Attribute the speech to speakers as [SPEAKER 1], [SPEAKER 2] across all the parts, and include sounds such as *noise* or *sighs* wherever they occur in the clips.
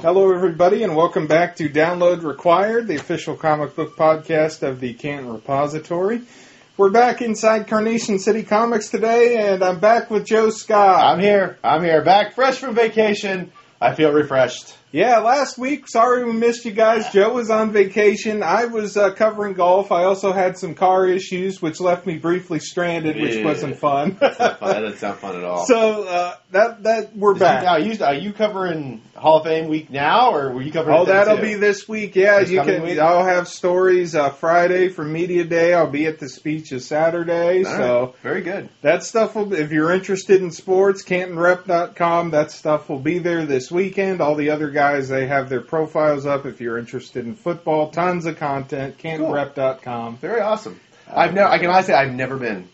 [SPEAKER 1] Hello, everybody, and welcome back to Download Required, the official comic book podcast of the Canton Repository. We're back inside Carnation City Comics today, and I'm back with Joe Scott.
[SPEAKER 2] I'm here. I'm here. Back fresh from vacation. I feel refreshed.
[SPEAKER 1] Yeah, last week, sorry we missed you guys. Joe was on vacation. I was uh, covering golf. I also had some car issues, which left me briefly stranded, which
[SPEAKER 2] Yeah.
[SPEAKER 1] wasn't fun. *laughs*
[SPEAKER 2] That's not fun. That doesn't sound fun at all.
[SPEAKER 1] so uh, that that we're
[SPEAKER 2] Is you-
[SPEAKER 1] back.
[SPEAKER 2] Now, you, are you covering Hall of Fame week now, or were you covering?
[SPEAKER 1] Oh,
[SPEAKER 2] it then,
[SPEAKER 1] that'll
[SPEAKER 2] too?
[SPEAKER 1] be this week. Yeah,
[SPEAKER 2] This
[SPEAKER 1] you
[SPEAKER 2] coming
[SPEAKER 1] can.
[SPEAKER 2] week?
[SPEAKER 1] I'll have stories uh, Friday for media day. I'll be at the speeches Saturday.
[SPEAKER 2] All right.
[SPEAKER 1] so
[SPEAKER 2] very good.
[SPEAKER 1] that stuff will. If you're interested in sports, CantonRep.com. That stuff will be there this weekend. All the other guys they have their profiles up. If you're interested in football, tons of content. CantonRep.com.
[SPEAKER 2] Very awesome. I've never. I can honestly. say I've never been.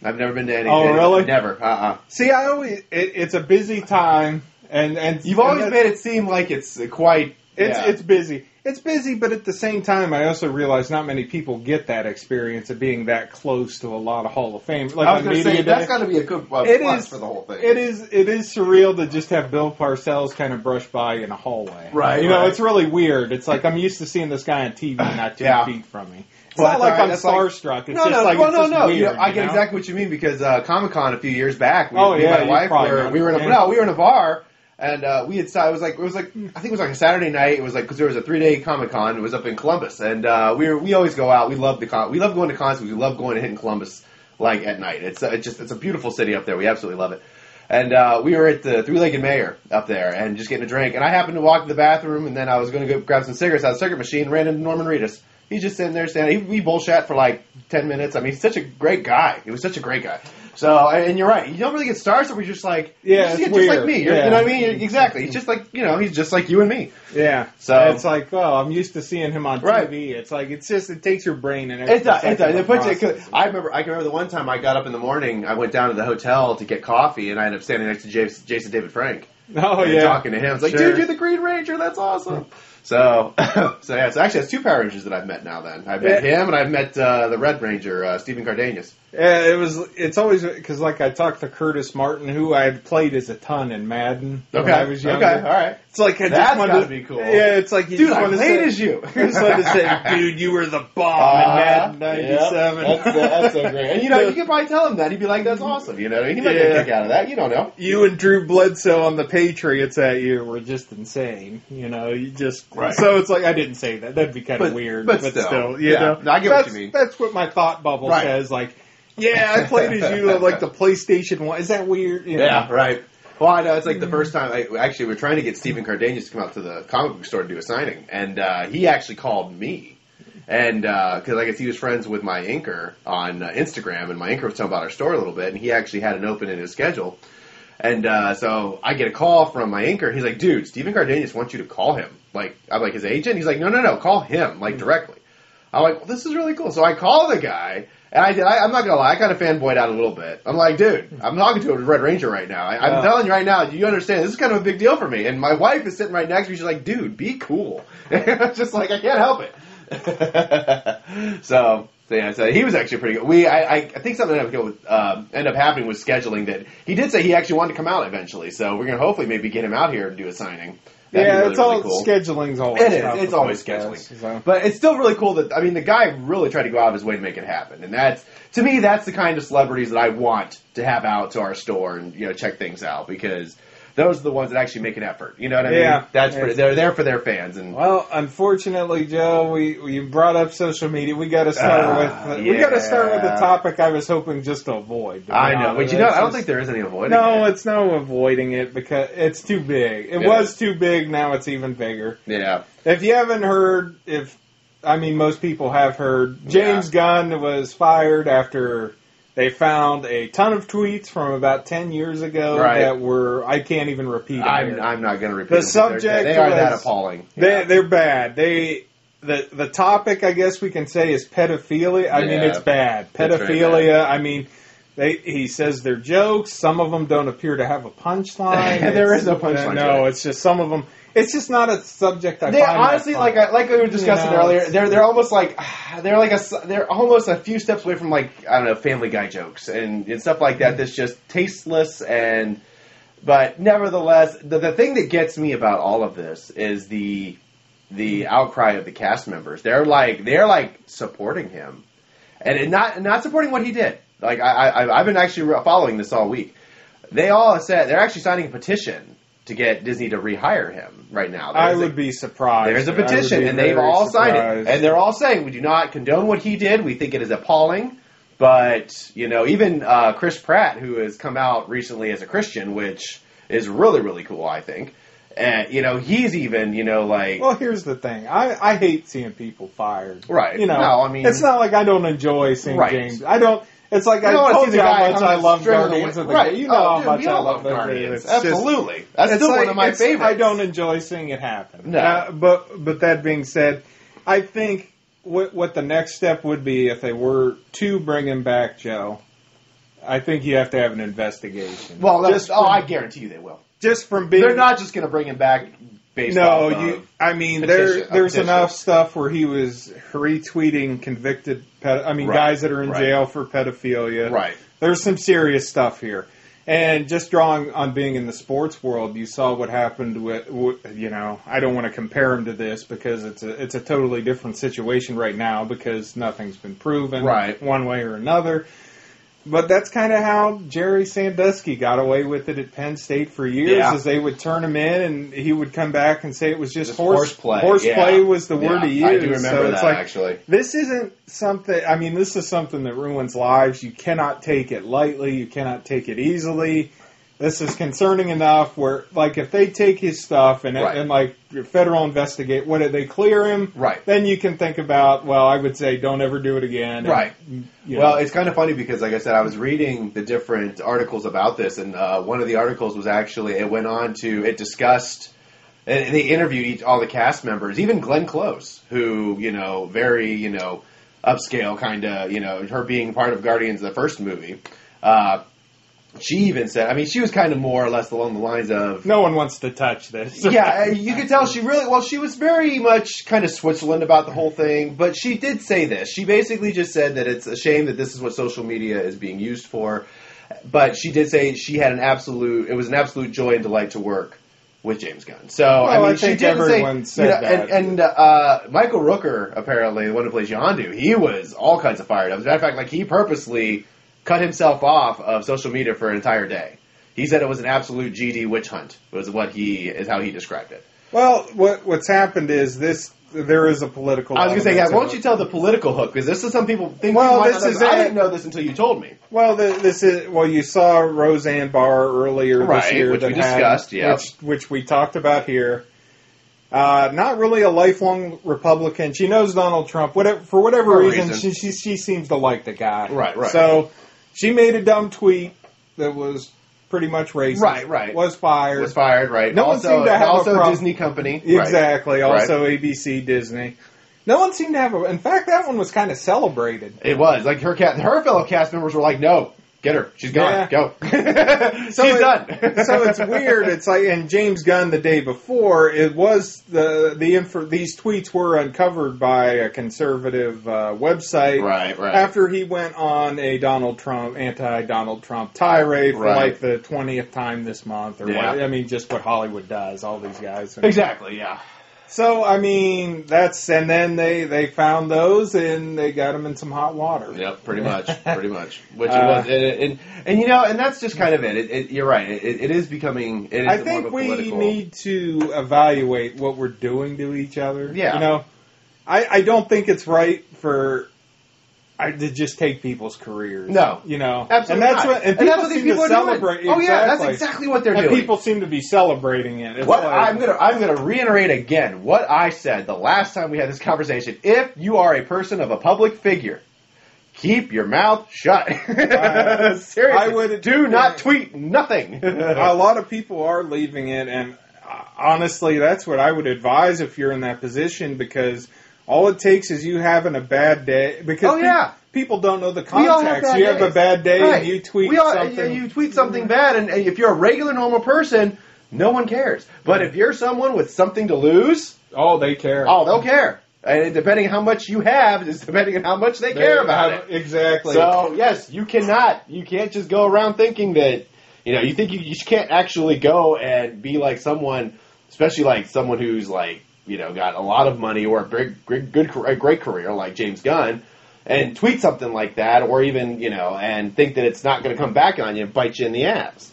[SPEAKER 2] I've never been to any.
[SPEAKER 1] Oh,
[SPEAKER 2] any-
[SPEAKER 1] really?
[SPEAKER 2] Never. Uh. uh
[SPEAKER 1] See, I always. It, it's a busy time, and and
[SPEAKER 2] You've always
[SPEAKER 1] and
[SPEAKER 2] made it seem like it's uh, quite.
[SPEAKER 1] It's
[SPEAKER 2] yeah.
[SPEAKER 1] it's busy. It's busy, but at the same time, I also realize not many people get that experience of being that close to a lot of Hall of Fame. Like
[SPEAKER 2] I was
[SPEAKER 1] on
[SPEAKER 2] going to
[SPEAKER 1] media
[SPEAKER 2] say that's
[SPEAKER 1] day.
[SPEAKER 2] got to be a good uh,
[SPEAKER 1] It
[SPEAKER 2] plus
[SPEAKER 1] is-
[SPEAKER 2] for the whole thing.
[SPEAKER 1] it is it is surreal to just have Bill Parcells kind of brush by in a hallway.
[SPEAKER 2] Right,
[SPEAKER 1] You know,
[SPEAKER 2] right.
[SPEAKER 1] it's really weird. It's like I'm used to seeing this guy on
[SPEAKER 2] *laughs*
[SPEAKER 1] TV not two
[SPEAKER 2] Yeah.
[SPEAKER 1] feet from me. It's
[SPEAKER 2] Well,
[SPEAKER 1] not
[SPEAKER 2] that's
[SPEAKER 1] like
[SPEAKER 2] all right.
[SPEAKER 1] I'm
[SPEAKER 2] That's like-
[SPEAKER 1] starstruck. it's
[SPEAKER 2] no,
[SPEAKER 1] just
[SPEAKER 2] no,
[SPEAKER 1] like
[SPEAKER 2] well,
[SPEAKER 1] it's
[SPEAKER 2] no,
[SPEAKER 1] just
[SPEAKER 2] no.
[SPEAKER 1] Weird,
[SPEAKER 2] You know, I
[SPEAKER 1] you
[SPEAKER 2] get
[SPEAKER 1] know?
[SPEAKER 2] exactly what you mean because uh, Comic Con a few years back, we,
[SPEAKER 1] Oh,
[SPEAKER 2] me
[SPEAKER 1] yeah,
[SPEAKER 2] and
[SPEAKER 1] you
[SPEAKER 2] my wife
[SPEAKER 1] probably
[SPEAKER 2] were
[SPEAKER 1] know.
[SPEAKER 2] we were in a,
[SPEAKER 1] Yeah.
[SPEAKER 2] no, we were in a bar, and uh, we had saw it was like it was like I think it was like a Saturday night. It was like because there was a three day Comic Con. It was up in Columbus, and uh, we were, we always go out. We love the con. We love going to cons. We love going to hit in Columbus like at night. It's uh, it's just it's a beautiful city up there. We absolutely love it. And uh, we were at the Three Legged Mayor up there and just getting a drink. And I happened to walk to the bathroom, and then I was going to go grab some cigarettes out of the cigarette machine. Ran into Norman Reedus. He's just sitting there standing. He, we bullshat for like ten minutes. I mean, he's such a great guy. He was such a great guy. So, and you're right. You don't really get starstruck. We're just like,
[SPEAKER 1] Yeah,
[SPEAKER 2] you just,
[SPEAKER 1] it's
[SPEAKER 2] get just like
[SPEAKER 1] weird.
[SPEAKER 2] me. You're,
[SPEAKER 1] Yeah.
[SPEAKER 2] You know what I mean? You're- exactly. He's just like you know. He's just like you and me.
[SPEAKER 1] Yeah.
[SPEAKER 2] So-
[SPEAKER 1] it's like, oh, I'm used to seeing him on
[SPEAKER 2] Right.
[SPEAKER 1] TV. It's like it's just it takes your brain and
[SPEAKER 2] It does. It does. uh, It puts you. 'cause I remember. I can remember the one time I got up in the morning. I went down to the hotel to get coffee, and I ended up standing next to Jason, Jason David Frank.
[SPEAKER 1] Oh
[SPEAKER 2] and
[SPEAKER 1] yeah.
[SPEAKER 2] talking to him. It's like,
[SPEAKER 1] Sure.
[SPEAKER 2] dude, you're the Green Ranger. That's awesome. So, *laughs* so yeah. So actually, it's two Power Rangers that I've met now. Then I've met him, and I've met uh, the Red Ranger, uh, Stephen Cardenas.
[SPEAKER 1] Yeah, it was. It's always because, like, I talked to Curtis Martin, who I had played as a ton in Madden
[SPEAKER 2] Okay,
[SPEAKER 1] when I was younger.
[SPEAKER 2] okay, all right,
[SPEAKER 1] It's like I
[SPEAKER 2] That's
[SPEAKER 1] just wanted
[SPEAKER 2] gotta
[SPEAKER 1] to
[SPEAKER 2] be cool.
[SPEAKER 1] Yeah, it's like you
[SPEAKER 2] dude.
[SPEAKER 1] just
[SPEAKER 2] I
[SPEAKER 1] wanted to
[SPEAKER 2] played
[SPEAKER 1] say-
[SPEAKER 2] as you.
[SPEAKER 1] I *laughs* just wanted to
[SPEAKER 2] *laughs*
[SPEAKER 1] say, dude, you were the bomb
[SPEAKER 2] Uh,
[SPEAKER 1] in Madden '97.
[SPEAKER 2] yep, that's- that's so
[SPEAKER 1] great.
[SPEAKER 2] And
[SPEAKER 1] *laughs*
[SPEAKER 2] you know, you could probably tell him that. He'd be like, "That's awesome." You know, he might get
[SPEAKER 1] Yeah.
[SPEAKER 2] a kick out of that. You don't know.
[SPEAKER 1] you and Drew Bledsoe on the Patriots that year were just insane. You know, you just
[SPEAKER 2] Right.
[SPEAKER 1] so it's like I didn't say that. That'd be kind of
[SPEAKER 2] But-
[SPEAKER 1] weird,
[SPEAKER 2] but
[SPEAKER 1] but,
[SPEAKER 2] still.
[SPEAKER 1] still, you
[SPEAKER 2] Yeah.
[SPEAKER 1] know,
[SPEAKER 2] No, I get what
[SPEAKER 1] that's,
[SPEAKER 2] you mean.
[SPEAKER 1] That's what my thought bubble
[SPEAKER 2] Right.
[SPEAKER 1] says. Like, yeah, I played as you on like the PlayStation One. Is that weird? You know?
[SPEAKER 2] right. Well, I know it's like the first time. I, actually, we we're trying to get Stephen Cardenas to come out to the comic book store to do a signing, and uh, he actually called me, and because I guess he was friends with my inker on uh, Instagram, and my inker was telling about our store a little bit, and he actually had an open in his schedule, and uh, so I get a call from my inker. He's like, "Dude, Stephen Cardenas wants you to call him." Like, I'm like his agent. He's like, "No, no, no, call him like directly." I'm like, well, this is really cool. So I call the guy, and I, did- I I'm not gonna lie, I kind of fanboyed out a little bit. I'm like, dude, I'm talking to a Red Ranger right now. I, I'm
[SPEAKER 1] Yeah.
[SPEAKER 2] telling you right now, you understand this is kind of a big deal for me. And my wife is sitting right next to me. She's like, dude, be cool. *laughs* And I'm just like, I can't help it. *laughs* so. So yeah, so he was actually pretty good. We, I, I I think something ended up, with, um, ended up happening with scheduling that he did say he actually wanted to come out eventually. So we're gonna hopefully maybe get him out here and do a signing. That'd be
[SPEAKER 1] yeah,
[SPEAKER 2] really,
[SPEAKER 1] it's
[SPEAKER 2] really
[SPEAKER 1] all
[SPEAKER 2] cool.
[SPEAKER 1] scheduling's always.
[SPEAKER 2] It
[SPEAKER 1] tough
[SPEAKER 2] is. It's
[SPEAKER 1] with
[SPEAKER 2] always
[SPEAKER 1] those
[SPEAKER 2] scheduling.
[SPEAKER 1] guys, so.
[SPEAKER 2] But it's still really cool that I mean the guy really tried to go out of his way to make it happen, and that's to me that's the kind of celebrities that I want to have out to our store and you know check things out because those are the ones that actually make an effort. You know what I
[SPEAKER 1] Yeah.
[SPEAKER 2] mean? That's
[SPEAKER 1] Yeah.
[SPEAKER 2] pretty, they're there for their fans and.
[SPEAKER 1] Well, unfortunately, Joe, we you brought up social media. We got to start
[SPEAKER 2] Ah,
[SPEAKER 1] with we got to start with the
[SPEAKER 2] yeah.
[SPEAKER 1] topic I was hoping just to avoid. to be
[SPEAKER 2] I know, but
[SPEAKER 1] honest.
[SPEAKER 2] you know, I don't
[SPEAKER 1] It's
[SPEAKER 2] think there is any avoiding.
[SPEAKER 1] No,
[SPEAKER 2] it.
[SPEAKER 1] it's no avoiding it because it's too big. It
[SPEAKER 2] Yeah.
[SPEAKER 1] was too big. Now it's even bigger.
[SPEAKER 2] yeah,
[SPEAKER 1] If you haven't heard, if I mean most people have heard, James Gunn was fired after they found a ton of tweets from about ten years ago
[SPEAKER 2] Right.
[SPEAKER 1] that were I can't even repeat. 'em here.
[SPEAKER 2] I'm, I'm not going to repeat.
[SPEAKER 1] The
[SPEAKER 2] them, but they're-
[SPEAKER 1] subject
[SPEAKER 2] they are that
[SPEAKER 1] was-
[SPEAKER 2] appalling.
[SPEAKER 1] They they're bad. They the the topic I guess we can say is pedophilia. I mean
[SPEAKER 2] Yeah.
[SPEAKER 1] it's bad.
[SPEAKER 2] It's very
[SPEAKER 1] Pedophilia. I mean they he says they're jokes. Some of them don't appear to have a punchline.
[SPEAKER 2] *laughs* There is
[SPEAKER 1] It's-
[SPEAKER 2] no punchline
[SPEAKER 1] No,
[SPEAKER 2] to it.
[SPEAKER 1] it's just some of them. It's just not a subject I
[SPEAKER 2] They
[SPEAKER 1] find that
[SPEAKER 2] honestly,
[SPEAKER 1] fun.
[SPEAKER 2] like I, like we were discussing
[SPEAKER 1] You know,
[SPEAKER 2] earlier,
[SPEAKER 1] it's-
[SPEAKER 2] they're they're almost like *sighs* they're like a s- they're almost a few steps away from like I don't know Family Guy jokes and, and stuff like that. That's just tasteless and But nevertheless, the, the thing that gets me about all of this is the the outcry of the cast members. They're like they're like supporting him, and it not not supporting what he did. Like I, I I've been actually re- following this all week. They all said they're actually signing a petition to get Disney to rehire him right now.
[SPEAKER 1] I
[SPEAKER 2] There's a-
[SPEAKER 1] would be surprised.
[SPEAKER 2] there's a
[SPEAKER 1] I would
[SPEAKER 2] petition,
[SPEAKER 1] be
[SPEAKER 2] and they've
[SPEAKER 1] very
[SPEAKER 2] all signed it,
[SPEAKER 1] surprised.
[SPEAKER 2] and they're all saying we do not condone what he did. We think it is appalling. But you know, even uh, Chris Pratt, who has come out recently as a Christian, which is really really cool, I think. And you know, he's even you know like
[SPEAKER 1] Well, here's the thing. I, I hate seeing people fired.
[SPEAKER 2] Right.
[SPEAKER 1] You know,
[SPEAKER 2] No, I mean-
[SPEAKER 1] it's not like I don't enjoy seeing
[SPEAKER 2] Right.
[SPEAKER 1] James. I don't. It's like I
[SPEAKER 2] don't wanna
[SPEAKER 1] told
[SPEAKER 2] see the
[SPEAKER 1] you
[SPEAKER 2] guy
[SPEAKER 1] how much
[SPEAKER 2] hung
[SPEAKER 1] I love
[SPEAKER 2] string on the
[SPEAKER 1] Guardians
[SPEAKER 2] wall.
[SPEAKER 1] of the
[SPEAKER 2] right.
[SPEAKER 1] You know
[SPEAKER 2] oh,
[SPEAKER 1] how
[SPEAKER 2] dude,
[SPEAKER 1] much
[SPEAKER 2] we
[SPEAKER 1] I
[SPEAKER 2] all
[SPEAKER 1] love
[SPEAKER 2] love
[SPEAKER 1] that
[SPEAKER 2] Guardians.
[SPEAKER 1] movie. It's just-
[SPEAKER 2] Absolutely, that's
[SPEAKER 1] It's
[SPEAKER 2] still one
[SPEAKER 1] like-
[SPEAKER 2] of my
[SPEAKER 1] it's-
[SPEAKER 2] favorites.
[SPEAKER 1] I don't enjoy seeing it happen.
[SPEAKER 2] No.
[SPEAKER 1] Uh, but but that being said, I think what what the next step would be if they were to bring him back, Joe. I think you have to have an investigation.
[SPEAKER 2] Well, that's,
[SPEAKER 1] just
[SPEAKER 2] oh,
[SPEAKER 1] from,
[SPEAKER 2] I guarantee you they will.
[SPEAKER 1] just from being
[SPEAKER 2] They're not just going to bring him back based
[SPEAKER 1] no,
[SPEAKER 2] off
[SPEAKER 1] you.
[SPEAKER 2] of-
[SPEAKER 1] I mean,
[SPEAKER 2] Petition-
[SPEAKER 1] there there's
[SPEAKER 2] petition.
[SPEAKER 1] enough stuff where he was retweeting convicted. Ped- I mean,
[SPEAKER 2] Right,
[SPEAKER 1] guys that are in
[SPEAKER 2] right.
[SPEAKER 1] jail for pedophilia.
[SPEAKER 2] right.
[SPEAKER 1] There's some serious stuff here, and just drawing on being in the sports world, you saw what happened with. with- You know, I don't want to compare him to this because it's a it's a totally different situation right now because nothing's been proven
[SPEAKER 2] Right.
[SPEAKER 1] one way or another. But that's kind of how Jerry Sandusky got away with it at Penn State for years,
[SPEAKER 2] Yeah.
[SPEAKER 1] is they would turn him in and he would come back and say it was just,
[SPEAKER 2] Just
[SPEAKER 1] horse,
[SPEAKER 2] horseplay,
[SPEAKER 1] Horseplay
[SPEAKER 2] yeah.
[SPEAKER 1] was the word he used.
[SPEAKER 2] Yeah, I do remember
[SPEAKER 1] so
[SPEAKER 2] that
[SPEAKER 1] it's like,
[SPEAKER 2] actually.
[SPEAKER 1] This isn't something. I mean, this is something that ruins lives. You cannot take it lightly. You cannot take it easily. This is concerning enough. Where, like, if they take his stuff and
[SPEAKER 2] Right.
[SPEAKER 1] and like your federal investigate, what did they clear him?
[SPEAKER 2] Right.
[SPEAKER 1] Then you can think about. Well, I would say don't ever do it again. and,
[SPEAKER 2] Right.
[SPEAKER 1] you
[SPEAKER 2] Well,
[SPEAKER 1] know.
[SPEAKER 2] it's kind of funny because, like I said, I was reading the different articles about this, and uh, one of the articles was actually it went on to it discussed and and they interviewed each, all the cast members, even Glenn Close, who you know, very you know, upscale kind of you know, her being part of Guardians of the first movie. Uh, she even said, I mean, she was kind of more or less along the lines of
[SPEAKER 1] no one wants to touch *laughs* this.
[SPEAKER 2] yeah, uh, you could tell she really well. She was very much kind of Switzerland about the whole thing, but she did say this. She basically just said that it's a shame that this is what social media is being used for. But she did say she had an absolute. It was an absolute joy and delight to work with James Gunn. So I
[SPEAKER 1] Well,
[SPEAKER 2] mean,
[SPEAKER 1] I
[SPEAKER 2] she
[SPEAKER 1] think
[SPEAKER 2] did
[SPEAKER 1] everyone said
[SPEAKER 2] say, you know,
[SPEAKER 1] that.
[SPEAKER 2] And, and uh, Michael Rooker, apparently the one who plays Yondu, he was all kinds of fired up. As a matter of fact, like he purposely cut himself off of social media for an entire day. He said it was an absolute GD witch hunt. Was what he is how he described it.
[SPEAKER 1] Well, what what's happened is this. There is a political.
[SPEAKER 2] I was gonna say, yeah.
[SPEAKER 1] element to
[SPEAKER 2] Why don't
[SPEAKER 1] it.
[SPEAKER 2] you tell the political hook? Because this is some people think.
[SPEAKER 1] Well,
[SPEAKER 2] you might
[SPEAKER 1] this
[SPEAKER 2] not know
[SPEAKER 1] is
[SPEAKER 2] I
[SPEAKER 1] it.
[SPEAKER 2] didn't know this until you told me.
[SPEAKER 1] Well, the, this is well. You saw Roseanne Barr earlier
[SPEAKER 2] Right,
[SPEAKER 1] this year,
[SPEAKER 2] which
[SPEAKER 1] that
[SPEAKER 2] we
[SPEAKER 1] had-
[SPEAKER 2] discussed, yeah.
[SPEAKER 1] which, which we talked about here. Uh, not really a lifelong Republican. She knows Donald Trump. Whatever, for whatever
[SPEAKER 2] For a
[SPEAKER 1] reason,
[SPEAKER 2] reason.
[SPEAKER 1] She, she she seems to like the guy.
[SPEAKER 2] Right, right.
[SPEAKER 1] So she made a dumb tweet that was pretty much racist.
[SPEAKER 2] Right, right.
[SPEAKER 1] Was fired.
[SPEAKER 2] Was fired, right?
[SPEAKER 1] No one
[SPEAKER 2] also,
[SPEAKER 1] seemed to have a
[SPEAKER 2] also
[SPEAKER 1] problem.
[SPEAKER 2] Disney company, right.
[SPEAKER 1] Exactly.
[SPEAKER 2] Right.
[SPEAKER 1] Also, ABC, Disney. No one seemed to have. A, in fact, that one was kind of celebrated.
[SPEAKER 2] It was like her cat. Her fellow cast members were like, "No, get her. She's gone.
[SPEAKER 1] Yeah. *laughs*
[SPEAKER 2] Go.
[SPEAKER 1] So
[SPEAKER 2] She's
[SPEAKER 1] it-
[SPEAKER 2] done."
[SPEAKER 1] *laughs* so
[SPEAKER 2] *laughs*
[SPEAKER 1] it's weird. It's like, and James Gunn the day before, it was the the info, these tweets were uncovered by a conservative uh, website.
[SPEAKER 2] Right, right.
[SPEAKER 1] After he went on a Donald Trump anti Donald Trump tirade for
[SPEAKER 2] Right.
[SPEAKER 1] like the twentieth time this month, or
[SPEAKER 2] Yeah.
[SPEAKER 1] what, I mean, just what Hollywood does. All these guys. And-
[SPEAKER 2] exactly. Yeah.
[SPEAKER 1] So I mean, that's and then they they found those and they got them in some hot water.
[SPEAKER 2] Yep, pretty much, pretty much. *laughs* Which it
[SPEAKER 1] Uh,
[SPEAKER 2] was, and, and and you know, and that's just kind of it. it, it you're right. It, it, it is becoming. It is
[SPEAKER 1] I
[SPEAKER 2] more
[SPEAKER 1] think
[SPEAKER 2] of a
[SPEAKER 1] we
[SPEAKER 2] political-
[SPEAKER 1] need to evaluate what we're doing to each other.
[SPEAKER 2] Yeah.
[SPEAKER 1] You know, I, I don't think it's right for I to just take people's careers.
[SPEAKER 2] No.
[SPEAKER 1] You know,
[SPEAKER 2] Absolutely
[SPEAKER 1] and that's
[SPEAKER 2] not.
[SPEAKER 1] what and
[SPEAKER 2] And
[SPEAKER 1] people
[SPEAKER 2] that's what these
[SPEAKER 1] seem to
[SPEAKER 2] people are doing.
[SPEAKER 1] celebrate.
[SPEAKER 2] Oh yeah, that's exactly what they're
[SPEAKER 1] and
[SPEAKER 2] doing.
[SPEAKER 1] people seem to be celebrating it. It's
[SPEAKER 2] What
[SPEAKER 1] like-
[SPEAKER 2] I'm gonna I'm gonna reiterate again what I said the last time we had this conversation. If you are a person of a public figure, keep your mouth shut. *laughs*
[SPEAKER 1] Uh, *laughs*
[SPEAKER 2] Seriously,
[SPEAKER 1] I would-
[SPEAKER 2] do not tweet *laughs* nothing. Uh,
[SPEAKER 1] a lot of people are leaving it, and uh, honestly, that's what I would advise if you're in that position because all it takes is you having a bad day. Because
[SPEAKER 2] Oh, yeah.
[SPEAKER 1] pe- people don't know the
[SPEAKER 2] We all have
[SPEAKER 1] context.
[SPEAKER 2] bad
[SPEAKER 1] you have a
[SPEAKER 2] days.
[SPEAKER 1] bad day,
[SPEAKER 2] Right.
[SPEAKER 1] and you tweet
[SPEAKER 2] We all-
[SPEAKER 1] something.
[SPEAKER 2] You tweet something bad, and if you're a regular normal person, no one cares. But if you're someone with something to lose,
[SPEAKER 1] oh, they care.
[SPEAKER 2] oh, they'll care. And depending on how much you have, is depending on how much they, care about it.
[SPEAKER 1] Exactly.
[SPEAKER 2] So yes, you cannot. You can't just go around thinking that You know, you think you, you can't actually go and be like someone, especially like someone who's like you know got a lot of money or a big, big, good a great career like James Gunn, and tweet something like that, or even you know, and think that it's not going to come back on you and bite you in the ass.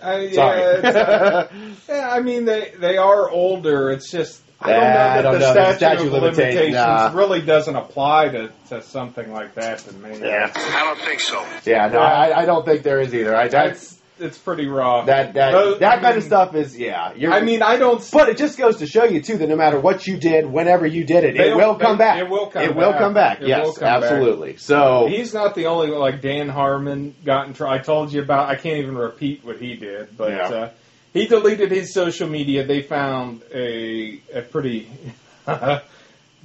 [SPEAKER 1] I, Uh, yeah,
[SPEAKER 2] Sorry.
[SPEAKER 1] it's- *laughs* uh, yeah, I mean they they are older. It's just I don't know
[SPEAKER 2] Yeah,
[SPEAKER 1] that
[SPEAKER 2] I don't
[SPEAKER 1] the,
[SPEAKER 2] know. The
[SPEAKER 1] statute
[SPEAKER 2] statute
[SPEAKER 1] of
[SPEAKER 2] limitations,
[SPEAKER 1] limitations,
[SPEAKER 2] nah.
[SPEAKER 1] really doesn't apply to, to something like that to me.
[SPEAKER 2] *laughs* yeah,
[SPEAKER 3] I don't think so.
[SPEAKER 2] yeah. No, I, I don't think there is either. I, that's
[SPEAKER 1] That's it's pretty raw.
[SPEAKER 2] that that
[SPEAKER 1] Those-
[SPEAKER 2] that
[SPEAKER 1] I
[SPEAKER 2] kind
[SPEAKER 1] mean-
[SPEAKER 2] of stuff is yeah. You're,
[SPEAKER 1] mm. I mean, I don't. s-
[SPEAKER 2] But it just goes to show you too that no matter what you did, whenever you did it,
[SPEAKER 1] They
[SPEAKER 2] it
[SPEAKER 1] don't-
[SPEAKER 2] will come
[SPEAKER 1] they-
[SPEAKER 2] back.
[SPEAKER 1] it will come
[SPEAKER 2] It will
[SPEAKER 1] back.
[SPEAKER 2] come back.
[SPEAKER 1] It
[SPEAKER 2] yes,
[SPEAKER 1] will come back.
[SPEAKER 2] absolutely. So
[SPEAKER 1] He's not the only like Dan Harmon got in trouble. I told you about. I can't even repeat what he did, but
[SPEAKER 2] Yeah.
[SPEAKER 1] uh, he deleted his social media. They found a a pretty *laughs*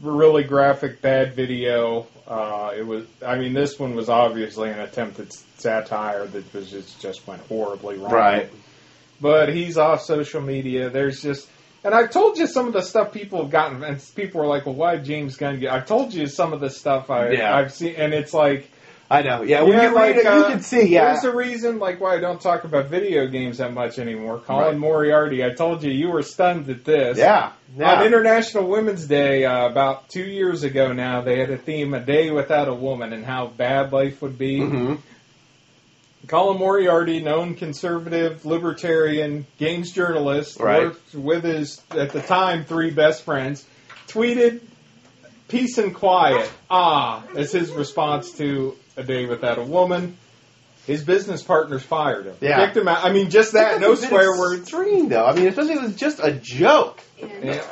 [SPEAKER 1] really graphic bad video. Uh, it was. I mean, this one was obviously an attempted satire that was just just went horribly wrong
[SPEAKER 2] right,
[SPEAKER 1] but he's off social media. There's just, and I've told you some of the stuff people have gotten, and people are like, "Well, why did James Gunn get?" I've told you some of the stuff I,
[SPEAKER 2] Yeah.
[SPEAKER 1] I've seen, and it's like,
[SPEAKER 2] I know. Yeah, when
[SPEAKER 1] yeah,
[SPEAKER 2] you read it, you
[SPEAKER 1] uh,
[SPEAKER 2] can see. Yeah,
[SPEAKER 1] There's a reason, like, why I don't talk about video games that much anymore. Colin
[SPEAKER 2] Right.
[SPEAKER 1] Moriarty, I told you, you were stunned at this.
[SPEAKER 2] yeah, yeah.
[SPEAKER 1] On International Women's Day, uh, about two years ago now, they had a theme, A Day Without a Woman, and how bad life would be.
[SPEAKER 2] Mhm.
[SPEAKER 1] Colin Moriarty, known conservative, libertarian, games journalist,
[SPEAKER 2] Right.
[SPEAKER 1] worked with his, at the time, three best friends, tweeted, Peace and quiet, ah, as his response to A Day Without a Woman. His business partners fired him.
[SPEAKER 2] Yeah.
[SPEAKER 1] Kicked him out. I mean, just that, no
[SPEAKER 2] *laughs* It's
[SPEAKER 1] swear words.
[SPEAKER 2] Extreme though. I mean, especially if it's just a joke.
[SPEAKER 1] Yeah.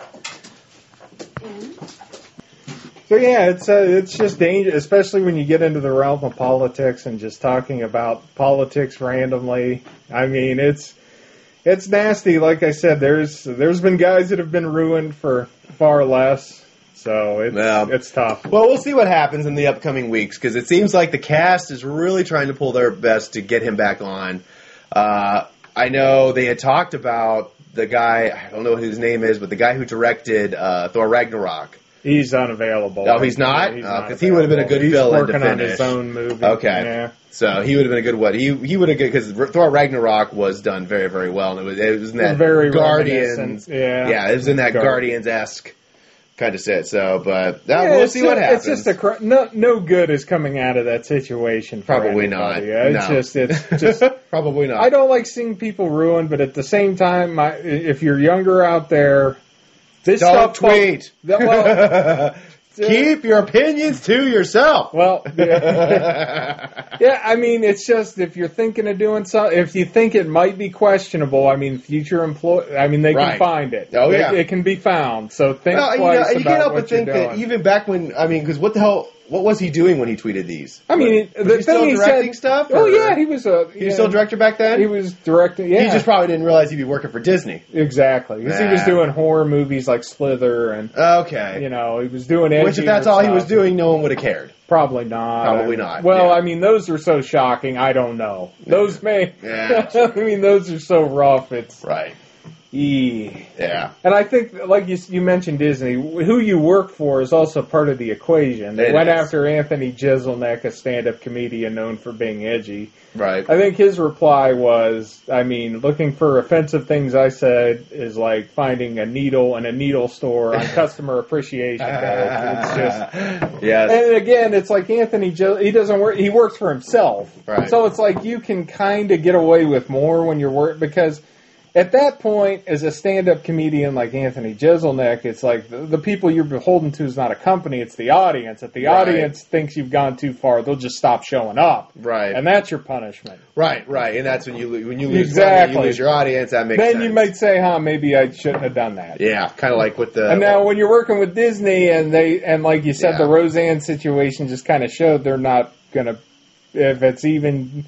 [SPEAKER 1] So yeah, it's uh, it's just dangerous, especially when you get into the realm of politics and just talking about politics randomly. I mean, it's it's nasty. Like I said, there's there's been guys that have been ruined for far less. So it's
[SPEAKER 2] Yeah.
[SPEAKER 1] it's tough.
[SPEAKER 2] Well, we'll see what happens in the upcoming weeks because it seems like the cast is really trying to pull their best to get him back on. Uh, I know they had talked about the guy, I don't know what his name is, but the guy who directed uh, Thor Ragnarok.
[SPEAKER 1] He's unavailable.
[SPEAKER 2] Oh, he's not?
[SPEAKER 1] He's
[SPEAKER 2] Oh, 'cause he would've been a
[SPEAKER 1] available.
[SPEAKER 2] good
[SPEAKER 1] he's
[SPEAKER 2] villain to
[SPEAKER 1] working on
[SPEAKER 2] finish.
[SPEAKER 1] his own movie.
[SPEAKER 2] Okay.
[SPEAKER 1] Yeah.
[SPEAKER 2] So he would have been a good one. He he would have good because Thor Ragnarok was done very very well, and it was it was in that
[SPEAKER 1] Very
[SPEAKER 2] Guardians,
[SPEAKER 1] reminiscent, yeah.
[SPEAKER 2] it was in that
[SPEAKER 1] Guard-
[SPEAKER 2] Guardians esque kind of set. So, but that,
[SPEAKER 1] Yeah,
[SPEAKER 2] Uh, we'll
[SPEAKER 1] it's
[SPEAKER 2] see
[SPEAKER 1] ju-
[SPEAKER 2] what happens.
[SPEAKER 1] It's just a cr- no no good is coming out of that situation. for
[SPEAKER 2] Probably not.
[SPEAKER 1] anybody. It's
[SPEAKER 2] No.
[SPEAKER 1] just
[SPEAKER 2] *laughs*
[SPEAKER 1] it's just
[SPEAKER 2] probably not.
[SPEAKER 1] I don't like seeing people ruined, but at the same time, my, if you're younger out there, this
[SPEAKER 2] Don't
[SPEAKER 1] stuff
[SPEAKER 2] tweet.
[SPEAKER 1] That-
[SPEAKER 2] *laughs*
[SPEAKER 1] well,
[SPEAKER 2] Keep your opinions to yourself.
[SPEAKER 1] well, yeah,
[SPEAKER 2] *laughs*
[SPEAKER 1] yeah, I mean, it's just if you're thinking of doing something, if you think it might be questionable, I mean, future employ, I mean, they
[SPEAKER 2] Right.
[SPEAKER 1] can find it.
[SPEAKER 2] Oh,
[SPEAKER 1] They-
[SPEAKER 2] yeah.
[SPEAKER 1] it can be found. So think
[SPEAKER 2] Well, you, know,
[SPEAKER 1] twice
[SPEAKER 2] you
[SPEAKER 1] about
[SPEAKER 2] can't help
[SPEAKER 1] what
[SPEAKER 2] but think
[SPEAKER 1] you're doing.
[SPEAKER 2] that even back when I mean, because what the hell? What was he doing when he tweeted these?
[SPEAKER 1] I mean,
[SPEAKER 2] was
[SPEAKER 1] the
[SPEAKER 2] he
[SPEAKER 1] thing
[SPEAKER 2] still
[SPEAKER 1] he
[SPEAKER 2] directing
[SPEAKER 1] said,
[SPEAKER 2] stuff?
[SPEAKER 1] Oh
[SPEAKER 2] or-
[SPEAKER 1] yeah, he was a
[SPEAKER 2] he was still director back then.
[SPEAKER 1] He was directing. Yeah,
[SPEAKER 2] He just probably didn't realize he'd be working for Disney.
[SPEAKER 1] exactly because he was
[SPEAKER 2] Nah.
[SPEAKER 1] doing horror movies like Slither and
[SPEAKER 2] Okay.
[SPEAKER 1] you know, he was doing edgy
[SPEAKER 2] Which, if that's all he was
[SPEAKER 1] stuff.
[SPEAKER 2] doing, no one would have cared.
[SPEAKER 1] probably not.
[SPEAKER 2] Probably not,
[SPEAKER 1] Well,
[SPEAKER 2] yeah.
[SPEAKER 1] I mean, those are so shocking. I don't know. Those may.
[SPEAKER 2] Yeah.
[SPEAKER 1] *laughs* I mean, those are so rough. It's.
[SPEAKER 2] Right.
[SPEAKER 1] Eee.
[SPEAKER 2] Yeah.
[SPEAKER 1] And I think, like you, you mentioned, Disney, who you work for is also part of the equation. They
[SPEAKER 2] It
[SPEAKER 1] went
[SPEAKER 2] is.
[SPEAKER 1] after Anthony Jeselnik, a stand-up comedian known for being edgy.
[SPEAKER 2] Right.
[SPEAKER 1] I think his reply was, I mean, looking for offensive things I said is like finding a needle in a needle store on customer
[SPEAKER 2] *laughs*
[SPEAKER 1] appreciation day. *laughs* It's just
[SPEAKER 2] yes.
[SPEAKER 1] and again, it's like Anthony. Jo- he doesn't work. He works for himself.
[SPEAKER 2] Right.
[SPEAKER 1] So it's like you can kind of get away with more when you're work because at that point, as a stand-up comedian like Anthony Jeselnik, it's like the, the people you're beholden to is not a company; it's the audience. If the
[SPEAKER 2] Right.
[SPEAKER 1] audience thinks you've gone too far, they'll just stop showing up.
[SPEAKER 2] Right.
[SPEAKER 1] And that's your punishment.
[SPEAKER 2] Right. Right. And that's when you lo- when you lose
[SPEAKER 1] Exactly.
[SPEAKER 2] when you lose your audience. That makes
[SPEAKER 1] then
[SPEAKER 2] sense.
[SPEAKER 1] you might say, "Huh, maybe I shouldn't have done that."
[SPEAKER 2] yeah. Kind of like with the
[SPEAKER 1] And now, when you're working with Disney, and they and like you said,
[SPEAKER 2] Yeah.
[SPEAKER 1] the Roseanne situation just kind of showed they're not gonna, if it's even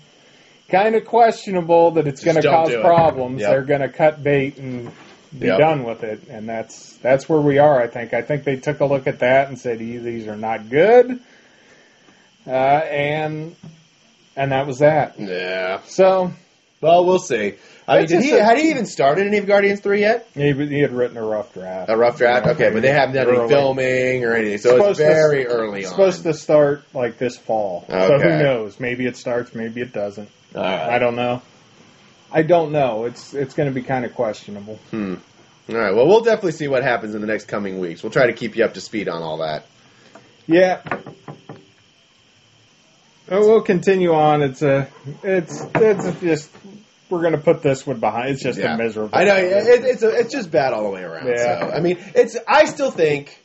[SPEAKER 1] kind of questionable that it's
[SPEAKER 2] Just
[SPEAKER 1] gonna
[SPEAKER 2] don't
[SPEAKER 1] cause
[SPEAKER 2] do it.
[SPEAKER 1] problems,
[SPEAKER 2] Yep.
[SPEAKER 1] they're gonna cut bait and be
[SPEAKER 2] Yep.
[SPEAKER 1] done with it. And that's that's where we are. I think. I think they took a look at that and said, "E- "These are not good," uh, and and that was that.
[SPEAKER 2] Yeah.
[SPEAKER 1] So
[SPEAKER 2] Well, we'll see. I mean,
[SPEAKER 1] It's
[SPEAKER 2] did
[SPEAKER 1] just
[SPEAKER 2] he,
[SPEAKER 1] a-
[SPEAKER 2] had he even started any of Guardians three yet?
[SPEAKER 1] he, he had written a rough draft.
[SPEAKER 2] A rough draft.
[SPEAKER 1] Yeah,
[SPEAKER 2] okay, but they haven't done
[SPEAKER 1] early.
[SPEAKER 2] any filming or anything, so
[SPEAKER 1] Supposed
[SPEAKER 2] it's
[SPEAKER 1] to-
[SPEAKER 2] very early
[SPEAKER 1] It's
[SPEAKER 2] on.
[SPEAKER 1] supposed to start like this fall. So
[SPEAKER 2] Okay.
[SPEAKER 1] who knows? Maybe it starts, maybe it doesn't.
[SPEAKER 2] All right.
[SPEAKER 1] I don't know. I don't know. It's it's going to be kind of questionable.
[SPEAKER 2] Hmm. All right. Well, we'll definitely see what happens in the next coming weeks. We'll try to keep you up to speed on all that.
[SPEAKER 1] Yeah. Uh, We'll continue on. It's a, it's, it's just, we're gonna put this one behind. It's just
[SPEAKER 2] Yeah.
[SPEAKER 1] a miserable.
[SPEAKER 2] I know it, it's a, it's just bad all the way around.
[SPEAKER 1] Yeah.
[SPEAKER 2] So I mean, it's I still think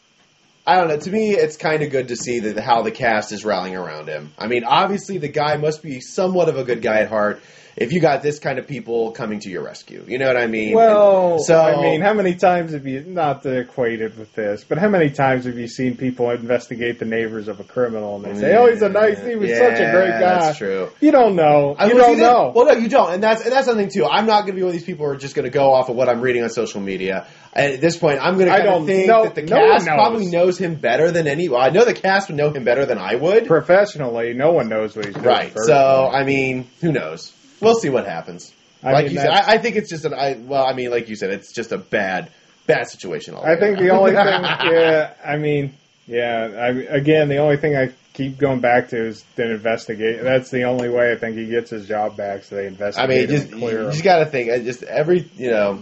[SPEAKER 2] I don't know. To me, it's kind of good to see that how the cast is rallying around him. I mean, obviously the guy must be somewhat of a good guy at heart. If you got this kind of people coming to your rescue, you know what I *laughs* mean.
[SPEAKER 1] Well,
[SPEAKER 2] so
[SPEAKER 1] I mean, how many times have you not to equate it with this, but how many times have you seen people investigate the neighbors of a criminal and they say, "Oh, he's a nice, he was such a great
[SPEAKER 2] Mm. Yeah,
[SPEAKER 1] guy."
[SPEAKER 2] That's true.
[SPEAKER 1] You don't know.
[SPEAKER 2] I
[SPEAKER 1] you
[SPEAKER 2] well,
[SPEAKER 1] don't
[SPEAKER 2] see, that-
[SPEAKER 1] know.
[SPEAKER 2] Well, no, you don't, and that's and that's something too. I'm not going to be one of these people who are just going to go off of what I'm reading on social media. At this point, I'm going
[SPEAKER 1] I
[SPEAKER 2] to
[SPEAKER 1] don't-
[SPEAKER 2] think
[SPEAKER 1] no-
[SPEAKER 2] that the
[SPEAKER 1] no one
[SPEAKER 2] cast
[SPEAKER 1] knows.
[SPEAKER 2] probably knows him better than any. Well, I know the cast would know him better than I would.
[SPEAKER 1] Professionally, no one knows what he's doing.
[SPEAKER 2] Right.
[SPEAKER 1] first.
[SPEAKER 2] So I mean, who knows? We'll see what happens.
[SPEAKER 1] I
[SPEAKER 2] like
[SPEAKER 1] mean,
[SPEAKER 2] you said,
[SPEAKER 1] that's-
[SPEAKER 2] I, I think it's just an. I well, I mean, like you said, it's just a bad, bad situation. All
[SPEAKER 1] I think the
[SPEAKER 2] around.
[SPEAKER 1] only thing,
[SPEAKER 2] *laughs*
[SPEAKER 1] yeah, I mean, yeah, I, again, the only thing I keep going back to is to investigate. That's the only way I think he gets his job back. So they
[SPEAKER 2] I
[SPEAKER 1] investigate.
[SPEAKER 2] mean, just
[SPEAKER 1] and clear
[SPEAKER 2] you
[SPEAKER 1] him.
[SPEAKER 2] just got to think. I Just every you know,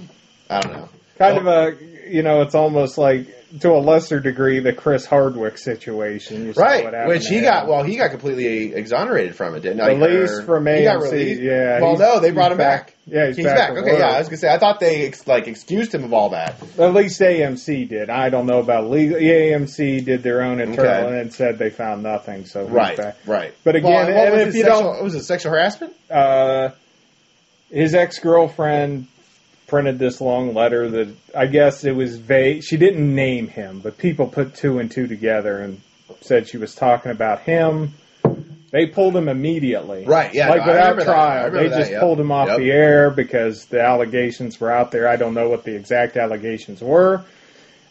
[SPEAKER 2] I don't know.
[SPEAKER 1] kind of a, you know, it's almost like to a lesser degree the Chris Hardwick situation, You saw what
[SPEAKER 2] Right,
[SPEAKER 1] happened
[SPEAKER 2] which
[SPEAKER 1] to
[SPEAKER 2] he
[SPEAKER 1] him.
[SPEAKER 2] got. Well, he got completely exonerated from it, didn't he?
[SPEAKER 1] Released from
[SPEAKER 2] He got
[SPEAKER 1] AMC,
[SPEAKER 2] released.
[SPEAKER 1] yeah,
[SPEAKER 2] Well,
[SPEAKER 1] he's-
[SPEAKER 2] no, they
[SPEAKER 1] he's
[SPEAKER 2] brought him back.
[SPEAKER 1] back. Yeah, he's,
[SPEAKER 2] He's
[SPEAKER 1] back.
[SPEAKER 2] back.
[SPEAKER 1] to
[SPEAKER 2] Okay,
[SPEAKER 1] work.
[SPEAKER 2] yeah. I was gonna say. I thought they ex- like excused him of all that.
[SPEAKER 1] At least AMC did. I don't know about legal. AMC did their own internal
[SPEAKER 2] Okay.
[SPEAKER 1] and said they found nothing. So he's
[SPEAKER 2] Right.
[SPEAKER 1] back.
[SPEAKER 2] Right.
[SPEAKER 1] But again,
[SPEAKER 2] Well, what
[SPEAKER 1] and
[SPEAKER 2] was
[SPEAKER 1] if
[SPEAKER 2] it,
[SPEAKER 1] you
[SPEAKER 2] sexual,
[SPEAKER 1] don't
[SPEAKER 2] was it sexual harassment?
[SPEAKER 1] uh, his ex girlfriend printed this long letter that I guess it was vague. She didn't name him, but people put two and two together and said she was talking about him. They pulled him immediately.
[SPEAKER 2] Right, yeah,
[SPEAKER 1] Like
[SPEAKER 2] no, I
[SPEAKER 1] without
[SPEAKER 2] remember that. I
[SPEAKER 1] trial.
[SPEAKER 2] remember
[SPEAKER 1] They
[SPEAKER 2] that,
[SPEAKER 1] just
[SPEAKER 2] yep.
[SPEAKER 1] pulled him off
[SPEAKER 2] Yep.
[SPEAKER 1] the air because the allegations were out there. I don't know what the exact allegations were.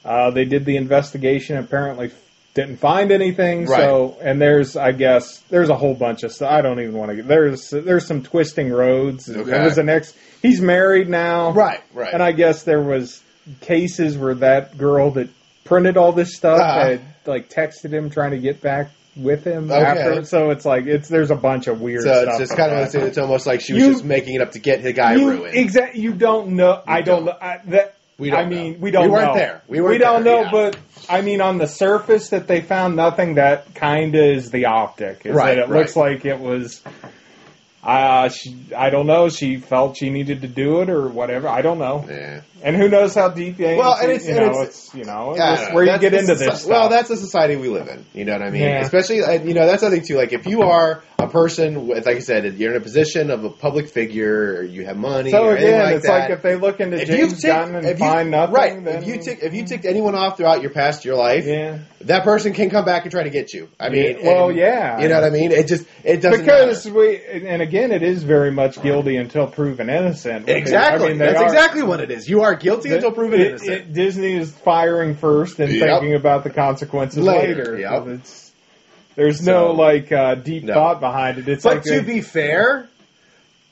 [SPEAKER 1] Uh, they did the investigation. Apparently, f- didn't find anything. So, and there's, I guess, there's a whole bunch of stuff. I don't even want to. get There's, there's some twisting roads.
[SPEAKER 2] Okay.
[SPEAKER 1] There was an ex. He's married now.
[SPEAKER 2] Right. Right.
[SPEAKER 1] And I guess there was cases where that girl that printed all this stuff
[SPEAKER 2] Ah.
[SPEAKER 1] had like texted him trying to get back with him
[SPEAKER 2] Okay.
[SPEAKER 1] after. So it's like it's there's a bunch of weird.
[SPEAKER 2] so it's
[SPEAKER 1] stuff
[SPEAKER 2] just
[SPEAKER 1] like
[SPEAKER 2] kind of
[SPEAKER 1] that.
[SPEAKER 2] it's almost like she was
[SPEAKER 1] You-
[SPEAKER 2] just making it up to get the guy
[SPEAKER 1] You,
[SPEAKER 2] ruined.
[SPEAKER 1] exact. You don't know. I don't
[SPEAKER 2] don't.
[SPEAKER 1] know. I, that,
[SPEAKER 2] We don't
[SPEAKER 1] I mean,
[SPEAKER 2] know.
[SPEAKER 1] we don't.
[SPEAKER 2] We weren't
[SPEAKER 1] know.
[SPEAKER 2] there. We weren't
[SPEAKER 1] don't
[SPEAKER 2] there,
[SPEAKER 1] know,
[SPEAKER 2] yeah.
[SPEAKER 1] but I mean, on the surface, that they found nothing. That kind of is the optic. Is
[SPEAKER 2] Right,
[SPEAKER 1] That it
[SPEAKER 2] right.
[SPEAKER 1] looks like it was. Uh, she, I don't know. She felt she needed to do it or whatever. I don't know.
[SPEAKER 2] Yeah.
[SPEAKER 1] And who knows how deep the
[SPEAKER 2] Well, and
[SPEAKER 1] ANC,
[SPEAKER 2] it's-
[SPEAKER 1] you
[SPEAKER 2] and
[SPEAKER 1] know,
[SPEAKER 2] it's-
[SPEAKER 1] it's you know
[SPEAKER 2] Yeah,
[SPEAKER 1] it's where you
[SPEAKER 2] that's
[SPEAKER 1] get
[SPEAKER 2] the
[SPEAKER 1] into
[SPEAKER 2] soci-
[SPEAKER 1] this.
[SPEAKER 2] Well,
[SPEAKER 1] stuff.
[SPEAKER 2] that's the society we live in. You know what I mean?
[SPEAKER 1] Yeah.
[SPEAKER 2] Especially, uh, you know, that's the thing too. Like, if you are a person with, like I said, you're in a position of a public figure, or you have money,
[SPEAKER 1] so
[SPEAKER 2] or anything
[SPEAKER 1] again,
[SPEAKER 2] like
[SPEAKER 1] it's
[SPEAKER 2] that,
[SPEAKER 1] like if they look into
[SPEAKER 2] if
[SPEAKER 1] James
[SPEAKER 2] you've ticked-
[SPEAKER 1] Gunn and
[SPEAKER 2] if you-
[SPEAKER 1] find nothing,
[SPEAKER 2] right?
[SPEAKER 1] then
[SPEAKER 2] If you tick, if you ticked anyone off throughout your past your life,
[SPEAKER 1] yeah,
[SPEAKER 2] that person can come back and try to get you. I mean,
[SPEAKER 1] Yeah. Well,
[SPEAKER 2] and-
[SPEAKER 1] yeah.
[SPEAKER 2] you know what I mean. It just it doesn't
[SPEAKER 1] because
[SPEAKER 2] matter.
[SPEAKER 1] we and again, it is very much guilty until proven innocent. Because,
[SPEAKER 2] Exactly.
[SPEAKER 1] I mean, they
[SPEAKER 2] That's
[SPEAKER 1] are-
[SPEAKER 2] exactly what it is. You are guilty
[SPEAKER 1] the-
[SPEAKER 2] until proven
[SPEAKER 1] it-
[SPEAKER 2] innocent.
[SPEAKER 1] it- Disney is firing first and
[SPEAKER 2] Yep.
[SPEAKER 1] thinking about the consequences
[SPEAKER 2] Later,
[SPEAKER 1] later.
[SPEAKER 2] yep.
[SPEAKER 1] It's- there's
[SPEAKER 2] So-
[SPEAKER 1] no like uh, deep
[SPEAKER 2] No.
[SPEAKER 1] thought behind it. It's
[SPEAKER 2] But
[SPEAKER 1] like
[SPEAKER 2] to
[SPEAKER 1] a-
[SPEAKER 2] be fair,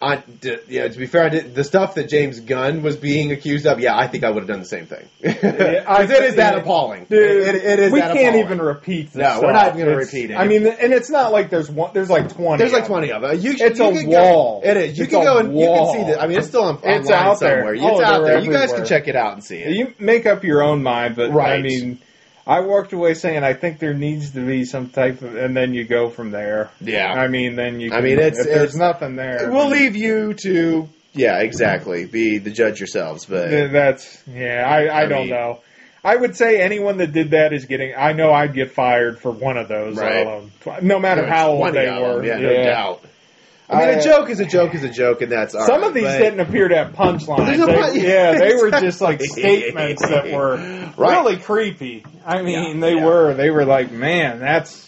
[SPEAKER 2] I d yeah, to be fair, I did, the stuff that James Gunn was being accused of, yeah, I think I would have done the same thing. *laughs*
[SPEAKER 1] I-
[SPEAKER 2] 'Cause it is that
[SPEAKER 1] yeah.
[SPEAKER 2] appalling.
[SPEAKER 1] Dude,
[SPEAKER 2] it, it- it is
[SPEAKER 1] we
[SPEAKER 2] that
[SPEAKER 1] can't
[SPEAKER 2] appalling.
[SPEAKER 1] even repeat this.
[SPEAKER 2] No, we're
[SPEAKER 1] stuff.
[SPEAKER 2] not even gonna
[SPEAKER 1] It's-
[SPEAKER 2] repeat it.
[SPEAKER 1] I mean, and it's not like there's one. There's like twenty.
[SPEAKER 2] There's like
[SPEAKER 1] of
[SPEAKER 2] 20 of them. You,
[SPEAKER 1] It's
[SPEAKER 2] you
[SPEAKER 1] a
[SPEAKER 2] can
[SPEAKER 1] wall.
[SPEAKER 2] Go, it is. You
[SPEAKER 1] It's
[SPEAKER 2] can
[SPEAKER 1] a
[SPEAKER 2] go and
[SPEAKER 1] wall.
[SPEAKER 2] you can see that. I mean, it's still on,
[SPEAKER 1] It's
[SPEAKER 2] online
[SPEAKER 1] out there.
[SPEAKER 2] somewhere.
[SPEAKER 1] Oh,
[SPEAKER 2] It's out
[SPEAKER 1] they're
[SPEAKER 2] there. You guys can
[SPEAKER 1] everywhere.
[SPEAKER 2] check it out and see
[SPEAKER 1] them.
[SPEAKER 2] it.
[SPEAKER 1] You make up your own mind, but
[SPEAKER 2] Right.
[SPEAKER 1] I mean, I walked away saying I think there needs to be some type of, and then you go from there.
[SPEAKER 2] Yeah.
[SPEAKER 1] I mean, then you.
[SPEAKER 2] I
[SPEAKER 1] Can,
[SPEAKER 2] mean, it's-
[SPEAKER 1] if there's
[SPEAKER 2] it's-
[SPEAKER 1] nothing there.
[SPEAKER 2] We'll leave you to yeah, exactly. Be the judge yourselves, but
[SPEAKER 1] th- That's yeah. I I,
[SPEAKER 2] I
[SPEAKER 1] don't
[SPEAKER 2] mean-
[SPEAKER 1] know. I would say anyone that did that is getting. I know I'd get fired for one of those. let
[SPEAKER 2] Right.
[SPEAKER 1] alone tw- no matter how old
[SPEAKER 2] 20
[SPEAKER 1] they
[SPEAKER 2] of
[SPEAKER 1] were.
[SPEAKER 2] them. Yeah, no doubt. I mean, a
[SPEAKER 1] I- uh,
[SPEAKER 2] joke is a joke is a joke, and that's all
[SPEAKER 1] Some
[SPEAKER 2] right,
[SPEAKER 1] of these
[SPEAKER 2] but-
[SPEAKER 1] didn't appear to have punchlines.
[SPEAKER 2] There's a
[SPEAKER 1] They-
[SPEAKER 2] pun- *laughs*
[SPEAKER 1] yeah, they were just like
[SPEAKER 2] Exactly.
[SPEAKER 1] statements that were
[SPEAKER 2] Right.
[SPEAKER 1] really creepy. I mean,
[SPEAKER 2] Yeah,
[SPEAKER 1] they
[SPEAKER 2] yeah.
[SPEAKER 1] were. They were like, man, that's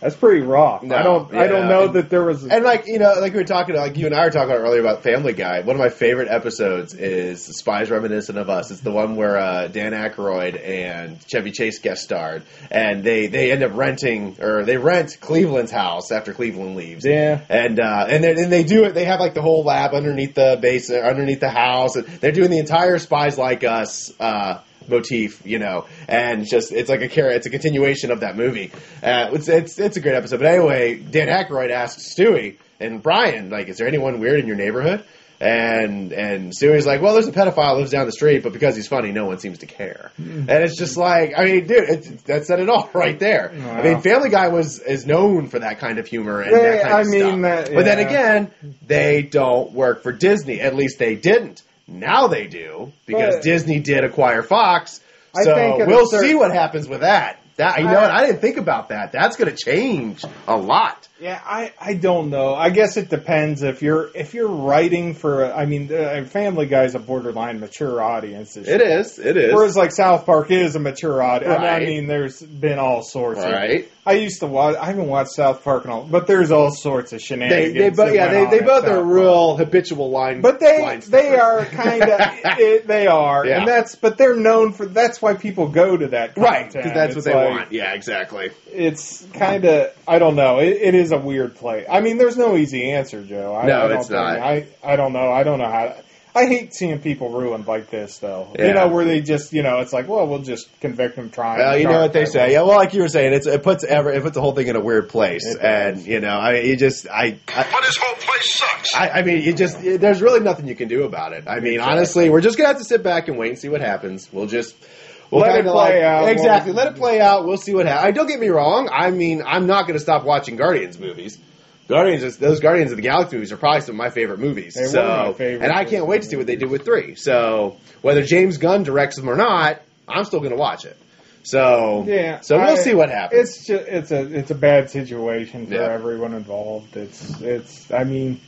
[SPEAKER 1] that's pretty raw.
[SPEAKER 2] No,
[SPEAKER 1] I don't. I
[SPEAKER 2] yeah,
[SPEAKER 1] don't know
[SPEAKER 2] and-
[SPEAKER 1] that there was.
[SPEAKER 2] And like you know, like we were talking, like you and I were talking about earlier about Family Guy. One of my favorite episodes is "Spies Reminiscent of Us." It's the one where uh, Dan Aykroyd and Chevy Chase guest starred, and they they end up renting or they rent Cleveland's house after Cleveland leaves.
[SPEAKER 1] yeah.
[SPEAKER 2] *laughs* And uh, and then and they do it. They have like the whole lab underneath the base, uh, underneath the house. And they're doing the entire "Spies Like Us" uh, motif, you know. And it's just it's like a car- it's a continuation of that movie. Uh, it's, it's it's a great episode. But anyway, Dan Aykroyd asks Stewie and Brian, like, is there anyone weird in your neighborhood? And and Stewie's like, well, there's a pedophile lives down the street, but because he's funny, no one seems to care. And it's just like, I mean, dude, it, that said it all *laughs* right there. I
[SPEAKER 1] Wow.
[SPEAKER 2] mean, Family Guy was is known for that kind of humor and
[SPEAKER 1] They-
[SPEAKER 2] that kind
[SPEAKER 1] I
[SPEAKER 2] of
[SPEAKER 1] mean
[SPEAKER 2] stuff.
[SPEAKER 1] that-
[SPEAKER 2] But then
[SPEAKER 1] yeah.
[SPEAKER 2] again, they don't work for Disney. At least they didn't. Now they do because
[SPEAKER 1] But-
[SPEAKER 2] Disney did acquire Fox.
[SPEAKER 1] I
[SPEAKER 2] So
[SPEAKER 1] think at a
[SPEAKER 2] we'll
[SPEAKER 1] cer-
[SPEAKER 2] see what happens with that. That you know,
[SPEAKER 1] I-
[SPEAKER 2] what? I didn't think about that. That's going to change a lot.
[SPEAKER 1] Yeah, I, I don't know. I guess it depends if you're if you're writing for. a- I mean, uh, Family Guy's a borderline mature audience. It
[SPEAKER 2] is. It is.
[SPEAKER 1] Whereas like South Park is a mature audience. I
[SPEAKER 2] Right.
[SPEAKER 1] mean, there's been all sorts. of-
[SPEAKER 2] Right.
[SPEAKER 1] I used to watch. I haven't watched South Park and all, but there's all sorts of
[SPEAKER 2] They,
[SPEAKER 1] shenanigans.
[SPEAKER 2] they both,
[SPEAKER 1] that
[SPEAKER 2] yeah,
[SPEAKER 1] went
[SPEAKER 2] they,
[SPEAKER 1] on
[SPEAKER 2] they
[SPEAKER 1] at
[SPEAKER 2] both
[SPEAKER 1] South
[SPEAKER 2] are
[SPEAKER 1] Park.
[SPEAKER 2] real habitual line.
[SPEAKER 1] But they
[SPEAKER 2] line
[SPEAKER 1] they
[SPEAKER 2] steppers.
[SPEAKER 1] are kind
[SPEAKER 2] *laughs*
[SPEAKER 1] of they are,
[SPEAKER 2] Yeah.
[SPEAKER 1] and that's but they're known for that's why people go to that *laughs*
[SPEAKER 2] right
[SPEAKER 1] content.
[SPEAKER 2] because that's what
[SPEAKER 1] It's
[SPEAKER 2] they
[SPEAKER 1] like-
[SPEAKER 2] want. Yeah, exactly.
[SPEAKER 1] It's kind of I don't know. It, it is a weird play. I mean, there's no easy answer, Joe. I,
[SPEAKER 2] No,
[SPEAKER 1] I don't
[SPEAKER 2] it's
[SPEAKER 1] think-
[SPEAKER 2] not.
[SPEAKER 1] I I don't know. I don't know how. To, I hate seeing people ruined like this, though. You
[SPEAKER 2] Yeah.
[SPEAKER 1] know, where they just you know, it's like, well, we'll just convict them trying.
[SPEAKER 2] Well, you know what they say. Yeah, well, like you were saying, it's, it puts ever it puts the whole thing in a weird place,
[SPEAKER 1] It
[SPEAKER 2] and
[SPEAKER 1] does.
[SPEAKER 2] you know, I you just I. I
[SPEAKER 3] But this whole place sucks.
[SPEAKER 2] I, I mean, you just there's really nothing you can do about it. I mean, honestly, we're just gonna have to sit back and wait and see what happens. We'll just we'll
[SPEAKER 1] Let it
[SPEAKER 2] kinda
[SPEAKER 1] play out.
[SPEAKER 2] Exactly,
[SPEAKER 1] We'll-
[SPEAKER 2] let it play out. We'll see what happens. Don't get me wrong. I mean, I'm not gonna stop watching Guardians movies. Guardians, is, those Guardians of the Galaxy movies are probably some of my favorite movies.
[SPEAKER 1] They were
[SPEAKER 2] so,
[SPEAKER 1] my favorite
[SPEAKER 2] and I can't wait to see what they do with three. So, whether James Gunn directs them or not, I'm still gonna watch it. So,
[SPEAKER 1] Yeah.
[SPEAKER 2] So we'll
[SPEAKER 1] I-
[SPEAKER 2] see what happens.
[SPEAKER 1] It's just it's a it's a bad situation for
[SPEAKER 2] Yeah.
[SPEAKER 1] everyone involved. It's it's I mean,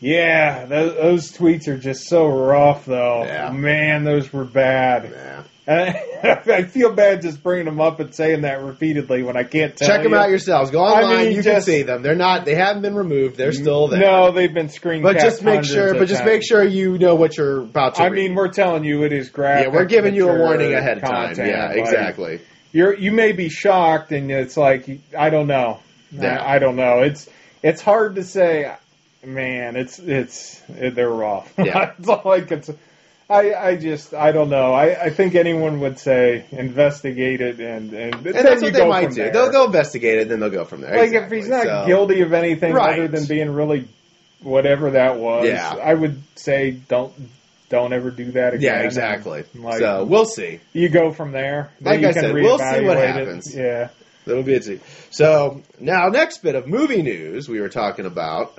[SPEAKER 1] yeah, those, those tweets are just so rough though.
[SPEAKER 2] Yeah.
[SPEAKER 1] Man, those were bad.
[SPEAKER 2] Yeah.
[SPEAKER 1] I, *laughs* I feel bad just bringing them up and saying that repeatedly when I can't tell
[SPEAKER 2] Check them
[SPEAKER 1] you.
[SPEAKER 2] out yourselves. Go
[SPEAKER 1] I
[SPEAKER 2] online.
[SPEAKER 1] mean,
[SPEAKER 2] you
[SPEAKER 1] just-
[SPEAKER 2] can see them. They're not. They haven't been removed. They're still there.
[SPEAKER 1] No, they've been screen.
[SPEAKER 2] But
[SPEAKER 1] capped
[SPEAKER 2] just make
[SPEAKER 1] hundreds
[SPEAKER 2] sure.
[SPEAKER 1] of
[SPEAKER 2] But just
[SPEAKER 1] times.
[SPEAKER 2] make sure you know what you're about to.
[SPEAKER 1] I
[SPEAKER 2] read.
[SPEAKER 1] mean, we're telling you it is graphic.
[SPEAKER 2] yeah, we're giving you a
[SPEAKER 1] mature
[SPEAKER 2] warning ahead of time.
[SPEAKER 1] content,
[SPEAKER 2] Yeah,
[SPEAKER 1] like,
[SPEAKER 2] exactly.
[SPEAKER 1] you're you may be shocked and it's like I don't know.
[SPEAKER 2] Yeah.
[SPEAKER 1] I, I don't know. It's it's hard to say man, it's it's they're rough. *laughs*
[SPEAKER 2] Yeah.
[SPEAKER 1] it's all I could s- I, I just I don't know. I, I think anyone would say investigate it and and, then
[SPEAKER 2] And that's
[SPEAKER 1] you go
[SPEAKER 2] what they
[SPEAKER 1] from
[SPEAKER 2] might do.
[SPEAKER 1] there.
[SPEAKER 2] They'll, they'll investigate it, and then they'll go from there.
[SPEAKER 1] like
[SPEAKER 2] Exactly.
[SPEAKER 1] if he's not
[SPEAKER 2] So-
[SPEAKER 1] guilty of anything
[SPEAKER 2] Right.
[SPEAKER 1] other than being really whatever that was,
[SPEAKER 2] Yeah.
[SPEAKER 1] I would say don't don't ever do that again.
[SPEAKER 2] Yeah, exactly.
[SPEAKER 1] Like-
[SPEAKER 2] so we'll see.
[SPEAKER 1] You go from there.
[SPEAKER 2] Like
[SPEAKER 1] Then you
[SPEAKER 2] I
[SPEAKER 1] can
[SPEAKER 2] said, we'll see what
[SPEAKER 1] reevaluate it.
[SPEAKER 2] happens.
[SPEAKER 1] Yeah.
[SPEAKER 2] That'll be it. So now, next bit of movie news we were talking about.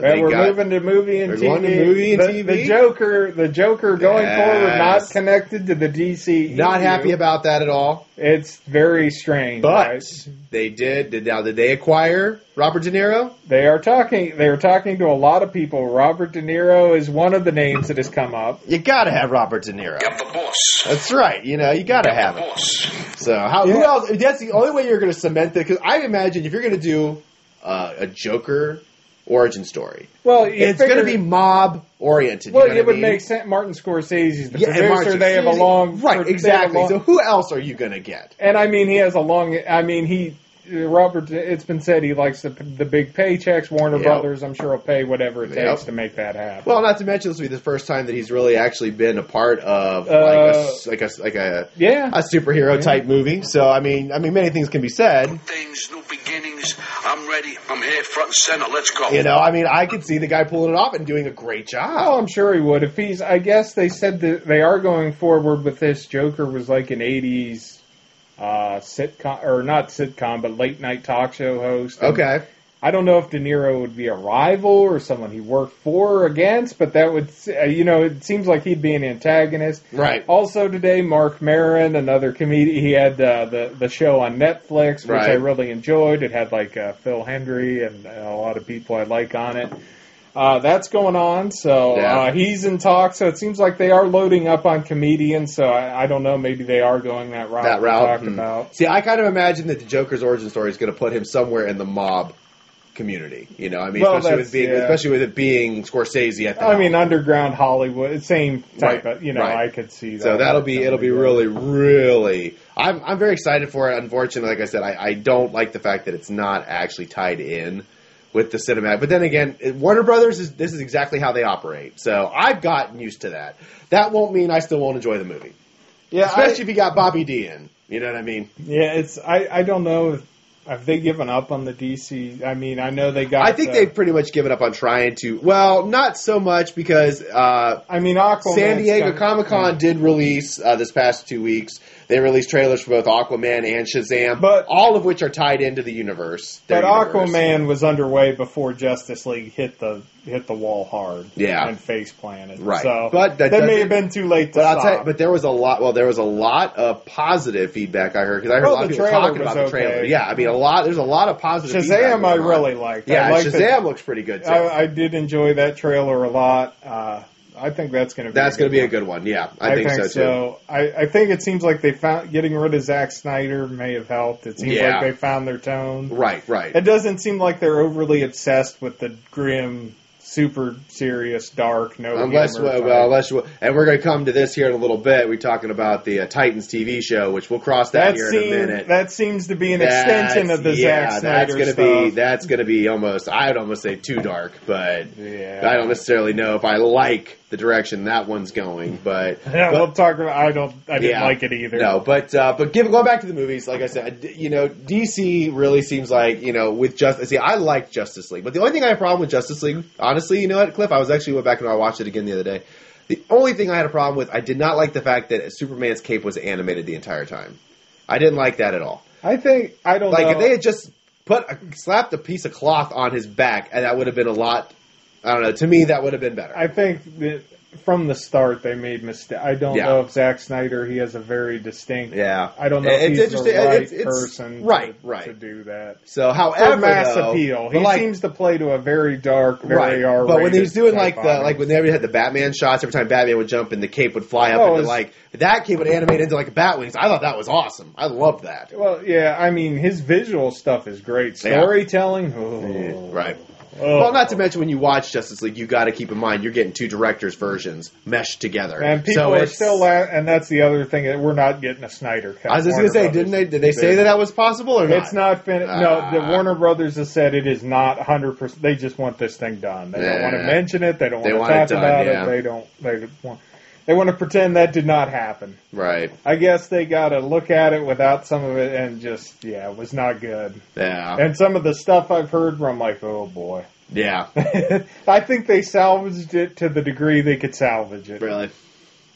[SPEAKER 1] Well,
[SPEAKER 2] they
[SPEAKER 1] we're
[SPEAKER 2] got-
[SPEAKER 1] moving to movie and
[SPEAKER 2] we're
[SPEAKER 1] TV.
[SPEAKER 2] going to movie and
[SPEAKER 1] the,
[SPEAKER 2] TV?
[SPEAKER 1] the Joker, the Joker going
[SPEAKER 2] Yes.
[SPEAKER 1] forward, not connected to the DC.
[SPEAKER 2] Not happy about that at all.
[SPEAKER 1] It's very strange.
[SPEAKER 2] But
[SPEAKER 1] right?
[SPEAKER 2] they did. Did now? Did they acquire Robert De Niro?
[SPEAKER 1] they are talking. They are talking to a lot of people. Robert De Niro is one of the names that has come up.
[SPEAKER 2] You gotta have Robert De Niro.
[SPEAKER 3] I'm the boss.
[SPEAKER 2] That's right. You know, you gotta
[SPEAKER 3] I'm
[SPEAKER 2] have
[SPEAKER 3] the
[SPEAKER 2] him.
[SPEAKER 3] boss.
[SPEAKER 2] So how? Who
[SPEAKER 1] Yeah.
[SPEAKER 2] else? That's the only way you're going to cement it. Because I imagine if you're going to do uh, a Joker origin story,
[SPEAKER 1] Well, you
[SPEAKER 2] it's going to
[SPEAKER 1] figure-
[SPEAKER 2] be mob oriented.
[SPEAKER 1] Well, it would make sense. Martin Scorsese's the producer. They have a long they have
[SPEAKER 2] right,
[SPEAKER 1] a
[SPEAKER 2] exactly.
[SPEAKER 1] long-
[SPEAKER 2] so who else are you going to get?
[SPEAKER 1] and I mean, he has a long. I mean, he Robert. It's been said he likes the the big paychecks. Warner
[SPEAKER 2] Yep.
[SPEAKER 1] Brothers, I'm sure, will pay whatever it
[SPEAKER 2] Yep.
[SPEAKER 1] takes to make that happen.
[SPEAKER 2] Well, not to mention this will be the first time that he's really actually been a part of like a s- like a s- like a
[SPEAKER 1] yeah,
[SPEAKER 2] a superhero type movie. So I mean, I mean, many things can be said.
[SPEAKER 3] Things, new beginnings. I'm ready. I'm here, front and center. Let's go.
[SPEAKER 2] You know, I mean, I could see the guy pulling it off and doing a great
[SPEAKER 1] Oh,
[SPEAKER 2] job.
[SPEAKER 1] I'm sure he would. If he's, I guess they said that they are going forward with this. Joker was like an '80s uh, sitcom, or not sitcom, but late night talk show host. And
[SPEAKER 2] Okay.
[SPEAKER 1] I don't know if De Niro would be a rival or someone he worked for or against, but that would, uh, you know, it seems like he'd be an antagonist.
[SPEAKER 2] Right.
[SPEAKER 1] Also today, Mark Maron, another comedian, he had uh, the the show on Netflix, which
[SPEAKER 2] Right.
[SPEAKER 1] I really enjoyed. It had like uh, Phil Hendry and uh, a lot of people I like on it. Uh, that's going on, so
[SPEAKER 2] Yeah.
[SPEAKER 1] uh, he's in talk. So it seems like they are loading up on comedians. So I, I don't know, maybe they are going that route.
[SPEAKER 2] that
[SPEAKER 1] we
[SPEAKER 2] route.
[SPEAKER 1] talked
[SPEAKER 2] Hmm.
[SPEAKER 1] about.
[SPEAKER 2] See, I kind of imagine that the Joker's origin story is going to put him somewhere in the mob community. You know, I mean,
[SPEAKER 1] Well,
[SPEAKER 2] especially
[SPEAKER 1] that's-
[SPEAKER 2] with being,
[SPEAKER 1] yeah.
[SPEAKER 2] especially with it being Scorsese at the.
[SPEAKER 1] I mean,
[SPEAKER 2] helm.
[SPEAKER 1] underground Hollywood, same type
[SPEAKER 2] Right,
[SPEAKER 1] of, you know, I
[SPEAKER 2] right.
[SPEAKER 1] could see that.
[SPEAKER 2] so that'll be it'll be really really. I'm I'm very excited for it. Unfortunately, like I said, I, I don't like the fact that it's not actually tied in with the cinematic. But then again, it- Warner Brothers is this is exactly how they operate. So I've gotten used to that. That won't mean I still won't enjoy the movie,
[SPEAKER 1] Yeah,
[SPEAKER 2] especially if you got Bobby D in. You know what I mean?
[SPEAKER 1] yeah, it's, I, I don't know if Have they given up on the DC? I mean, I know they got.
[SPEAKER 2] I think
[SPEAKER 1] uh,
[SPEAKER 2] they've pretty much given up on trying to. Well, not so much because uh,
[SPEAKER 1] I mean, Aquaman.
[SPEAKER 2] San Diego Comic Con did release uh, this past two weeks. They released trailers for both Aquaman and Shazam,
[SPEAKER 1] But-
[SPEAKER 2] all of which are tied into the universe. their
[SPEAKER 1] But
[SPEAKER 2] universe.
[SPEAKER 1] Aquaman was underway before Justice League hit the hit the wall hard.
[SPEAKER 2] Yeah.
[SPEAKER 1] and face planted.
[SPEAKER 2] Right.
[SPEAKER 1] So
[SPEAKER 2] But that
[SPEAKER 1] they may
[SPEAKER 2] doesn't-
[SPEAKER 1] have been too late to
[SPEAKER 2] But I'll tell you,
[SPEAKER 1] stop.
[SPEAKER 2] but there was a lot. Well, there was a lot of positive feedback I heard because I heard
[SPEAKER 1] Well,
[SPEAKER 2] a lot of
[SPEAKER 1] the
[SPEAKER 2] people
[SPEAKER 1] trailer
[SPEAKER 2] talking
[SPEAKER 1] was
[SPEAKER 2] about the trailer.
[SPEAKER 1] okay.
[SPEAKER 2] Yeah, I mean, a lot. There's a lot of positive. feedback
[SPEAKER 1] Shazam, I
[SPEAKER 2] going on.
[SPEAKER 1] really liked.
[SPEAKER 2] Yeah,
[SPEAKER 1] I liked
[SPEAKER 2] Shazam
[SPEAKER 1] that-
[SPEAKER 2] looks pretty good too.
[SPEAKER 1] I, I did enjoy that trailer a lot. Uh, I think that's going to be
[SPEAKER 2] That's going to be a
[SPEAKER 1] one.
[SPEAKER 2] good one. Yeah, I, think, so too.
[SPEAKER 1] I, I think it seems like they found getting rid of Zack Snyder may have helped. It seems
[SPEAKER 2] Yeah.
[SPEAKER 1] like they found their tone.
[SPEAKER 2] Right, right.
[SPEAKER 1] It doesn't seem like they're overly obsessed with the grim, super serious, dark, no
[SPEAKER 2] Unless,
[SPEAKER 1] humor
[SPEAKER 2] well,
[SPEAKER 1] type.
[SPEAKER 2] well, unless, well, and we're going to come to this here in a little bit. We're talking about the uh, Titans TV show, which we'll cross that,
[SPEAKER 1] that
[SPEAKER 2] here
[SPEAKER 1] seems
[SPEAKER 2] in a minute.
[SPEAKER 1] that seems to be an
[SPEAKER 2] That's-
[SPEAKER 1] extension of the
[SPEAKER 2] yeah,
[SPEAKER 1] Zack Snyder
[SPEAKER 2] that's gonna
[SPEAKER 1] stuff.
[SPEAKER 2] be that's going to be almost. I'd almost say too dark, but
[SPEAKER 1] Yeah.
[SPEAKER 2] I don't necessarily know if I like the direction that one's going. But
[SPEAKER 1] *laughs* yeah,
[SPEAKER 2] but-
[SPEAKER 1] we'll talk about. I don't. I didn't
[SPEAKER 2] Yeah.
[SPEAKER 1] like it either.
[SPEAKER 2] No, but uh, but give, going back to the movies, like I said, d- you know, DC really seems like you know with just see, I like Justice League, but the only thing I had a problem with Justice League, honestly, you know what, Cliff, I was actually went back and I watched it again the other day. The only thing I had a problem with, I did not like the fact that Superman's cape was animated the entire time. I didn't like that at all.
[SPEAKER 1] I think I don't
[SPEAKER 2] Like
[SPEAKER 1] know.
[SPEAKER 2] if they had just put a, slapped a piece of cloth on his back, and that would have been a lot. I don't know. To me, that would have been better.
[SPEAKER 1] I think that from the start they made mistakes. I don't
[SPEAKER 2] Yeah.
[SPEAKER 1] know if Zack Snyder he has a very distinct.
[SPEAKER 2] yeah.
[SPEAKER 1] I don't know
[SPEAKER 2] It's
[SPEAKER 1] if he's
[SPEAKER 2] interesting.
[SPEAKER 1] the right
[SPEAKER 2] It's- it's-
[SPEAKER 1] person
[SPEAKER 2] right,
[SPEAKER 1] to,
[SPEAKER 2] right.
[SPEAKER 1] to do that.
[SPEAKER 2] So, however,
[SPEAKER 1] For mass
[SPEAKER 2] though,
[SPEAKER 1] appeal,
[SPEAKER 2] but
[SPEAKER 1] he
[SPEAKER 2] like-
[SPEAKER 1] seems to play to a very dark, very
[SPEAKER 2] right.
[SPEAKER 1] R.
[SPEAKER 2] But when he was doing like the like when they had the Batman shots, every time Batman would jump and the cape would fly up,
[SPEAKER 1] Oh,
[SPEAKER 2] and
[SPEAKER 1] it's-
[SPEAKER 2] then, like that cape would animate into like bat wings. I thought that was awesome. I loved that.
[SPEAKER 1] well, yeah, I mean his visual stuff is great.
[SPEAKER 2] Yeah.
[SPEAKER 1] Storytelling, oh.
[SPEAKER 2] Right.
[SPEAKER 1] Oh.
[SPEAKER 2] Well, not to mention when you watch Justice League, you got to keep in mind you're getting two directors' versions meshed together,
[SPEAKER 1] And people
[SPEAKER 2] So
[SPEAKER 1] are
[SPEAKER 2] it's-
[SPEAKER 1] still, la- and that's the other thing that we're not getting a Snyder cut.
[SPEAKER 2] I was just
[SPEAKER 1] Warner
[SPEAKER 2] gonna say,
[SPEAKER 1] Brothers
[SPEAKER 2] didn't they? Did they
[SPEAKER 1] did.
[SPEAKER 2] say that that was possible or not?
[SPEAKER 1] It's not finished. no, the
[SPEAKER 2] Ah.
[SPEAKER 1] Warner Brothers has said it is not 100%. They just want this thing done. They don't
[SPEAKER 2] Yeah.
[SPEAKER 1] want to mention it. They don't
[SPEAKER 2] They
[SPEAKER 1] want
[SPEAKER 2] want
[SPEAKER 1] to
[SPEAKER 2] it
[SPEAKER 1] talk
[SPEAKER 2] done,
[SPEAKER 1] about
[SPEAKER 2] yeah.
[SPEAKER 1] it. They don't. They want. They want to pretend that did not happen.
[SPEAKER 2] right.
[SPEAKER 1] I guess they got to look at it without some of it and just yeah, it was not good.
[SPEAKER 2] Yeah.
[SPEAKER 1] And some of the stuff I've heard where I'm like, oh boy. *laughs*
[SPEAKER 2] yeah.
[SPEAKER 1] I think they salvaged it to the degree they could salvage it.
[SPEAKER 2] Really?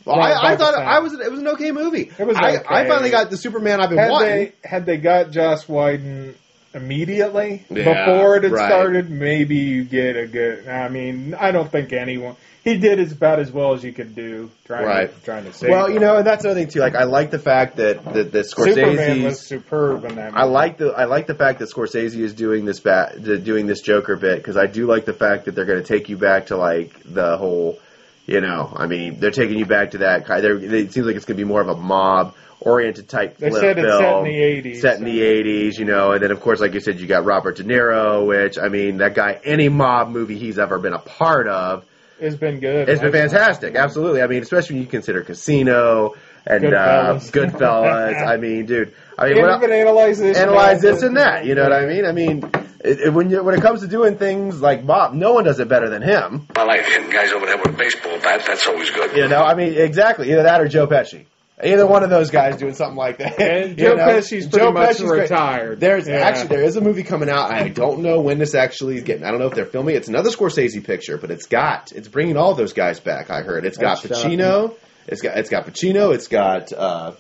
[SPEAKER 2] Well,
[SPEAKER 1] Well,
[SPEAKER 2] I,
[SPEAKER 1] about
[SPEAKER 2] I
[SPEAKER 1] the
[SPEAKER 2] thought
[SPEAKER 1] same.
[SPEAKER 2] I was. It was an okay movie.
[SPEAKER 1] It was
[SPEAKER 2] I, I
[SPEAKER 1] okay.
[SPEAKER 2] finally got the Superman I've been
[SPEAKER 1] Had
[SPEAKER 2] wanting.
[SPEAKER 1] they had they got Joss Whedon immediately
[SPEAKER 2] Yeah,
[SPEAKER 1] before it had
[SPEAKER 2] right.
[SPEAKER 1] started, maybe you get a good. I mean, I don't think anyone he did as about as well as you could do trying to,
[SPEAKER 2] Right.
[SPEAKER 1] trying to save.
[SPEAKER 2] Well, you
[SPEAKER 1] him.
[SPEAKER 2] know, and that's another thing too. Like, I like the fact that that, that
[SPEAKER 1] Superman was
[SPEAKER 2] Scorsese.
[SPEAKER 1] superb in that.
[SPEAKER 2] I like the I like the fact that Scorsese is doing this bat doing this Joker bit because I do like the fact that they're going to take you back to like the whole, you know, I mean, they're taking you back to that. ki- They're, it seems like it's going to be more of a mob oriented type.
[SPEAKER 1] They
[SPEAKER 2] flip
[SPEAKER 1] said it's set in
[SPEAKER 2] film,
[SPEAKER 1] the 80s,
[SPEAKER 2] Set in the
[SPEAKER 1] so-
[SPEAKER 2] eighties, you know, and then of course, like you said, you got Robert De Niro, which I mean, that guy, any mob movie he's ever been a part of,
[SPEAKER 1] It's been good.
[SPEAKER 2] it's been fantastic, absolutely. I mean, especially when you consider Casino and Goodfellas. Uh,
[SPEAKER 1] Goodfellas. *laughs*
[SPEAKER 2] Goodfellas. I mean, dude. I mean,
[SPEAKER 1] Can't even
[SPEAKER 2] what,
[SPEAKER 1] analyze this.
[SPEAKER 2] analyze this and that. You know what I mean? I mean, it, it, when you when it comes to doing things like Bob, no one does it better than him.
[SPEAKER 3] I like hitting guys over there with a baseball bat. That's always good.
[SPEAKER 2] You know, I mean, exactly. Either that or Joe Pesci. Either one of those guys doing something like that.
[SPEAKER 1] And
[SPEAKER 2] *laughs* You
[SPEAKER 1] Joe
[SPEAKER 2] know?
[SPEAKER 1] Pesci's pretty much
[SPEAKER 2] great.
[SPEAKER 1] retired.
[SPEAKER 2] There's
[SPEAKER 1] Yeah.
[SPEAKER 2] actually there is a movie coming out. I don't know when this actually is getting. I don't know if they're filming. It's another Scorsese picture, but it's got it's bringing all those guys back. I heard it's got
[SPEAKER 1] That's
[SPEAKER 2] Pacino. It's got it's got Pacino. It's got uh,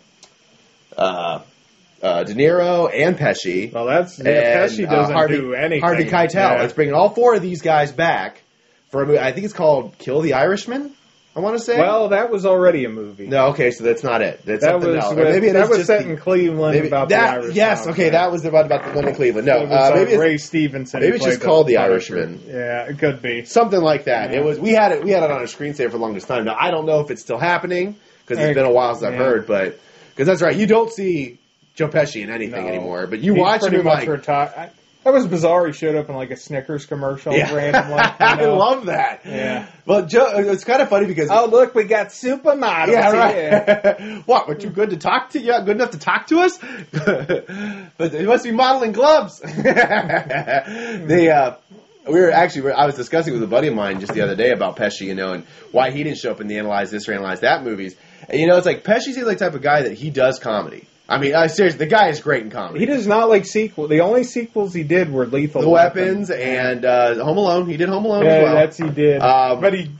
[SPEAKER 2] uh, uh, De Niro and Pesci.
[SPEAKER 1] Well, that's yeah,
[SPEAKER 2] and,
[SPEAKER 1] Pesci
[SPEAKER 2] uh,
[SPEAKER 1] doesn't
[SPEAKER 2] Harvey,
[SPEAKER 1] do anything.
[SPEAKER 2] Harvey Keitel.
[SPEAKER 1] Yeah.
[SPEAKER 2] It's bringing all four of these guys back for a movie. I think it's called Kill the Irishman. I want to say.
[SPEAKER 1] Well, that was already a movie.
[SPEAKER 2] No, okay, so that's not it. That's
[SPEAKER 1] that
[SPEAKER 2] something
[SPEAKER 1] was
[SPEAKER 2] else. Or
[SPEAKER 1] with-
[SPEAKER 2] maybe it
[SPEAKER 1] that
[SPEAKER 2] is
[SPEAKER 1] was
[SPEAKER 2] just
[SPEAKER 1] set
[SPEAKER 2] the-
[SPEAKER 1] in Cleveland
[SPEAKER 2] maybe-
[SPEAKER 1] about
[SPEAKER 2] that-
[SPEAKER 1] the Irish.
[SPEAKER 2] Yes,
[SPEAKER 1] mob.
[SPEAKER 2] okay, that was the one about the one in Cleveland. No,
[SPEAKER 1] It was,
[SPEAKER 2] uh, maybe
[SPEAKER 1] uh,
[SPEAKER 2] it's
[SPEAKER 1] Ray Stevenson.
[SPEAKER 2] maybe
[SPEAKER 1] who
[SPEAKER 2] it's
[SPEAKER 1] played
[SPEAKER 2] just called The
[SPEAKER 1] Punisher.
[SPEAKER 2] Irishman.
[SPEAKER 1] Yeah, it could be.
[SPEAKER 2] something like that.
[SPEAKER 1] Yeah.
[SPEAKER 2] It was we had it we had it on a screensaver for the longest time. Now I don't know if it's still happening because
[SPEAKER 1] Eric,
[SPEAKER 2] it's been a while since I've
[SPEAKER 1] yeah.
[SPEAKER 2] heard, but because that's right, you don't see Joe Pesci in anything
[SPEAKER 1] No.
[SPEAKER 2] anymore. But you
[SPEAKER 1] He's
[SPEAKER 2] watch him
[SPEAKER 1] pretty
[SPEAKER 2] you're
[SPEAKER 1] much
[SPEAKER 2] like,
[SPEAKER 1] retired. That was bizarre. He showed up in like a Snickers commercial
[SPEAKER 2] yeah. *laughs*
[SPEAKER 1] randomly.
[SPEAKER 2] I love that.
[SPEAKER 1] Yeah.
[SPEAKER 2] Well, Joe, it's kind of funny because
[SPEAKER 1] Oh, look, we got supermodels.
[SPEAKER 2] Yeah, right. *laughs* what? Were you good to talk to? You good enough to talk to us? *laughs* but it must be modeling gloves. *laughs* they, uh, we were actually. we were- I was discussing with a buddy of mine just the other day about Pesci, you know, and why he didn't show up in the analyze this or analyze that movies. And you know, it's like Pesci seems like the type of guy that he does comedy. I mean, I seriously, the guy is great in comedy.
[SPEAKER 1] He does not like sequel. The only sequels he did were Lethal
[SPEAKER 2] the weapons and uh, Home Alone. He did Home Alone
[SPEAKER 1] Yeah,
[SPEAKER 2] as well.
[SPEAKER 1] that's he did.
[SPEAKER 2] Um,
[SPEAKER 1] but he,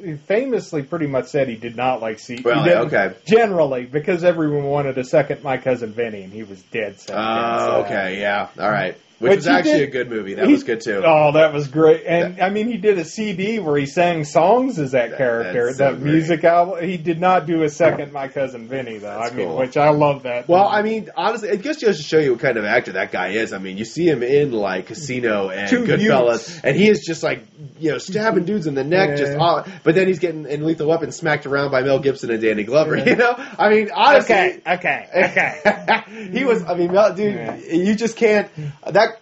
[SPEAKER 1] he famously pretty much said he did not like sequels.
[SPEAKER 2] Really? Okay.
[SPEAKER 1] Generally, because everyone wanted a second My Cousin Vinny, and he was dead set. against
[SPEAKER 2] Uh,
[SPEAKER 1] that.
[SPEAKER 2] okay, yeah, all right. Which
[SPEAKER 1] But
[SPEAKER 2] was
[SPEAKER 1] he
[SPEAKER 2] actually
[SPEAKER 1] did-
[SPEAKER 2] a good movie. That
[SPEAKER 1] He-
[SPEAKER 2] was good too.
[SPEAKER 1] Oh, that was great. And I mean, he did a CD where he sang songs as that,
[SPEAKER 2] That-
[SPEAKER 1] character,
[SPEAKER 2] that's so
[SPEAKER 1] that
[SPEAKER 2] great.
[SPEAKER 1] music album. He did not do a second My Cousin Vinny though.
[SPEAKER 2] That's
[SPEAKER 1] I mean,
[SPEAKER 2] cool.
[SPEAKER 1] which I love that.
[SPEAKER 2] Well, I mean, honestly, it just goes to show you what kind of actor that guy is. I mean, you see him in like Casino and
[SPEAKER 1] Two
[SPEAKER 2] Goodfellas, and he is just like you know stabbing dudes in the neck,
[SPEAKER 1] Yeah.
[SPEAKER 2] just all, but then he's getting in Lethal Weapon smacked around by Mel Gibson and Danny Glover.
[SPEAKER 1] Yeah.
[SPEAKER 2] You know, I mean,
[SPEAKER 1] *laughs*
[SPEAKER 2] honestly,
[SPEAKER 1] okay, okay, okay.
[SPEAKER 2] *laughs* he was. I mean, Mel, dude,
[SPEAKER 1] Yeah.
[SPEAKER 2] you just can't. That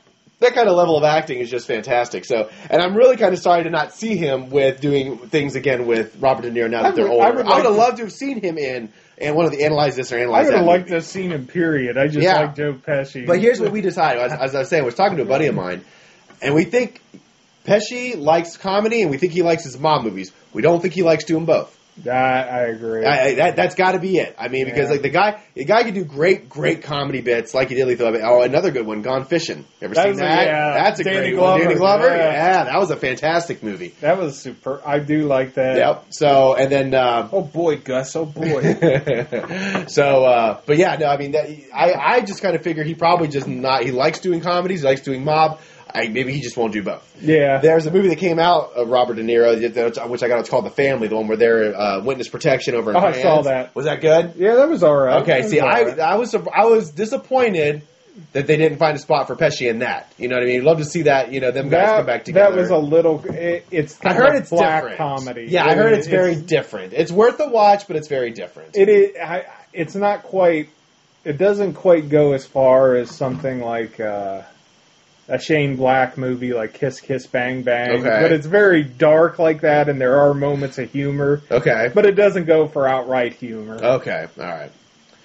[SPEAKER 2] that kind of level of acting is just fantastic. So, and I'm really kind of sorry to not see him with doing things again with Robert De Niro now
[SPEAKER 1] I
[SPEAKER 2] that they're
[SPEAKER 1] would-
[SPEAKER 2] older.
[SPEAKER 1] I
[SPEAKER 2] I
[SPEAKER 1] would
[SPEAKER 2] would,
[SPEAKER 1] like
[SPEAKER 2] have
[SPEAKER 1] to-
[SPEAKER 2] loved to have seen him in and one of the analyze this or
[SPEAKER 1] I
[SPEAKER 2] analyze
[SPEAKER 1] would
[SPEAKER 2] that.
[SPEAKER 1] have liked
[SPEAKER 2] movie.
[SPEAKER 1] that scene in period. I just
[SPEAKER 2] Yeah.
[SPEAKER 1] like Joe Pesci.
[SPEAKER 2] But here's what we decided. As, as I was saying, I was talking to a buddy of mine, and we think Pesci likes comedy, and we think he likes his mom movies. We don't think he likes doing both.
[SPEAKER 1] I, I agree.
[SPEAKER 2] I, I, that that's got to be it. I mean, because
[SPEAKER 1] Yeah.
[SPEAKER 2] like the guy, the guy could do great, great comedy bits like he did Lethal Weapon. Oh, another good one, Gone Fishing. Ever
[SPEAKER 1] That
[SPEAKER 2] seen
[SPEAKER 1] was a-
[SPEAKER 2] that?
[SPEAKER 1] yeah.
[SPEAKER 2] That's a
[SPEAKER 1] Danny
[SPEAKER 2] great
[SPEAKER 1] Glover,
[SPEAKER 2] one. Danny Glover.
[SPEAKER 1] yeah.
[SPEAKER 2] Yeah. that was a fantastic movie.
[SPEAKER 1] that was super. I do like that.
[SPEAKER 2] Yep. So and then. Uh, *laughs*
[SPEAKER 4] Oh boy, Gus. Oh boy.
[SPEAKER 2] so, uh, but yeah, no, I mean, that, I, I just kind of figured he probably just not, he likes doing comedies, he likes doing mob. I, maybe he just won't do both.
[SPEAKER 1] Yeah.
[SPEAKER 2] There's a movie that came out of Robert De Niro, which I got, it's called The Family, the one where they're uh, witness protection over in
[SPEAKER 1] Oh, I
[SPEAKER 2] France.
[SPEAKER 1] saw that.
[SPEAKER 2] Was that good?
[SPEAKER 1] yeah, that was all right. That
[SPEAKER 2] Okay,
[SPEAKER 1] was
[SPEAKER 2] see,
[SPEAKER 1] all
[SPEAKER 2] I,
[SPEAKER 1] right.
[SPEAKER 2] I was sur- I was disappointed that they didn't find a spot for Pesci in that. You know what I mean? You'd love to see that. You know them guys
[SPEAKER 1] that,
[SPEAKER 2] come back together.
[SPEAKER 1] That was a little. It, it's
[SPEAKER 2] I
[SPEAKER 1] kind
[SPEAKER 2] heard
[SPEAKER 1] of
[SPEAKER 2] it's
[SPEAKER 1] black
[SPEAKER 2] different.
[SPEAKER 1] comedy.
[SPEAKER 2] Yeah, I heard
[SPEAKER 1] mean,
[SPEAKER 2] it's very different. It's worth a watch, but it's very different.
[SPEAKER 1] It is. I, it's not quite. It doesn't quite go as far as something like uh, a Shane Black movie, like Kiss Kiss Bang Bang.
[SPEAKER 2] Okay.
[SPEAKER 1] But it's very dark like that, and there are moments of humor.
[SPEAKER 2] okay.
[SPEAKER 1] But it doesn't go for outright humor.
[SPEAKER 2] Okay. All right.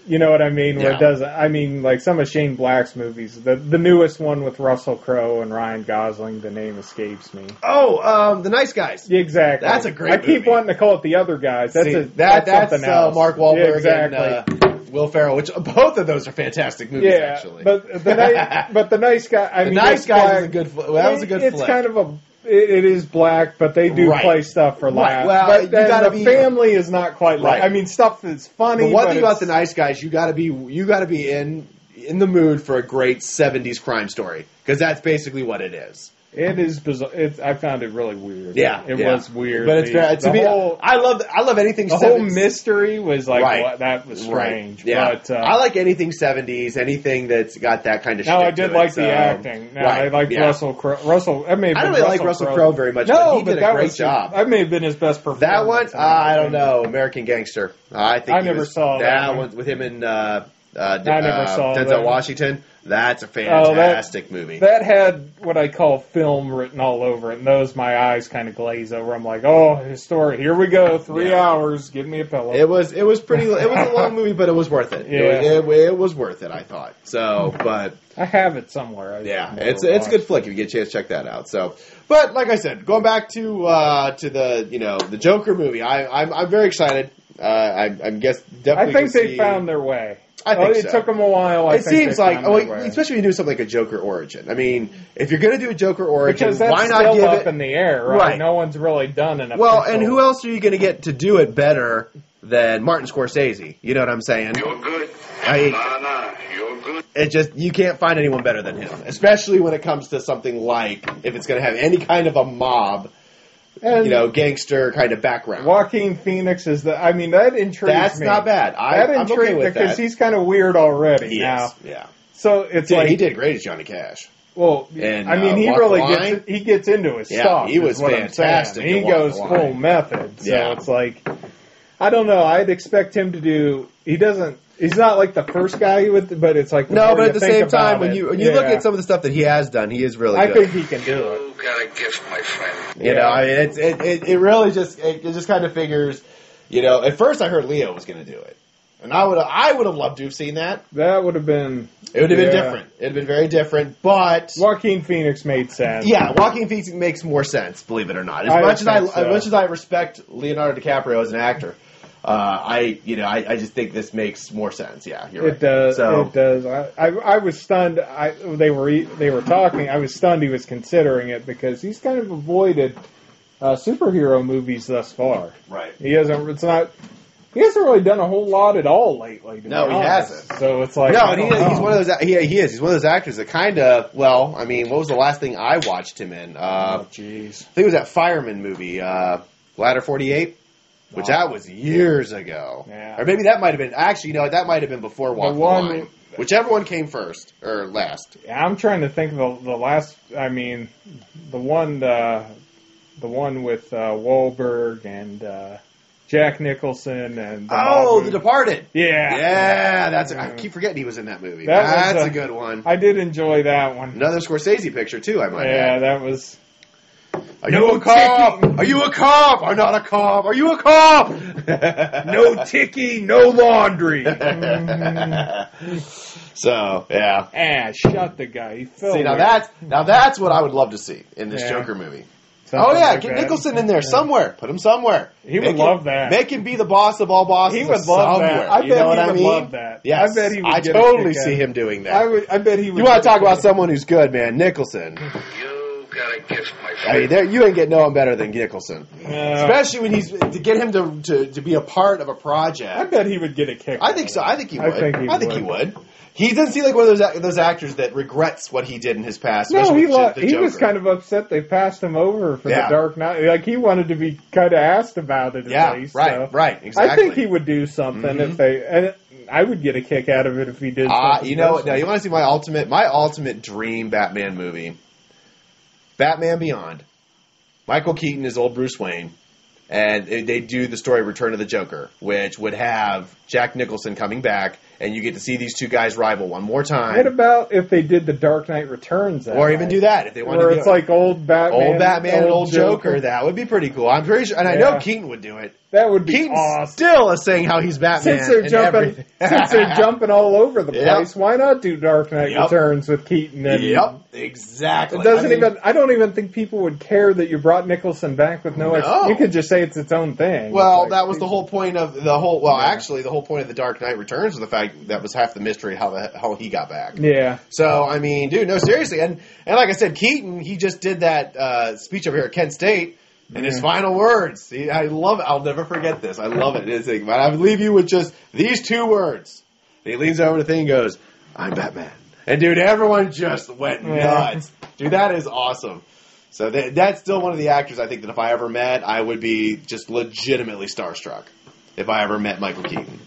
[SPEAKER 1] You know what I mean? Where it
[SPEAKER 2] Oh. Yeah.
[SPEAKER 1] doesn't. I mean, like some of Shane Black's movies, the the newest one with Russell Crowe and Ryan Gosling, the name escapes me.
[SPEAKER 2] Oh, um, the nice guys.
[SPEAKER 1] Yeah, Exactly.
[SPEAKER 2] That's a great
[SPEAKER 1] I keep
[SPEAKER 2] movie.
[SPEAKER 1] wanting to call it the other guys. That's
[SPEAKER 2] See,
[SPEAKER 1] a,
[SPEAKER 2] that,
[SPEAKER 1] that's,
[SPEAKER 2] that's,
[SPEAKER 1] something
[SPEAKER 2] uh,
[SPEAKER 1] else.
[SPEAKER 2] Mark Wahlberg
[SPEAKER 1] Yeah, exactly.
[SPEAKER 2] and uh, Will Ferrell, which both of those are fantastic movies.
[SPEAKER 1] yeah,
[SPEAKER 2] actually,
[SPEAKER 1] but
[SPEAKER 2] *laughs*
[SPEAKER 1] the nice, but the nice guy. I
[SPEAKER 2] the
[SPEAKER 1] mean,
[SPEAKER 2] nice
[SPEAKER 1] it's
[SPEAKER 2] guys
[SPEAKER 1] black.
[SPEAKER 2] is a good. Fl- well, that was a good.
[SPEAKER 1] It's
[SPEAKER 2] flick.
[SPEAKER 1] kind of a. It, it is black, but they do
[SPEAKER 2] Right.
[SPEAKER 1] play stuff for laughs.
[SPEAKER 2] Well, you
[SPEAKER 1] but then
[SPEAKER 2] gotta
[SPEAKER 1] the
[SPEAKER 2] be-
[SPEAKER 1] family is not quite like.
[SPEAKER 2] Right.
[SPEAKER 1] I mean, stuff that's funny.
[SPEAKER 2] The one
[SPEAKER 1] but
[SPEAKER 2] thing about
[SPEAKER 1] it's-
[SPEAKER 2] the nice guys, you got to be you got to be in in the mood for a great '70s crime story because that's basically what it is.
[SPEAKER 1] It is bizarre. It's, I found it really weird.
[SPEAKER 2] Yeah,
[SPEAKER 1] it
[SPEAKER 2] yeah.
[SPEAKER 1] was weird.
[SPEAKER 2] But it's
[SPEAKER 1] the,
[SPEAKER 2] very, to
[SPEAKER 1] the
[SPEAKER 2] me,
[SPEAKER 1] whole,
[SPEAKER 2] I love I love anything.
[SPEAKER 1] the whole
[SPEAKER 2] 70s.
[SPEAKER 1] mystery was like
[SPEAKER 2] Right.
[SPEAKER 1] what, that was strange.
[SPEAKER 2] Yeah,
[SPEAKER 1] but, uh,
[SPEAKER 2] I like anything '70s, anything that's got that kind of.
[SPEAKER 1] Now I
[SPEAKER 2] shtick
[SPEAKER 1] did
[SPEAKER 2] to it,
[SPEAKER 1] like
[SPEAKER 2] so-
[SPEAKER 1] the acting. Now
[SPEAKER 2] Right,
[SPEAKER 1] I liked
[SPEAKER 2] yeah.
[SPEAKER 1] Russell Crowe. Russell, I may have
[SPEAKER 2] I don't
[SPEAKER 1] been
[SPEAKER 2] really like Russell Crowe very much, but he did a
[SPEAKER 1] that
[SPEAKER 2] great
[SPEAKER 1] was
[SPEAKER 2] job.
[SPEAKER 1] That may have been his best performance.
[SPEAKER 2] That one, uh,
[SPEAKER 1] in
[SPEAKER 2] I
[SPEAKER 1] my
[SPEAKER 2] don't
[SPEAKER 1] opinion.
[SPEAKER 2] know. American Gangster. I think
[SPEAKER 1] I
[SPEAKER 2] he
[SPEAKER 1] never
[SPEAKER 2] was-
[SPEAKER 1] saw that
[SPEAKER 2] that
[SPEAKER 1] one.
[SPEAKER 2] one with him in uh, uh,
[SPEAKER 1] I never
[SPEAKER 2] uh,
[SPEAKER 1] saw
[SPEAKER 2] Denzel
[SPEAKER 1] that. Oh,
[SPEAKER 2] Washington. That's a
[SPEAKER 1] that-
[SPEAKER 2] fantastic movie.
[SPEAKER 1] That had what I call film written all over it, and those my eyes kind of glaze over. I'm like, oh, historic. Here we go. Three
[SPEAKER 2] Yeah.
[SPEAKER 1] hours. Give me a pillow.
[SPEAKER 2] it was it was pretty. It was a
[SPEAKER 1] *laughs*
[SPEAKER 2] long movie, but it was worth it. It,
[SPEAKER 1] Yeah.
[SPEAKER 2] it, it was worth it. I thought so, but
[SPEAKER 1] I have it somewhere. I
[SPEAKER 2] yeah,
[SPEAKER 1] never
[SPEAKER 2] it's it's a good
[SPEAKER 1] watched.
[SPEAKER 2] flick if you get a chance. to Check that out. So, but like I said, going back to uh, to the you know the Joker movie, I, I'm I'm very excited. Uh, I, I guess
[SPEAKER 1] I
[SPEAKER 2] definitely.
[SPEAKER 1] think
[SPEAKER 2] gonna
[SPEAKER 1] they
[SPEAKER 2] see-
[SPEAKER 1] found their way.
[SPEAKER 2] I think
[SPEAKER 1] Oh, it
[SPEAKER 2] so.
[SPEAKER 1] took them a while. I
[SPEAKER 2] it
[SPEAKER 1] think
[SPEAKER 2] seems
[SPEAKER 1] they
[SPEAKER 2] like,
[SPEAKER 1] found
[SPEAKER 2] oh,
[SPEAKER 1] their
[SPEAKER 2] like,
[SPEAKER 1] way.
[SPEAKER 2] especially when you do something like a Joker origin. I mean, if you're going to do a Joker origin,
[SPEAKER 1] because that's
[SPEAKER 2] why not
[SPEAKER 1] still
[SPEAKER 2] give
[SPEAKER 1] up
[SPEAKER 2] it?
[SPEAKER 1] in the air, right?
[SPEAKER 2] Right.
[SPEAKER 1] No one's really done an
[SPEAKER 2] well,
[SPEAKER 1] official-
[SPEAKER 2] and who else are you going to get to do it better than Martin Scorsese? You know what I'm saying?
[SPEAKER 3] You're good.
[SPEAKER 2] I-
[SPEAKER 3] Nah, nah, you're good.
[SPEAKER 2] It just you can't find anyone better than him, especially when it comes to something like if it's going to have any kind of a mob,
[SPEAKER 1] And
[SPEAKER 2] you know, gangster kind of background.
[SPEAKER 1] Joaquin Phoenix is the. I mean, that intrigues
[SPEAKER 2] That's
[SPEAKER 1] me.
[SPEAKER 2] not bad. I,
[SPEAKER 1] that
[SPEAKER 2] I'm
[SPEAKER 1] intrigues
[SPEAKER 2] okay with
[SPEAKER 1] because
[SPEAKER 2] that.
[SPEAKER 1] he's kind of weird already
[SPEAKER 2] He is,
[SPEAKER 1] now.
[SPEAKER 2] yeah.
[SPEAKER 1] So it's
[SPEAKER 2] Dude,
[SPEAKER 1] like
[SPEAKER 2] he did great as Johnny Cash.
[SPEAKER 1] Well,
[SPEAKER 2] And,
[SPEAKER 1] I mean,
[SPEAKER 2] uh,
[SPEAKER 1] he
[SPEAKER 2] Walk
[SPEAKER 1] really
[SPEAKER 2] the Line?
[SPEAKER 1] gets he gets into his
[SPEAKER 2] Yeah,
[SPEAKER 1] stuff.
[SPEAKER 2] he
[SPEAKER 1] is
[SPEAKER 2] was
[SPEAKER 1] what I'm saying.
[SPEAKER 2] fantastic
[SPEAKER 1] He
[SPEAKER 2] in Walk the
[SPEAKER 1] goes
[SPEAKER 2] Line.
[SPEAKER 1] full method. So
[SPEAKER 2] Yeah.
[SPEAKER 1] it's like I don't know. I'd expect him to do. He doesn't. He's not like the first guy with, but it's like the
[SPEAKER 2] No,
[SPEAKER 1] more
[SPEAKER 2] but
[SPEAKER 1] you
[SPEAKER 2] at the
[SPEAKER 1] think
[SPEAKER 2] same
[SPEAKER 1] about
[SPEAKER 2] time, when
[SPEAKER 1] it,
[SPEAKER 2] you when you look
[SPEAKER 1] yeah,
[SPEAKER 2] at some of the stuff that he has done, he is really.
[SPEAKER 1] I
[SPEAKER 2] good.
[SPEAKER 1] think he can do it.
[SPEAKER 3] You got a gift, my friend.
[SPEAKER 2] You
[SPEAKER 1] Yeah.
[SPEAKER 2] know, I mean, it's, it, it, it really just it, it just kind of figures. You know, at first I heard Leo was going to do it, and I would I would have loved to have seen that.
[SPEAKER 1] That would have been
[SPEAKER 2] It would have been
[SPEAKER 1] Yeah.
[SPEAKER 2] different. It'd been very different, but.
[SPEAKER 1] Joaquin Phoenix made sense.
[SPEAKER 2] yeah, Walking Phoenix makes more sense, believe it or not. As
[SPEAKER 1] I
[SPEAKER 2] much as I,
[SPEAKER 1] think so.
[SPEAKER 2] as much as I respect Leonardo DiCaprio as an actor, uh, I you know I, I just think this makes more sense. Yeah, you're right.
[SPEAKER 1] It does.
[SPEAKER 2] So
[SPEAKER 1] It does. I, I, I was stunned. I they were e- they were talking. I was stunned he was considering it because he's kind of avoided uh, superhero movies thus far.
[SPEAKER 2] right.
[SPEAKER 1] He hasn't. It's not. He hasn't really done a whole lot at all lately. to
[SPEAKER 2] No,
[SPEAKER 1] be
[SPEAKER 2] he
[SPEAKER 1] honest.
[SPEAKER 2] hasn't.
[SPEAKER 1] So it's like uh-huh.
[SPEAKER 2] no,
[SPEAKER 1] I
[SPEAKER 2] and he,
[SPEAKER 1] don't know.
[SPEAKER 2] he's one of those. He, he is. He's one of those actors that kind of. Well, I mean, what was the last thing I watched him in?
[SPEAKER 5] Oh,
[SPEAKER 2] Uh,
[SPEAKER 5] jeez.
[SPEAKER 2] I think it was that fireman movie, uh, Ladder Forty Eight, which that was years ago.
[SPEAKER 1] Yeah.
[SPEAKER 2] Or maybe that might have been actually, you know, that might have been before Walk the,
[SPEAKER 1] one-
[SPEAKER 2] Line. Whichever one came first or last.
[SPEAKER 1] I'm trying to think of the, the last. I mean, the one uh, the one with uh, Wahlberg and uh, Jack Nicholson and
[SPEAKER 2] oh,
[SPEAKER 1] Mothman.
[SPEAKER 2] The Departed.
[SPEAKER 1] yeah. *laughs*
[SPEAKER 2] Yeah, that's. I keep forgetting he was in that movie.
[SPEAKER 1] That was
[SPEAKER 2] that's
[SPEAKER 1] a-
[SPEAKER 2] a, good one.
[SPEAKER 1] I did enjoy that one.
[SPEAKER 2] Another Scorsese picture too. I might
[SPEAKER 1] yeah,
[SPEAKER 2] add.
[SPEAKER 1] that was.
[SPEAKER 2] Are
[SPEAKER 1] No
[SPEAKER 2] you a cop? Are you a cop? I'm not a cop. Are you a cop? *laughs*
[SPEAKER 5] No ticky, no laundry.
[SPEAKER 2] so yeah.
[SPEAKER 1] Mm. Ah, shut the guy. He fell
[SPEAKER 2] See now
[SPEAKER 1] there.
[SPEAKER 2] that's now that's what I would love to see in this
[SPEAKER 1] Yeah.
[SPEAKER 2] Joker movie.
[SPEAKER 1] Something
[SPEAKER 2] oh yeah,
[SPEAKER 1] like
[SPEAKER 2] get
[SPEAKER 1] that.
[SPEAKER 2] Nicholson in there somewhere. Put him somewhere.
[SPEAKER 1] He would
[SPEAKER 2] him-
[SPEAKER 1] love that.
[SPEAKER 2] Make him be the boss of all bosses.
[SPEAKER 1] He would love that.
[SPEAKER 2] somewhere.
[SPEAKER 1] I
[SPEAKER 2] you
[SPEAKER 1] bet
[SPEAKER 2] know
[SPEAKER 1] he
[SPEAKER 2] what I
[SPEAKER 1] would
[SPEAKER 2] mean?
[SPEAKER 1] love that.
[SPEAKER 2] Yes,
[SPEAKER 1] I bet he would
[SPEAKER 2] I
[SPEAKER 1] get a
[SPEAKER 2] totally
[SPEAKER 1] kick out
[SPEAKER 2] see
[SPEAKER 1] of
[SPEAKER 2] him doing that.
[SPEAKER 1] I would. I bet he would.
[SPEAKER 2] you
[SPEAKER 1] get
[SPEAKER 2] want to
[SPEAKER 1] a
[SPEAKER 2] talk
[SPEAKER 1] kick
[SPEAKER 2] about
[SPEAKER 1] out of
[SPEAKER 2] someone who's good, man? Nicholson.
[SPEAKER 3] You got a gift, my
[SPEAKER 2] I mean,
[SPEAKER 3] friend.
[SPEAKER 2] there, you ain't getting no one better than Nicholson,
[SPEAKER 1] it. Uh,
[SPEAKER 2] especially when he's to get him to, to to be a part of a
[SPEAKER 1] I
[SPEAKER 2] project.
[SPEAKER 1] bet he would get a kick.
[SPEAKER 2] I
[SPEAKER 1] out
[SPEAKER 2] think
[SPEAKER 1] of
[SPEAKER 2] so.
[SPEAKER 1] it.
[SPEAKER 2] I think he
[SPEAKER 1] I
[SPEAKER 2] would.
[SPEAKER 1] think he
[SPEAKER 2] I think he would. He doesn't seem like one of those ac- those actors that regrets what he did in his past.
[SPEAKER 1] No,
[SPEAKER 2] especially
[SPEAKER 1] he
[SPEAKER 2] with the-
[SPEAKER 1] lo-
[SPEAKER 2] the
[SPEAKER 1] he was
[SPEAKER 2] Joker.
[SPEAKER 1] kind of upset they passed him over for
[SPEAKER 2] Yeah.
[SPEAKER 1] the Dark Knight. Like he wanted to be kind of asked about it. At
[SPEAKER 2] Yeah,
[SPEAKER 1] least,
[SPEAKER 2] right,
[SPEAKER 1] so.
[SPEAKER 2] right, exactly. Mm-hmm.
[SPEAKER 1] I think he would do something if they. And I would get a kick out of it if he did.
[SPEAKER 2] Ah,
[SPEAKER 1] something
[SPEAKER 2] you know what? Now
[SPEAKER 1] different.
[SPEAKER 2] you want to see my ultimate, my ultimate dream Batman movie, Batman Beyond. Michael Keaton is old Bruce Wayne, and they they do the story Return of the Joker, which would have Jack Nicholson coming back, and you get to see these two guys rival one more
[SPEAKER 1] What
[SPEAKER 2] time,
[SPEAKER 1] about if they did the Dark Knight Returns? That
[SPEAKER 2] or even
[SPEAKER 1] night?
[SPEAKER 2] do that if they want
[SPEAKER 1] Where
[SPEAKER 2] to. do
[SPEAKER 1] it's like old Batman,
[SPEAKER 2] old Batman and old Joker. That would be pretty cool. I'm pretty sure, and I know
[SPEAKER 1] Yeah.
[SPEAKER 2] Keaton would do it.
[SPEAKER 1] That would be
[SPEAKER 2] Keaton
[SPEAKER 1] awesome.
[SPEAKER 2] still is saying how he's Batman.
[SPEAKER 1] Since they're
[SPEAKER 2] and
[SPEAKER 1] jumping,
[SPEAKER 2] everything.
[SPEAKER 1] since
[SPEAKER 2] *laughs*
[SPEAKER 1] they're jumping all over the
[SPEAKER 2] Yep.
[SPEAKER 1] place, why not do Dark Knight
[SPEAKER 2] Yep.
[SPEAKER 1] Returns with Keaton? And
[SPEAKER 2] Yep, exactly.
[SPEAKER 1] It doesn't
[SPEAKER 2] I mean-
[SPEAKER 1] even. I don't even think people would care that you brought Nicholson back with no. ex-
[SPEAKER 2] No.
[SPEAKER 1] you could just say it's its own thing.
[SPEAKER 2] Well,
[SPEAKER 1] It's like-
[SPEAKER 2] that was the whole point of the whole. Well,
[SPEAKER 1] Yeah.
[SPEAKER 2] actually, the whole point of the Dark Knight Returns was the fact that was half the mystery how the how he got back.
[SPEAKER 1] Yeah.
[SPEAKER 2] So I mean, dude, no, seriously, and and like I said, Keaton, he just did that uh, speech over here at Kent State, and his
[SPEAKER 1] Yeah.
[SPEAKER 2] final words. He, I love it. I'll never forget this. I love it. It's like, but I would leave you with just these two words. And he leans over to the thing and goes, "I'm Batman," and dude, everyone just went
[SPEAKER 1] Yeah.
[SPEAKER 2] nuts. Dude, that is awesome. So that, that's still one of the actors I think that if I ever met, I would be just legitimately starstruck if I ever met Michael Keaton.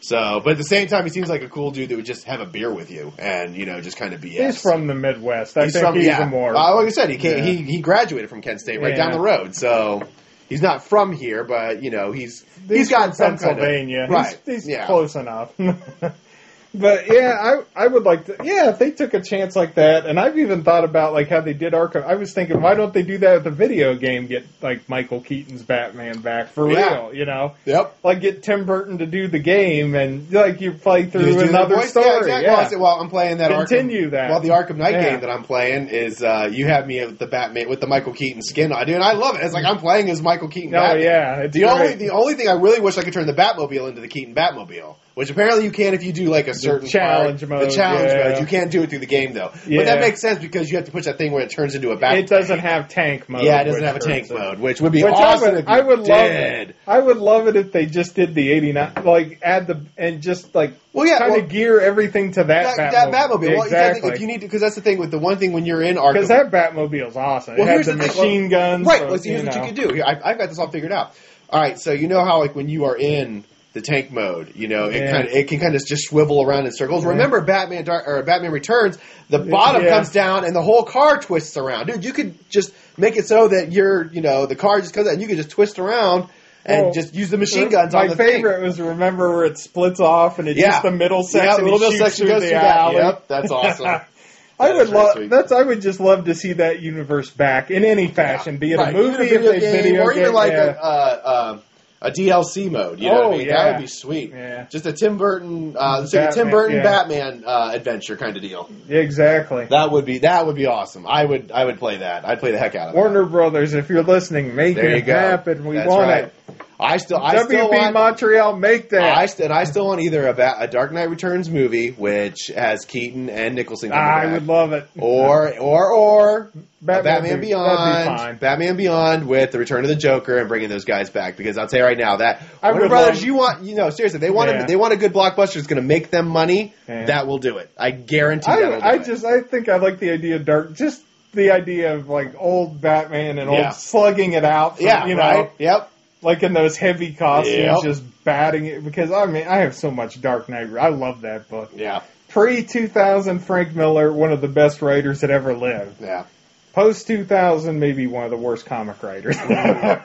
[SPEAKER 2] So, but at the same time, he seems like a cool dude that would just have a beer with you and you know just kind of BS.
[SPEAKER 1] He's from the Midwest. I think he's a more.
[SPEAKER 2] Uh, like I said, he came,
[SPEAKER 1] Yeah.
[SPEAKER 2] he he graduated from Kent State right
[SPEAKER 1] Yeah.
[SPEAKER 2] down the road, so he's not from here, but you know he's he's
[SPEAKER 1] from
[SPEAKER 2] got some kind of-
[SPEAKER 1] Pennsylvania.
[SPEAKER 2] right?
[SPEAKER 1] He's, he's
[SPEAKER 2] yeah.
[SPEAKER 1] close enough. *laughs* but yeah, I I would like to. Yeah, if they took a chance like that, and I've even thought about like how they did Arkham. I was thinking, why don't they do that with the video game? Get like Michael Keaton's Batman back for
[SPEAKER 2] Yeah.
[SPEAKER 1] real, you know.
[SPEAKER 2] Yep.
[SPEAKER 1] Like get Tim Burton to do the game, and like you play
[SPEAKER 2] You
[SPEAKER 1] through
[SPEAKER 2] do the
[SPEAKER 1] another
[SPEAKER 2] voice?
[SPEAKER 1] story.
[SPEAKER 2] Yeah, exactly. Well, I said, well, I'm playing that.
[SPEAKER 1] Continue
[SPEAKER 2] Arkham,
[SPEAKER 1] that.
[SPEAKER 2] Well, the Arkham Knight
[SPEAKER 1] Yeah.
[SPEAKER 2] game that I'm playing is uh, you have me with the Batman with the Michael Keaton skin on, dude. And I love it. It's like I'm playing as Michael Keaton.
[SPEAKER 1] Oh
[SPEAKER 2] Batman.
[SPEAKER 1] yeah, it's
[SPEAKER 2] The
[SPEAKER 1] great.
[SPEAKER 2] only the only thing I really wish I could turn the Batmobile into the Keaton Batmobile, which apparently you can if you do like a certain
[SPEAKER 1] challenge
[SPEAKER 2] part,
[SPEAKER 1] mode,
[SPEAKER 2] The challenge
[SPEAKER 1] yeah.
[SPEAKER 2] mode. You can't do it through the game though. But
[SPEAKER 1] Yeah.
[SPEAKER 2] that makes sense because you have to push that thing where it turns into a Batmobile.
[SPEAKER 1] it doesn't have tank mode.
[SPEAKER 2] Yeah, it doesn't
[SPEAKER 1] which
[SPEAKER 2] have a
[SPEAKER 1] hurts
[SPEAKER 2] tank
[SPEAKER 1] it.
[SPEAKER 2] mode, which would be
[SPEAKER 1] Which
[SPEAKER 2] awesome.
[SPEAKER 1] I would,
[SPEAKER 2] if you
[SPEAKER 1] I would love
[SPEAKER 2] did.
[SPEAKER 1] it. I would love it if they just did the 89, like add the, and just like
[SPEAKER 2] Well, yeah,
[SPEAKER 1] kind
[SPEAKER 2] well,
[SPEAKER 1] of gear everything to that,
[SPEAKER 2] That, that
[SPEAKER 1] Batmobile.
[SPEAKER 2] Batmobile. Well,
[SPEAKER 1] exactly.
[SPEAKER 2] if you need to, because that's the thing with the one thing when you're in Arkham.
[SPEAKER 1] because that Batmobile's awesome.
[SPEAKER 2] Well,
[SPEAKER 1] it
[SPEAKER 2] here's
[SPEAKER 1] had the,
[SPEAKER 2] the thing.
[SPEAKER 1] machine guns.
[SPEAKER 2] Right.
[SPEAKER 1] so,
[SPEAKER 2] Well, see, here's what you
[SPEAKER 1] know.
[SPEAKER 2] can do. Here, I, I've got this all figured out. All right. So you know how like when you are in the tank mode, you know it
[SPEAKER 1] Yeah.
[SPEAKER 2] kind of it can kind of just swivel around in circles.
[SPEAKER 1] Yeah.
[SPEAKER 2] Remember Batman Dark or Batman Returns, the bottom
[SPEAKER 1] yeah.
[SPEAKER 2] comes down and the whole car twists around. Dude, you could just make it so that you're you know the car just comes out and you could just twist around and
[SPEAKER 1] Well, uh,
[SPEAKER 2] just use the machine guns
[SPEAKER 1] My
[SPEAKER 2] on the thing.
[SPEAKER 1] favorite was remember where it splits off and it's
[SPEAKER 2] Yeah.
[SPEAKER 1] just the middle section.
[SPEAKER 2] Yeah, the little
[SPEAKER 1] it
[SPEAKER 2] middle
[SPEAKER 1] shoots
[SPEAKER 2] section
[SPEAKER 1] through
[SPEAKER 2] goes
[SPEAKER 1] the
[SPEAKER 2] through that.
[SPEAKER 1] alley.
[SPEAKER 2] Yep,
[SPEAKER 1] *laughs*
[SPEAKER 2] that's awesome.
[SPEAKER 1] I
[SPEAKER 2] That
[SPEAKER 1] would
[SPEAKER 2] is really
[SPEAKER 1] love
[SPEAKER 2] sweet.
[SPEAKER 1] that's. I would just love to see that universe back in any fashion, be it
[SPEAKER 2] Right,
[SPEAKER 1] a movie,
[SPEAKER 2] even a
[SPEAKER 1] if they video
[SPEAKER 2] or even
[SPEAKER 1] game,
[SPEAKER 2] like
[SPEAKER 1] yeah.
[SPEAKER 2] a, uh, uh, a DLC mode. You know what I
[SPEAKER 1] Oh,
[SPEAKER 2] mean?
[SPEAKER 1] yeah.
[SPEAKER 2] That would be sweet.
[SPEAKER 1] Yeah.
[SPEAKER 2] Just a Tim Burton, uh, so a Tim
[SPEAKER 1] Batman,
[SPEAKER 2] Burton
[SPEAKER 1] yeah.
[SPEAKER 2] Batman uh, adventure kind of deal.
[SPEAKER 1] exactly.
[SPEAKER 2] That would be that would be awesome. I would I would play that. I'd play the heck out of it.
[SPEAKER 1] Warner Brothers, if you're listening, make
[SPEAKER 2] There you
[SPEAKER 1] it
[SPEAKER 2] go.
[SPEAKER 1] happen. We
[SPEAKER 2] That's
[SPEAKER 1] want
[SPEAKER 2] right.
[SPEAKER 1] it.
[SPEAKER 2] I still, I still
[SPEAKER 1] WB
[SPEAKER 2] want,
[SPEAKER 1] Montreal, make that.
[SPEAKER 2] I st- and I still want either a, ba- a Dark Knight Returns movie, which has Keaton and Nicholson, coming
[SPEAKER 1] Ah, I
[SPEAKER 2] back,
[SPEAKER 1] would love it. *laughs*
[SPEAKER 2] or or or
[SPEAKER 1] would
[SPEAKER 2] Batman,
[SPEAKER 1] be- that'd be
[SPEAKER 2] Beyond,
[SPEAKER 1] fine.
[SPEAKER 2] Batman Beyond with the Return of the Joker and bringing those guys back. Because I'll tell you right now that
[SPEAKER 1] I
[SPEAKER 2] Warner
[SPEAKER 1] would
[SPEAKER 2] Brothers,
[SPEAKER 1] love-
[SPEAKER 2] you want, you know, seriously, they want
[SPEAKER 1] Yeah.
[SPEAKER 2] a, they want a good blockbuster that's going to make them money.
[SPEAKER 1] Yeah.
[SPEAKER 2] That will do it. I guarantee. that'll do
[SPEAKER 1] I, I
[SPEAKER 2] it.
[SPEAKER 1] just I think I like the idea of dark just the idea of like old Batman and
[SPEAKER 2] Yeah.
[SPEAKER 1] old slugging it out for,
[SPEAKER 2] yeah,
[SPEAKER 1] you know
[SPEAKER 2] right? Yep.
[SPEAKER 1] like in those heavy costumes
[SPEAKER 2] Yep.
[SPEAKER 1] just batting it because I mean I have so much Dark Knight I love that book
[SPEAKER 2] Yeah.
[SPEAKER 1] pre 2000 Frank Miller one of the best writers that ever lived
[SPEAKER 2] Yeah.
[SPEAKER 1] post 2000 maybe one of the worst comic writers I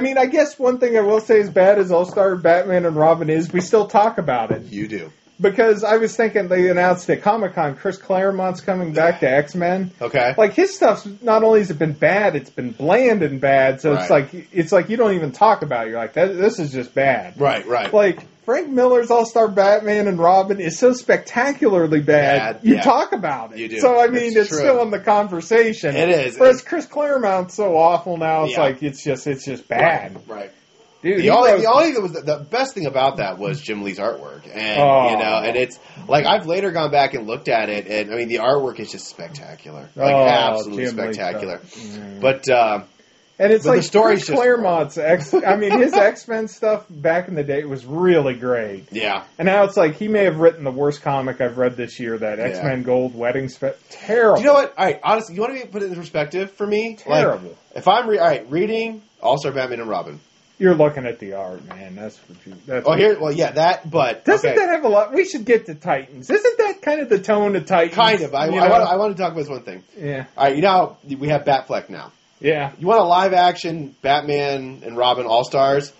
[SPEAKER 1] mean I guess one thing I will say is bad as All-Star Batman and Robin is we still talk about it
[SPEAKER 2] You do.
[SPEAKER 1] because I was thinking they announced at Comic Con Chris Claremont's coming back to X Men.
[SPEAKER 2] Okay.
[SPEAKER 1] Like his stuff's not only has it been bad, it's been bland and bad. So it's
[SPEAKER 2] Right.
[SPEAKER 1] like it's like you don't even talk about. It. You're like that, this is just bad.
[SPEAKER 2] right. Right.
[SPEAKER 1] Like Frank Miller's All Star Batman and Robin is so spectacularly bad.
[SPEAKER 2] Bad,
[SPEAKER 1] you
[SPEAKER 2] yeah.
[SPEAKER 1] talk about it.
[SPEAKER 2] You do.
[SPEAKER 1] So I mean,
[SPEAKER 2] It's
[SPEAKER 1] it's,
[SPEAKER 2] true.
[SPEAKER 1] still in the conversation.
[SPEAKER 2] It is.
[SPEAKER 1] Whereas Chris Claremont's so awful now. It's
[SPEAKER 2] Yeah.
[SPEAKER 1] like it's just it's just bad,
[SPEAKER 2] Right.
[SPEAKER 1] dude. he
[SPEAKER 2] The only,
[SPEAKER 1] wrote-
[SPEAKER 2] the only that was the, the best thing about that was Jim Lee's artwork, and
[SPEAKER 1] Oh.
[SPEAKER 2] you know, and it's like I've later gone back and looked at it, and I mean the artwork is just spectacular, like
[SPEAKER 1] Oh,
[SPEAKER 2] absolutely
[SPEAKER 1] Jim Lee
[SPEAKER 2] spectacular.
[SPEAKER 1] stuff. Mm.
[SPEAKER 2] But uh,
[SPEAKER 1] And it's
[SPEAKER 2] But the
[SPEAKER 1] like
[SPEAKER 2] story's
[SPEAKER 1] Chris
[SPEAKER 2] just-
[SPEAKER 1] Claremont's X. I mean,
[SPEAKER 2] *laughs*
[SPEAKER 1] his X Men stuff back in the day was really great.
[SPEAKER 2] yeah,
[SPEAKER 1] And now it's like he may have written the worst comic I've read this year. That X Men Gold Wedding Spe- terrible.
[SPEAKER 2] you know what? All right, honestly, you want to put it in perspective for me? Like,
[SPEAKER 1] Terrible.
[SPEAKER 2] if I'm re- all right, reading All Star Batman and Robin.
[SPEAKER 1] You're looking at the art, man. That's what you. That's
[SPEAKER 2] Oh, here, well, yeah, that, but
[SPEAKER 1] Doesn't
[SPEAKER 2] okay.
[SPEAKER 1] that have a lot? We should get to Titans. Isn't that kind of the tone of Titans?
[SPEAKER 2] kind of. I,
[SPEAKER 1] You
[SPEAKER 2] I,
[SPEAKER 1] know?
[SPEAKER 2] want, I want to talk about this one thing.
[SPEAKER 1] yeah,
[SPEAKER 2] All right, you know, how we have Batfleck now.
[SPEAKER 1] yeah.
[SPEAKER 2] You want a live action Batman and Robin All Stars?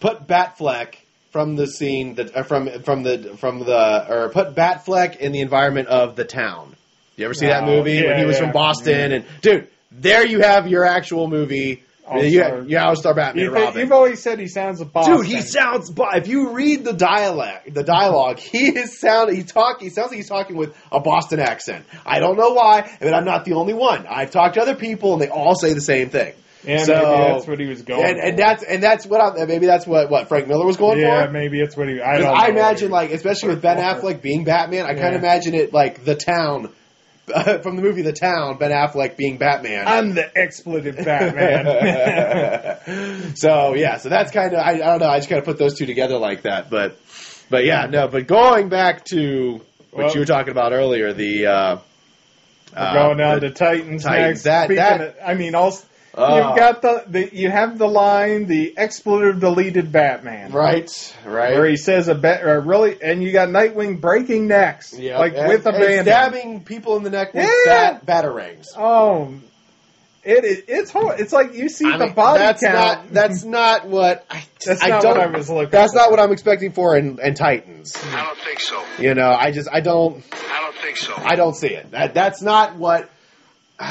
[SPEAKER 2] Put Batfleck from the scene that uh, from from the from the or put Batfleck in the environment of the town. You ever see that
[SPEAKER 1] Oh,
[SPEAKER 2] movie
[SPEAKER 1] yeah,
[SPEAKER 2] when he was
[SPEAKER 1] yeah. Mm.
[SPEAKER 2] from Boston? And dude, there you have your actual movie.
[SPEAKER 1] All-Star.
[SPEAKER 2] You, you All Star Batman
[SPEAKER 1] You
[SPEAKER 2] and Robin.
[SPEAKER 1] have always said he sounds a Boston.
[SPEAKER 2] Dude, he sounds. Bo- if you read the dialect, the dialogue, he is sound. He talk. He sounds like he's talking with a Boston accent. I don't know why, but I'm not the only one. I've talked to other people, and they all say the same thing.
[SPEAKER 1] yeah,
[SPEAKER 2] so-
[SPEAKER 1] maybe that's what he was going.
[SPEAKER 2] And,
[SPEAKER 1] for.
[SPEAKER 2] and that's and that's what I'm, maybe that's what what Frank Miller was going
[SPEAKER 1] yeah,
[SPEAKER 2] for.
[SPEAKER 1] maybe it's what he. I,
[SPEAKER 2] 'Cause
[SPEAKER 1] don't know
[SPEAKER 2] I
[SPEAKER 1] what
[SPEAKER 2] imagine
[SPEAKER 1] he-
[SPEAKER 2] like, especially with Ben
[SPEAKER 1] going for.
[SPEAKER 2] Affleck being Batman, I kind
[SPEAKER 1] Yeah.
[SPEAKER 2] of imagine it like the town *laughs* from the movie The Town. Ben Affleck being Batman.
[SPEAKER 1] I'm the expletive
[SPEAKER 2] *laughs* Uh,
[SPEAKER 1] Batman.
[SPEAKER 2] so yeah, so that's kind of I, I don't know. I just kind of put those two together like that, but but yeah, no. But going back to what
[SPEAKER 1] Well-
[SPEAKER 2] you were talking about earlier, the uh,
[SPEAKER 1] *laughs* We're going
[SPEAKER 2] uh,
[SPEAKER 1] down to Titans, next.
[SPEAKER 2] Titans. That-
[SPEAKER 1] Speaking
[SPEAKER 2] that-
[SPEAKER 1] of- I mean, also
[SPEAKER 2] Oh.
[SPEAKER 1] you've got the, the you have the line the expletive deleted Batman,
[SPEAKER 2] right, right.
[SPEAKER 1] Where he says a bet, uh, really, and you got Nightwing breaking necks,
[SPEAKER 2] Yep.
[SPEAKER 1] like
[SPEAKER 2] And-
[SPEAKER 1] with
[SPEAKER 2] and
[SPEAKER 1] abandon.
[SPEAKER 2] stabbing people in the neck with
[SPEAKER 1] Yeah.
[SPEAKER 2] bat, batarangs.
[SPEAKER 1] Oh, it is. It's hard. It's like you see
[SPEAKER 2] I
[SPEAKER 1] the
[SPEAKER 2] mean,
[SPEAKER 1] body
[SPEAKER 2] that's
[SPEAKER 1] count.
[SPEAKER 2] not that's not what I,
[SPEAKER 1] That's
[SPEAKER 2] I
[SPEAKER 1] not
[SPEAKER 2] don't,
[SPEAKER 1] what I was looking
[SPEAKER 2] That's
[SPEAKER 1] for.
[SPEAKER 2] not what I'm expecting for in, in Titans.
[SPEAKER 3] I don't think so.
[SPEAKER 2] You know, I just I don't
[SPEAKER 3] I don't think so.
[SPEAKER 2] I don't see it. That that's not what. *sighs*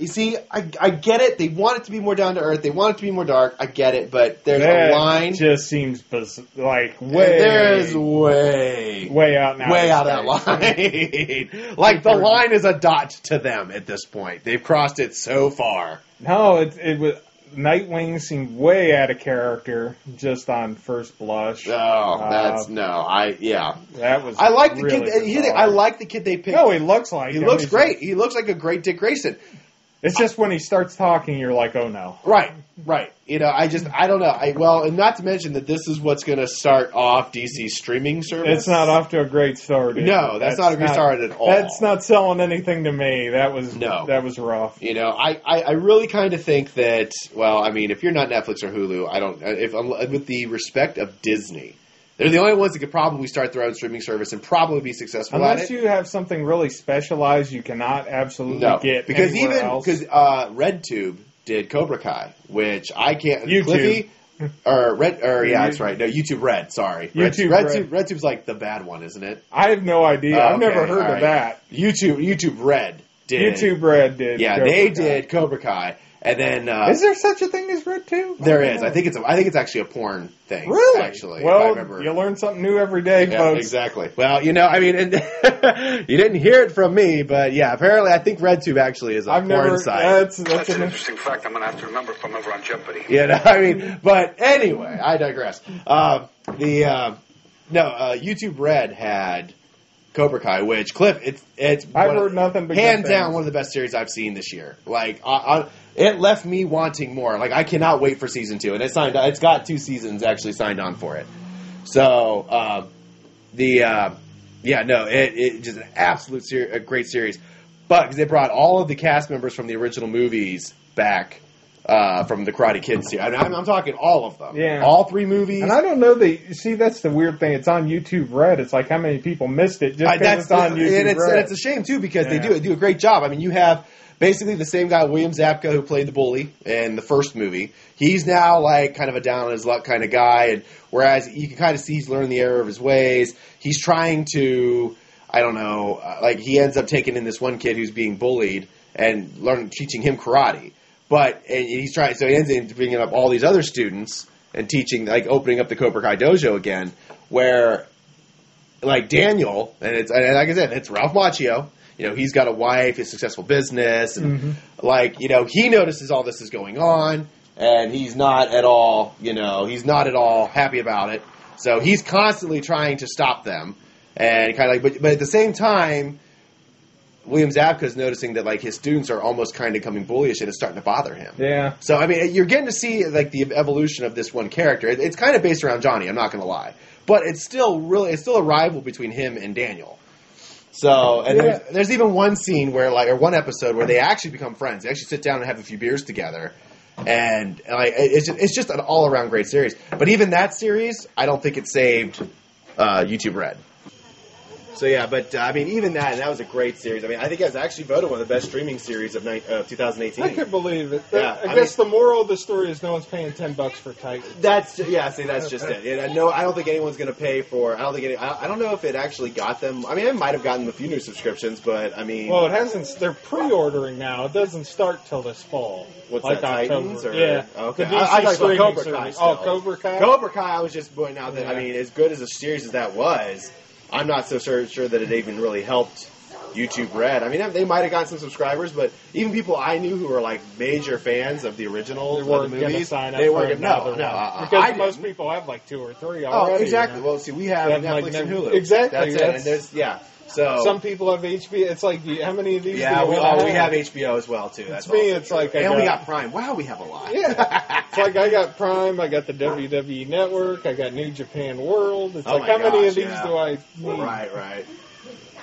[SPEAKER 2] You see, I, I get it. They want it to be more down to earth. They want it to be more dark. I get it, but
[SPEAKER 1] *laughs*
[SPEAKER 2] there's
[SPEAKER 1] That
[SPEAKER 2] a line.
[SPEAKER 1] just seems biz- like way
[SPEAKER 2] There's way, way,
[SPEAKER 1] way out now.
[SPEAKER 2] out of that line. *laughs* like the line is a dot to them at this point. They've crossed it so far.
[SPEAKER 1] *laughs* No, it it was Nightwing seemed way out of character just on first blush.
[SPEAKER 2] Oh, that's no. I yeah.
[SPEAKER 1] That was.
[SPEAKER 2] I like the
[SPEAKER 1] uh, really
[SPEAKER 2] kid. Here's the thing, I
[SPEAKER 1] bizarre.
[SPEAKER 2] like the kid they picked.
[SPEAKER 1] No, he looks like.
[SPEAKER 2] he
[SPEAKER 1] him.
[SPEAKER 2] looks
[SPEAKER 1] He's-
[SPEAKER 2] great. He looks like a great Dick Grayson.
[SPEAKER 1] It's just when he starts talking, you're like, oh no.
[SPEAKER 2] Right, right. You know, I just I don't know. I well, and not to mention that this is what's going to start off DC's streaming service.
[SPEAKER 1] It's not off to a great start. is
[SPEAKER 2] No,
[SPEAKER 1] it?
[SPEAKER 2] that's not a great start at all.
[SPEAKER 1] That's not selling anything to me. That was
[SPEAKER 2] No.
[SPEAKER 1] That was rough.
[SPEAKER 2] You know, I, I, I really kind of think that. Well, I mean, if you're not Netflix or Hulu, I don't. If um, with the respect of Disney, they're the only ones that could probably start their own streaming service and probably be successful. at
[SPEAKER 1] Unless
[SPEAKER 2] it.
[SPEAKER 1] you have something really specialized, you cannot absolutely
[SPEAKER 2] no,
[SPEAKER 1] get
[SPEAKER 2] because
[SPEAKER 1] anywhere
[SPEAKER 2] even
[SPEAKER 1] else.
[SPEAKER 2] because uh, RedTube did Cobra Kai, which I can't.
[SPEAKER 1] YouTube. *laughs*
[SPEAKER 2] Cliffy, or Red, or yeah, that's right. No, YouTube Red. Sorry,
[SPEAKER 1] YouTube
[SPEAKER 2] Red,
[SPEAKER 1] Red.
[SPEAKER 2] RedTube, RedTube's like the bad one, isn't it?
[SPEAKER 1] I have no idea.
[SPEAKER 2] Oh,
[SPEAKER 1] I've never
[SPEAKER 2] okay,
[SPEAKER 1] heard
[SPEAKER 2] all
[SPEAKER 1] of
[SPEAKER 2] right.
[SPEAKER 1] that.
[SPEAKER 2] YouTube YouTube Red did
[SPEAKER 1] YouTube Red did.
[SPEAKER 2] Yeah,
[SPEAKER 1] Cobra
[SPEAKER 2] they
[SPEAKER 1] Kai.
[SPEAKER 2] did Cobra Kai, And then uh,
[SPEAKER 1] Is there such a thing as Red Two?
[SPEAKER 2] there is. I think it's. A, I think it's actually a porn thing.
[SPEAKER 1] Really?
[SPEAKER 2] Actually, if I
[SPEAKER 1] well,
[SPEAKER 2] remember.
[SPEAKER 1] you learn something new every day,
[SPEAKER 2] Yeah,
[SPEAKER 1] folks.
[SPEAKER 2] exactly. Well, you know, I mean, and *laughs* you didn't hear it from me, but yeah, apparently, I think RedTube actually is a
[SPEAKER 1] I've
[SPEAKER 2] porn
[SPEAKER 1] never.
[SPEAKER 2] site.
[SPEAKER 1] That's that's
[SPEAKER 3] That's an
[SPEAKER 2] *laughs*
[SPEAKER 1] an.
[SPEAKER 3] interesting fact I'm going to have to remember if I'm ever on Jeopardy.
[SPEAKER 2] You know, I mean, but anyway, I digress. Uh, the uh, no, uh, YouTube Red had Cobra Kai, which Cliff, it's it's
[SPEAKER 1] I've
[SPEAKER 2] one of-
[SPEAKER 1] heard nothing but
[SPEAKER 2] hands
[SPEAKER 1] good things.
[SPEAKER 2] down one of the best series I've seen this year. Like, I, I, it left me wanting more. Like, I cannot wait for season two, and it signed. It's got two seasons actually signed on for it. So uh, the uh, yeah, no, it, it just an absolute ser- a great series. But 'cause they brought all of the cast members from the original movies back uh, from the Karate Kid series. I mean, I'm, I'm talking all of them.
[SPEAKER 1] Yeah.
[SPEAKER 2] all three movies.
[SPEAKER 1] And I don't know that. you See, that's the weird thing. It's on YouTube Red. It's like how many people missed it just
[SPEAKER 2] I-
[SPEAKER 1] because it's on YouTube
[SPEAKER 2] and it's,
[SPEAKER 1] Red.
[SPEAKER 2] and it's a shame too because they
[SPEAKER 1] Yeah.
[SPEAKER 2] do do a great job. I mean, you have basically the same guy, William Zabka, who played the bully in the first movie. He's now like kind of a down on his luck kind of guy, and whereas you can kind of see he's learned the error of his ways. He's trying to, I don't know, uh, like he ends up taking in this one kid who's being bullied and learning teaching him karate. But and he's trying, so he ends up bringing up all these other students and teaching, like opening up the Cobra Kai dojo again, where like Daniel, and it's and like I said, it's Ralph Macchio. You know, he's got a wife, a successful business, and like you know, he notices all this is going on, and he's not at all, you know, he's not at all happy about it. So he's constantly trying to stop them, and kind of like, but but at the same time, William Zabka is noticing that like his students are almost kind of coming bullyish, and it's starting to bother him.
[SPEAKER 1] yeah.
[SPEAKER 2] So I mean, you're getting to see like the evolution of this one character. It, it's kind of based around Johnny. I'm not going to lie, but it's still really it's still a rival between him and Daniel. So and
[SPEAKER 1] Yeah.
[SPEAKER 2] there's, there's even one scene where like or one episode where they actually become friends. They actually sit down and have a few beers together, and like it- it's just, it's just an all around great series. But even that series, I don't think it saved uh, YouTube Red. So yeah, but uh, I mean, even that and that was a great series. I mean, I think it was actually voted one of the best streaming series of, ni- of 2018.
[SPEAKER 1] I could believe it.
[SPEAKER 2] Yeah,
[SPEAKER 1] I
[SPEAKER 2] I
[SPEAKER 1] guess the moral of the story is no one's paying ten bucks for Titan.
[SPEAKER 2] That's yeah. See, that's just it. Yeah, no, I don't think anyone's going to pay for. I don't think any. I, I don't know if it actually got them. I mean, it might have gotten them a few new subscriptions, but I mean,
[SPEAKER 1] Well, it hasn't. They're pre-ordering now. It doesn't start till this fall.
[SPEAKER 2] What's
[SPEAKER 1] like
[SPEAKER 2] that,
[SPEAKER 1] October.
[SPEAKER 2] Titans or-
[SPEAKER 1] yeah.
[SPEAKER 2] okay.
[SPEAKER 1] The
[SPEAKER 2] I- I
[SPEAKER 1] DC
[SPEAKER 2] thought you
[SPEAKER 1] streaming
[SPEAKER 2] were talking about Cobra Kai
[SPEAKER 1] service. Oh,
[SPEAKER 2] still.
[SPEAKER 1] Cobra Kai.
[SPEAKER 2] Cobra Kai. I was just pointing out that I
[SPEAKER 1] Yeah.
[SPEAKER 2] mean, as good as a series as that was, I'm not so sure, sure that it even really helped YouTube Red. I mean, they might have gotten some subscribers, but even people I knew who were like major fans of the original
[SPEAKER 1] They
[SPEAKER 2] of
[SPEAKER 1] weren't
[SPEAKER 2] the
[SPEAKER 1] going to
[SPEAKER 2] movies,
[SPEAKER 1] sign up
[SPEAKER 2] they
[SPEAKER 1] for
[SPEAKER 2] weren't gonna-
[SPEAKER 1] another
[SPEAKER 2] no,
[SPEAKER 1] one.
[SPEAKER 2] no, I- I-
[SPEAKER 1] because
[SPEAKER 2] I
[SPEAKER 1] most
[SPEAKER 2] didn't.
[SPEAKER 1] people have like two or three
[SPEAKER 2] Oh,
[SPEAKER 1] already.
[SPEAKER 2] exactly.
[SPEAKER 1] you know?
[SPEAKER 2] Well, see, we have
[SPEAKER 1] They have,
[SPEAKER 2] Netflix
[SPEAKER 1] like,
[SPEAKER 2] and
[SPEAKER 1] Net-
[SPEAKER 2] Hulu.
[SPEAKER 1] Exactly,
[SPEAKER 2] That's, it.
[SPEAKER 1] that's-
[SPEAKER 2] And there's yeah. So
[SPEAKER 1] Some people have HBO. It's like you- how many of these?
[SPEAKER 2] Yeah,
[SPEAKER 1] do
[SPEAKER 2] we,
[SPEAKER 1] you
[SPEAKER 2] oh, we
[SPEAKER 1] have
[SPEAKER 2] have HBO as well too. That's
[SPEAKER 1] It's me.
[SPEAKER 2] also
[SPEAKER 1] It's like
[SPEAKER 2] true.
[SPEAKER 1] I
[SPEAKER 2] and we
[SPEAKER 1] got-
[SPEAKER 2] got Prime. Wow, we have a lot.
[SPEAKER 1] Yeah, it's like I got Prime, I got the WWE Network, I got New Japan World. It's
[SPEAKER 2] Oh
[SPEAKER 1] like
[SPEAKER 2] my
[SPEAKER 1] how many
[SPEAKER 2] gosh,
[SPEAKER 1] of these
[SPEAKER 2] yeah.
[SPEAKER 1] do I need?
[SPEAKER 2] *laughs* right, right.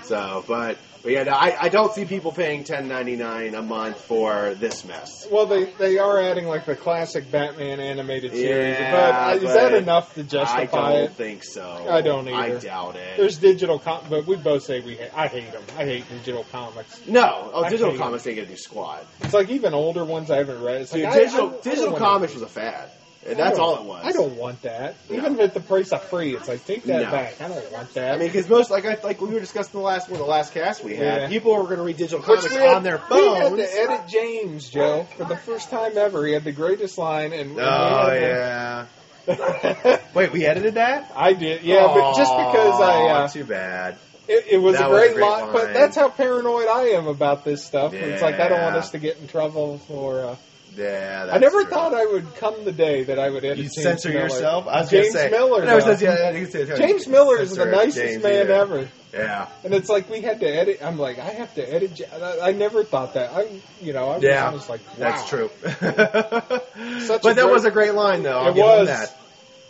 [SPEAKER 2] So, but but yeah, no, I, I don't see people paying ten ninety nine a month for this mess.
[SPEAKER 1] Well, they they are adding like the classic Batman animated series,
[SPEAKER 2] Yeah,
[SPEAKER 1] but, uh, is
[SPEAKER 2] but
[SPEAKER 1] that enough to
[SPEAKER 2] I
[SPEAKER 1] justify
[SPEAKER 2] don't
[SPEAKER 1] it?
[SPEAKER 2] think so.
[SPEAKER 1] I don't
[SPEAKER 2] I
[SPEAKER 1] either.
[SPEAKER 2] doubt it.
[SPEAKER 1] There's digital com, but we both say we ha- I hate them. I hate digital comics.
[SPEAKER 2] no, oh,
[SPEAKER 1] I
[SPEAKER 2] digital
[SPEAKER 1] hate
[SPEAKER 2] comics ain't gonna do squat.
[SPEAKER 1] It's like even older ones I haven't read. It's like
[SPEAKER 2] Dude,
[SPEAKER 1] I-
[SPEAKER 2] digital
[SPEAKER 1] I- I don't
[SPEAKER 2] digital
[SPEAKER 1] wanna-
[SPEAKER 2] comics was a fad.
[SPEAKER 1] I
[SPEAKER 2] And that's
[SPEAKER 1] don't-
[SPEAKER 2] all it was.
[SPEAKER 1] I don't want that. Even
[SPEAKER 2] No.
[SPEAKER 1] at the price of free, it's like take that
[SPEAKER 2] No.
[SPEAKER 1] back. I don't want that.
[SPEAKER 2] I mean, because most like I, like we were discussing the last one, the last cast we had,
[SPEAKER 1] Yeah.
[SPEAKER 2] people were going to read digital
[SPEAKER 1] Which
[SPEAKER 2] comics
[SPEAKER 1] we had-
[SPEAKER 2] on their
[SPEAKER 1] We
[SPEAKER 2] phones.
[SPEAKER 1] had to edit James, Joe, for the first time ever. He had the greatest line, and we
[SPEAKER 2] Oh
[SPEAKER 1] had-
[SPEAKER 2] yeah. Wait, we edited that?
[SPEAKER 1] *laughs* I did, yeah. but just because I,
[SPEAKER 2] Aw,
[SPEAKER 1] uh,
[SPEAKER 2] too bad.
[SPEAKER 1] it, it was, a
[SPEAKER 2] That was
[SPEAKER 1] great
[SPEAKER 2] a great
[SPEAKER 1] line, but
[SPEAKER 2] line.
[SPEAKER 1] that's how paranoid I am about this stuff. It's like I don't want
[SPEAKER 2] Yeah.
[SPEAKER 1] us to get in trouble for. Uh,
[SPEAKER 2] Yeah. That's
[SPEAKER 1] I never
[SPEAKER 2] true.
[SPEAKER 1] thought I would come the day that I would edit.
[SPEAKER 2] you
[SPEAKER 1] James
[SPEAKER 2] censor
[SPEAKER 1] Miller.
[SPEAKER 2] yourself. I was
[SPEAKER 1] James
[SPEAKER 2] gonna say,
[SPEAKER 1] Miller.
[SPEAKER 2] No, it
[SPEAKER 1] though.
[SPEAKER 2] says, yeah, you said-
[SPEAKER 1] James Miller is the
[SPEAKER 2] censor
[SPEAKER 1] nicest
[SPEAKER 2] James
[SPEAKER 1] man
[SPEAKER 2] either.
[SPEAKER 1] ever.
[SPEAKER 2] Yeah.
[SPEAKER 1] And it's like we had to edit. I'm like, I have to edit. Ja- I, I never thought that. I, you know, I was
[SPEAKER 2] Yeah.
[SPEAKER 1] just like, wow.
[SPEAKER 2] That's true. *laughs*
[SPEAKER 1] Such a
[SPEAKER 2] but that
[SPEAKER 1] great-
[SPEAKER 2] was a great line, though. I'll
[SPEAKER 1] It
[SPEAKER 2] give him
[SPEAKER 1] was.
[SPEAKER 2] that.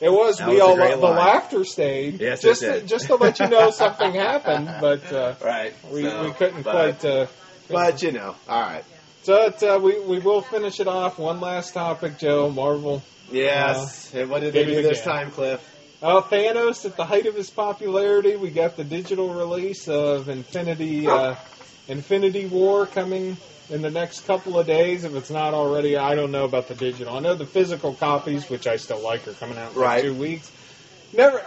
[SPEAKER 1] It was.
[SPEAKER 2] That
[SPEAKER 1] we
[SPEAKER 2] was a
[SPEAKER 1] all
[SPEAKER 2] great
[SPEAKER 1] the
[SPEAKER 2] line.
[SPEAKER 1] laughter stayed.
[SPEAKER 2] Yes, it
[SPEAKER 1] just to,
[SPEAKER 2] did.
[SPEAKER 1] just to let you
[SPEAKER 2] *laughs*
[SPEAKER 1] know something happened, but uh,
[SPEAKER 2] Right.
[SPEAKER 1] we,
[SPEAKER 2] so,
[SPEAKER 1] we couldn't
[SPEAKER 2] but,
[SPEAKER 1] quite. Uh,
[SPEAKER 2] But you know, all right.
[SPEAKER 1] so it, uh, we we will finish it off. One last topic, Joe Marvel.
[SPEAKER 2] Yes. and what did they
[SPEAKER 1] did it
[SPEAKER 2] do this
[SPEAKER 1] again.
[SPEAKER 2] time, Cliff?
[SPEAKER 1] Uh, Thanos at the height of his popularity. We got the digital release of Infinity uh, Infinity War coming in the next couple of days. If it's not already, I don't know about the digital. I know the physical copies, which I still like, are coming out in like
[SPEAKER 2] Right.
[SPEAKER 1] two weeks. Never.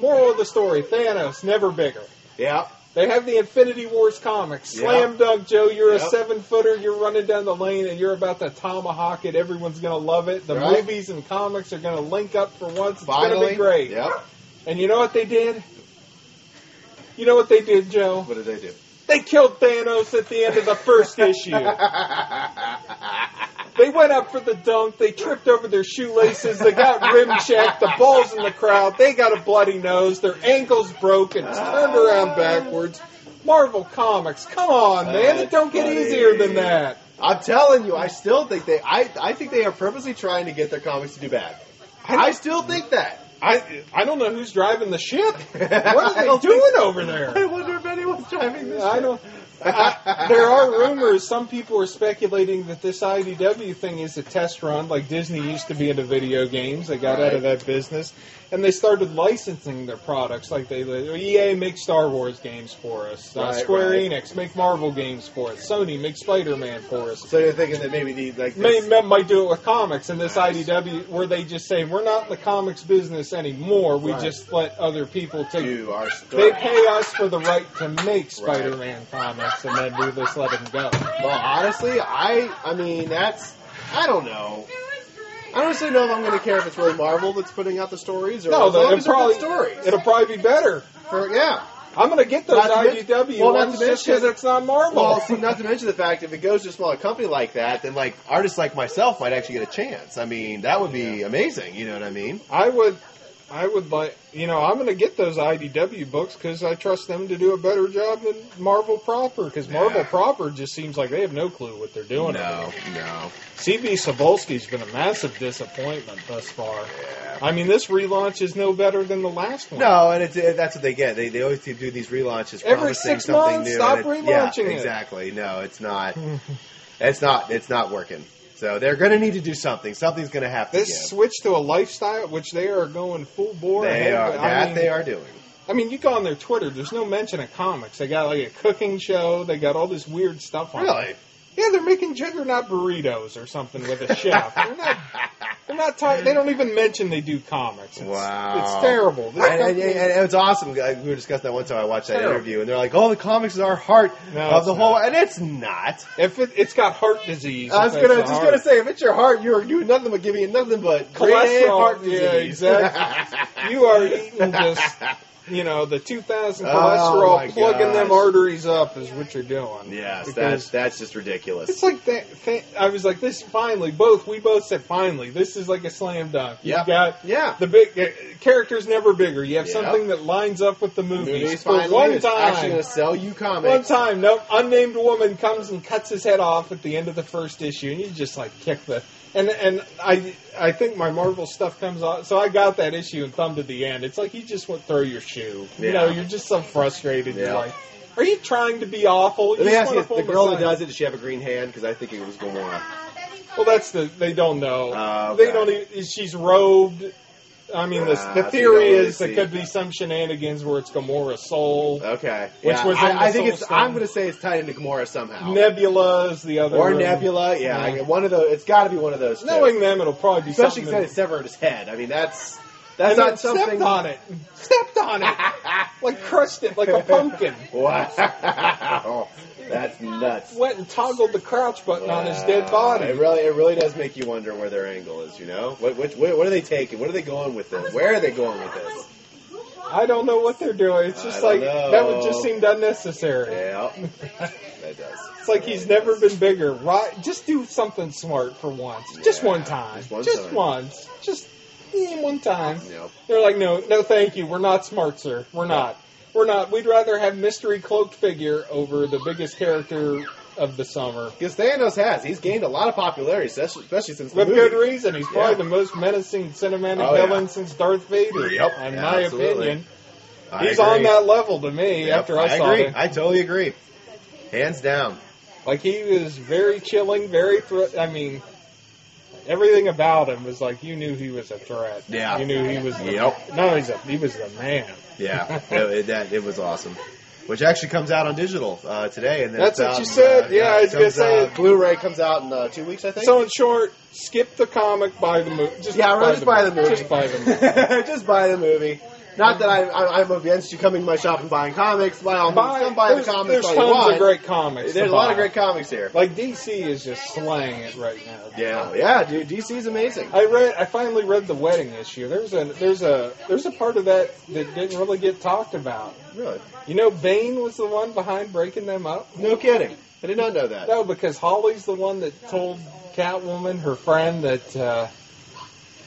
[SPEAKER 1] Moral of the story: Thanos never bigger.
[SPEAKER 2] Yeah.
[SPEAKER 1] They have the Infinity Wars comics. Slam dunk, Joe. You're a
[SPEAKER 2] Yep.
[SPEAKER 1] seven footer. You're running down the lane and you're about to tomahawk it. Everyone's going to love it. The
[SPEAKER 2] Right.
[SPEAKER 1] movies and comics are going to link up for once. It's going to
[SPEAKER 2] Finally,
[SPEAKER 1] be great.
[SPEAKER 2] Yep.
[SPEAKER 1] And you know what they did? You know what they did, Joe?
[SPEAKER 2] What did they do?
[SPEAKER 1] *laughs* They killed Thanos at the end of the first issue. They went up for the dunk. They tripped over their shoelaces. They got rim checked. The ball's in the crowd. They got a bloody nose. Their ankles broke and turned around backwards. Marvel Comics. Come on, man. It don't get easier than that.
[SPEAKER 2] *laughs* I'm telling you, I still think they. I I think they are purposely trying to get their comics to do bad. I, still think that.
[SPEAKER 1] I I don't know who's driving the ship. What
[SPEAKER 2] I
[SPEAKER 1] are
[SPEAKER 2] don't
[SPEAKER 1] they doing
[SPEAKER 2] think-
[SPEAKER 1] over there? *laughs*
[SPEAKER 2] I wonder if anyone's driving this.
[SPEAKER 1] I
[SPEAKER 2] ship.
[SPEAKER 1] don't. I, *laughs* there are rumors. Some people are speculating that this IDW thing is a test run, like Disney used to be into video games. They got out of that business, and they started licensing their products. Like they, EA make Star Wars games for us. Uh,
[SPEAKER 2] Right,
[SPEAKER 1] Square
[SPEAKER 2] right.
[SPEAKER 1] Enix make Marvel games for us. Sony make Spider Man for us.
[SPEAKER 2] So you're thinking that maybe the like
[SPEAKER 1] May,
[SPEAKER 2] this,
[SPEAKER 1] may- might do it with comics, and this IDW where they just say we're not in the comics business anymore. We
[SPEAKER 2] Right.
[SPEAKER 1] just let other people take
[SPEAKER 2] you are
[SPEAKER 1] they
[SPEAKER 2] story.
[SPEAKER 1] pay us for the right to make Spider-Man comics, and then we just let them go.
[SPEAKER 2] Well, honestly, I I mean that's I don't know. I don't necessarily know if I'm going to care if it's really Marvel that's putting out the stories or
[SPEAKER 1] No,
[SPEAKER 2] as long
[SPEAKER 1] it'll
[SPEAKER 2] as they're
[SPEAKER 1] probably
[SPEAKER 2] good stories.
[SPEAKER 1] it'll probably be better.
[SPEAKER 2] For- yeah.
[SPEAKER 1] I'm gonna get those
[SPEAKER 2] Not to men-
[SPEAKER 1] IDW
[SPEAKER 2] well, not
[SPEAKER 1] ones
[SPEAKER 2] to
[SPEAKER 1] just
[SPEAKER 2] mention-
[SPEAKER 1] because it's not Marvel.
[SPEAKER 2] Well, see, not to mention the fact if it goes to a smaller company like that, then like artists like myself might actually get a chance. I mean, that would be amazing. You know what I mean?
[SPEAKER 1] I would, I would like, you know, I'm gonna get those IDW books because I trust them to do a better job than Marvel proper. Because Marvel
[SPEAKER 2] Yeah.
[SPEAKER 1] proper just seems like they have no clue what they're doing.
[SPEAKER 2] No, no.
[SPEAKER 1] CB Sobolski's been a massive disappointment thus far.
[SPEAKER 2] Yeah.
[SPEAKER 1] I mean, this relaunch is no better than the last one.
[SPEAKER 2] No, and it's, it, that's what they get. They, they always do these relaunches,
[SPEAKER 1] Every
[SPEAKER 2] promising
[SPEAKER 1] six
[SPEAKER 2] something
[SPEAKER 1] months,
[SPEAKER 2] new.
[SPEAKER 1] stop
[SPEAKER 2] and it- yeah,
[SPEAKER 1] relaunching it.
[SPEAKER 2] Exactly. No, it's not. it's not. It's not working. So they're going to need to do something. Something's going to have to
[SPEAKER 1] This
[SPEAKER 2] give.
[SPEAKER 1] switch to a lifestyle, which they are going full bore.
[SPEAKER 2] They
[SPEAKER 1] ahead,
[SPEAKER 2] are
[SPEAKER 1] but
[SPEAKER 2] that
[SPEAKER 1] I mean,
[SPEAKER 2] they are doing.
[SPEAKER 1] I mean, you go on their Twitter. There's no mention of comics. They got like a cooking show. They got all this weird stuff on. it.
[SPEAKER 2] Really?
[SPEAKER 1] Yeah, they're making juggernaut burritos or something with a chef. They're not. They're not talking. They don't even mention they do comics. It's,
[SPEAKER 2] Wow.
[SPEAKER 1] it's terrible. This
[SPEAKER 2] And, and,
[SPEAKER 1] company-
[SPEAKER 2] and it was awesome. Like, We were discussing that one time. I watched that interview, and they're like, "Oh, the comics is our heart
[SPEAKER 1] No,
[SPEAKER 2] of the
[SPEAKER 1] it's
[SPEAKER 2] whole,"
[SPEAKER 1] not.
[SPEAKER 2] and it's not.
[SPEAKER 1] if it, it's got heart disease,
[SPEAKER 2] I was
[SPEAKER 1] if that's
[SPEAKER 2] gonna
[SPEAKER 1] the
[SPEAKER 2] just
[SPEAKER 1] heart.
[SPEAKER 2] gonna say, if it's your heart, you're doing nothing but giving it nothing but great
[SPEAKER 1] Cholesterol.
[SPEAKER 2] heart
[SPEAKER 1] Yeah,
[SPEAKER 2] disease. *laughs*
[SPEAKER 1] exactly. you are eating just you know the 2,000
[SPEAKER 2] Oh,
[SPEAKER 1] cholesterol
[SPEAKER 2] my
[SPEAKER 1] plugging them
[SPEAKER 2] gosh.
[SPEAKER 1] arteries up is what you're doing.
[SPEAKER 2] yes,
[SPEAKER 1] Because-
[SPEAKER 2] that's that's just ridiculous.
[SPEAKER 1] It's like that. Th- I was like, this finally. Both we both said finally. This is like a slam dunk.
[SPEAKER 2] Yep.
[SPEAKER 1] You got
[SPEAKER 2] *laughs* Yeah.
[SPEAKER 1] the big uh, character's never bigger. You have
[SPEAKER 2] Yep.
[SPEAKER 1] something that lines up with the movies,
[SPEAKER 2] Movies
[SPEAKER 1] for
[SPEAKER 2] finally
[SPEAKER 1] one
[SPEAKER 2] is actually
[SPEAKER 1] time.
[SPEAKER 2] going to sell you comics.
[SPEAKER 1] One time, no unnamed woman comes and cuts his head off at the end of the first issue, and you just like kick the and and I I think my Marvel stuff comes on, so I got that issue and thumbed to the end. It's like you just want to throw your shoe. You
[SPEAKER 2] Yeah.
[SPEAKER 1] know, you're just so frustrated. You're
[SPEAKER 2] Yeah.
[SPEAKER 1] like, are you trying to be awful? You
[SPEAKER 2] Let me
[SPEAKER 1] just
[SPEAKER 2] ask you:
[SPEAKER 1] wanna
[SPEAKER 2] this.
[SPEAKER 1] pull
[SPEAKER 2] the girl that
[SPEAKER 1] aside.
[SPEAKER 2] does it, does she have a green hand? Because I think it was Gamora.
[SPEAKER 1] Well, that's the they don't know.
[SPEAKER 2] Oh, okay.
[SPEAKER 1] They don't. Even, she's robed. I mean,
[SPEAKER 2] Ah,
[SPEAKER 1] the, the
[SPEAKER 2] so you don't
[SPEAKER 1] theory
[SPEAKER 2] really
[SPEAKER 1] is there
[SPEAKER 2] see.
[SPEAKER 1] could be some shenanigans where it's Gamora's soul.
[SPEAKER 2] Okay,
[SPEAKER 1] Which
[SPEAKER 2] yeah,
[SPEAKER 1] was in the
[SPEAKER 2] I, I think
[SPEAKER 1] Soul
[SPEAKER 2] it's.
[SPEAKER 1] Stone.
[SPEAKER 2] I'm going to say it's tied into Gamora somehow,
[SPEAKER 1] Nebula's the other
[SPEAKER 2] Oh. or
[SPEAKER 1] one.
[SPEAKER 2] Nebula. Yeah,
[SPEAKER 1] Yeah.
[SPEAKER 2] I- one of those. It's got to be one of those. two.
[SPEAKER 1] Knowing them, it'll probably be
[SPEAKER 2] especially
[SPEAKER 1] something.
[SPEAKER 2] since it
[SPEAKER 1] that-
[SPEAKER 2] severed his head. I mean, that's
[SPEAKER 1] and
[SPEAKER 2] that's
[SPEAKER 1] then
[SPEAKER 2] not something.
[SPEAKER 1] stepped on it, stepped on
[SPEAKER 2] *laughs*
[SPEAKER 1] it, like crushed it like a pumpkin.
[SPEAKER 2] Wow, *laughs* that's nuts.
[SPEAKER 1] Went and toggled the crouch button on his dead
[SPEAKER 2] Wow.
[SPEAKER 1] body.
[SPEAKER 2] It really, it really does make you wonder where their angle is. You know, what, what, what what are they taking? What are they going with this? Where are they going with this?
[SPEAKER 1] I don't know what they're doing. It's
[SPEAKER 2] I
[SPEAKER 1] just
[SPEAKER 2] don't
[SPEAKER 1] like
[SPEAKER 2] know.
[SPEAKER 1] that would just seemed unnecessary.
[SPEAKER 2] Yeah, that does.
[SPEAKER 1] It's like he's never been bigger. Right? Just do something smart for once. Just
[SPEAKER 2] Yeah,
[SPEAKER 1] one time. Just,
[SPEAKER 2] just one time.
[SPEAKER 1] once. Just eh, one time.
[SPEAKER 2] Yep.
[SPEAKER 1] They're like, no, no, thank you. We're not smart, sir. We're not. We're not. We'd rather have mystery cloaked figure over the biggest character of the summer.
[SPEAKER 2] Because Thanos has. He's gained a lot of popularity, especially especially since the
[SPEAKER 1] With
[SPEAKER 2] movie.
[SPEAKER 1] good reason. He's probably
[SPEAKER 2] Yeah.
[SPEAKER 1] the most menacing cinematic
[SPEAKER 2] Oh, yeah.
[SPEAKER 1] villain since Darth Vader.
[SPEAKER 2] Yep.
[SPEAKER 1] In
[SPEAKER 2] Yeah,
[SPEAKER 1] my
[SPEAKER 2] absolutely.
[SPEAKER 1] opinion,
[SPEAKER 2] I
[SPEAKER 1] he's
[SPEAKER 2] agree.
[SPEAKER 1] on that level to me.
[SPEAKER 2] Yep,
[SPEAKER 1] after I, saw
[SPEAKER 2] agree.
[SPEAKER 1] it,
[SPEAKER 2] I totally agree. Hands down.
[SPEAKER 1] Like he was very chilling, very threat. I mean, everything about him was like you knew he was a threat.
[SPEAKER 2] Yeah.
[SPEAKER 1] you knew he was. The,
[SPEAKER 2] Yep.
[SPEAKER 1] No, he's a, he was the man. *laughs*
[SPEAKER 2] Yeah, it, it- that it was awesome. Which actually comes out on digital uh, today, and then
[SPEAKER 1] That's
[SPEAKER 2] it's
[SPEAKER 1] what
[SPEAKER 2] out
[SPEAKER 1] you
[SPEAKER 2] in, uh,
[SPEAKER 1] said. Yeah, I was
[SPEAKER 2] comes,
[SPEAKER 1] gonna say-
[SPEAKER 2] uh, Blu-ray comes out in uh, two weeks, I think.
[SPEAKER 1] So in short, skip the comic, buy the movie. Just
[SPEAKER 2] yeah, right, *laughs* just buy the movie.
[SPEAKER 1] Just buy the movie.
[SPEAKER 2] just buy the movie. Not that I'm, I'm I'm against you coming to my shop and buying comics. By all means, come buy the
[SPEAKER 1] there's
[SPEAKER 2] comics
[SPEAKER 1] there's
[SPEAKER 2] all
[SPEAKER 1] tons
[SPEAKER 2] you want.
[SPEAKER 1] of great comics.
[SPEAKER 2] There's
[SPEAKER 1] to
[SPEAKER 2] a lot of
[SPEAKER 1] buy.
[SPEAKER 2] great comics here.
[SPEAKER 1] Like DC is just slaying it right now.
[SPEAKER 2] Yeah, yeah, dude. DC's amazing.
[SPEAKER 1] I read. I finally read the wedding issue. There's a there's a there's a part of that that didn't really get talked about.
[SPEAKER 2] Really?
[SPEAKER 1] You know, Bane was the one behind breaking them up.
[SPEAKER 2] No kidding. I did not know that.
[SPEAKER 1] No, because Holly's the one that told Catwoman, her friend, that uh,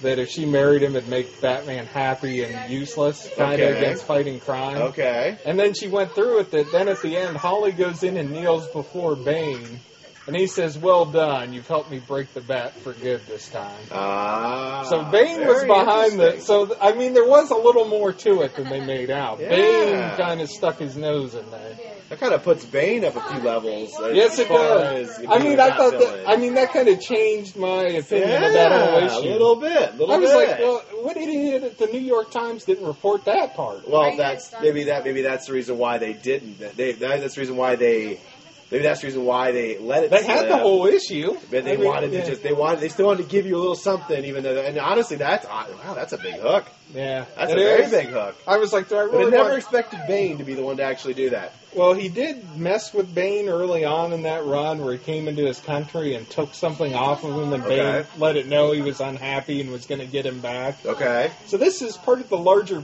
[SPEAKER 1] that if she married him, it'd make Batman happy and useless, kind of
[SPEAKER 2] Okay.
[SPEAKER 1] against fighting crime.
[SPEAKER 2] Okay.
[SPEAKER 1] And then she went through with it. Then at the end, Holly goes in and kneels before Bane, and he says, "Well done, you've helped me break the bat for good this time."
[SPEAKER 2] Ah.
[SPEAKER 1] So Bane was
[SPEAKER 2] very
[SPEAKER 1] behind the.
[SPEAKER 2] interesting.
[SPEAKER 1] So th- I mean, there was a little more to it than they made out.
[SPEAKER 2] Yeah.
[SPEAKER 1] Bane kind of stuck his nose in there.
[SPEAKER 2] That kind of puts Bane up a few levels. as
[SPEAKER 1] Yes, it
[SPEAKER 2] far
[SPEAKER 1] does.
[SPEAKER 2] as
[SPEAKER 1] I
[SPEAKER 2] being
[SPEAKER 1] mean,
[SPEAKER 2] a
[SPEAKER 1] I
[SPEAKER 2] top
[SPEAKER 1] thought that.
[SPEAKER 2] villain.
[SPEAKER 1] I mean, that kind of changed my opinion
[SPEAKER 2] yeah,
[SPEAKER 1] of that whole
[SPEAKER 2] a
[SPEAKER 1] issue.
[SPEAKER 2] little bit, little
[SPEAKER 1] I was
[SPEAKER 2] bit.
[SPEAKER 1] like, well, what idiot at the New York Times didn't report that part?
[SPEAKER 2] Well, that's maybe that maybe that's the reason why they didn't. They that- that's the reason why they maybe that's the reason why they let it.
[SPEAKER 1] They had the
[SPEAKER 2] slip.
[SPEAKER 1] whole issue.
[SPEAKER 2] But they
[SPEAKER 1] I mean,
[SPEAKER 2] wanted
[SPEAKER 1] yeah.
[SPEAKER 2] to just they wanted they still wanted to give you a little something, even though. And honestly, that's wow, that's a big hook.
[SPEAKER 1] Yeah,
[SPEAKER 2] That's
[SPEAKER 1] It
[SPEAKER 2] a very
[SPEAKER 1] is.
[SPEAKER 2] big hook.
[SPEAKER 1] I was like, do I
[SPEAKER 2] But I
[SPEAKER 1] really?
[SPEAKER 2] never
[SPEAKER 1] want-
[SPEAKER 2] expected Bane to be the one to actually do that.
[SPEAKER 1] Well, he did mess with Bane early on in that run where he came into his country and took something off of him, and
[SPEAKER 2] Okay.
[SPEAKER 1] Bane let it know he was unhappy and was going to get him back.
[SPEAKER 2] Okay,
[SPEAKER 1] So this is part of the larger.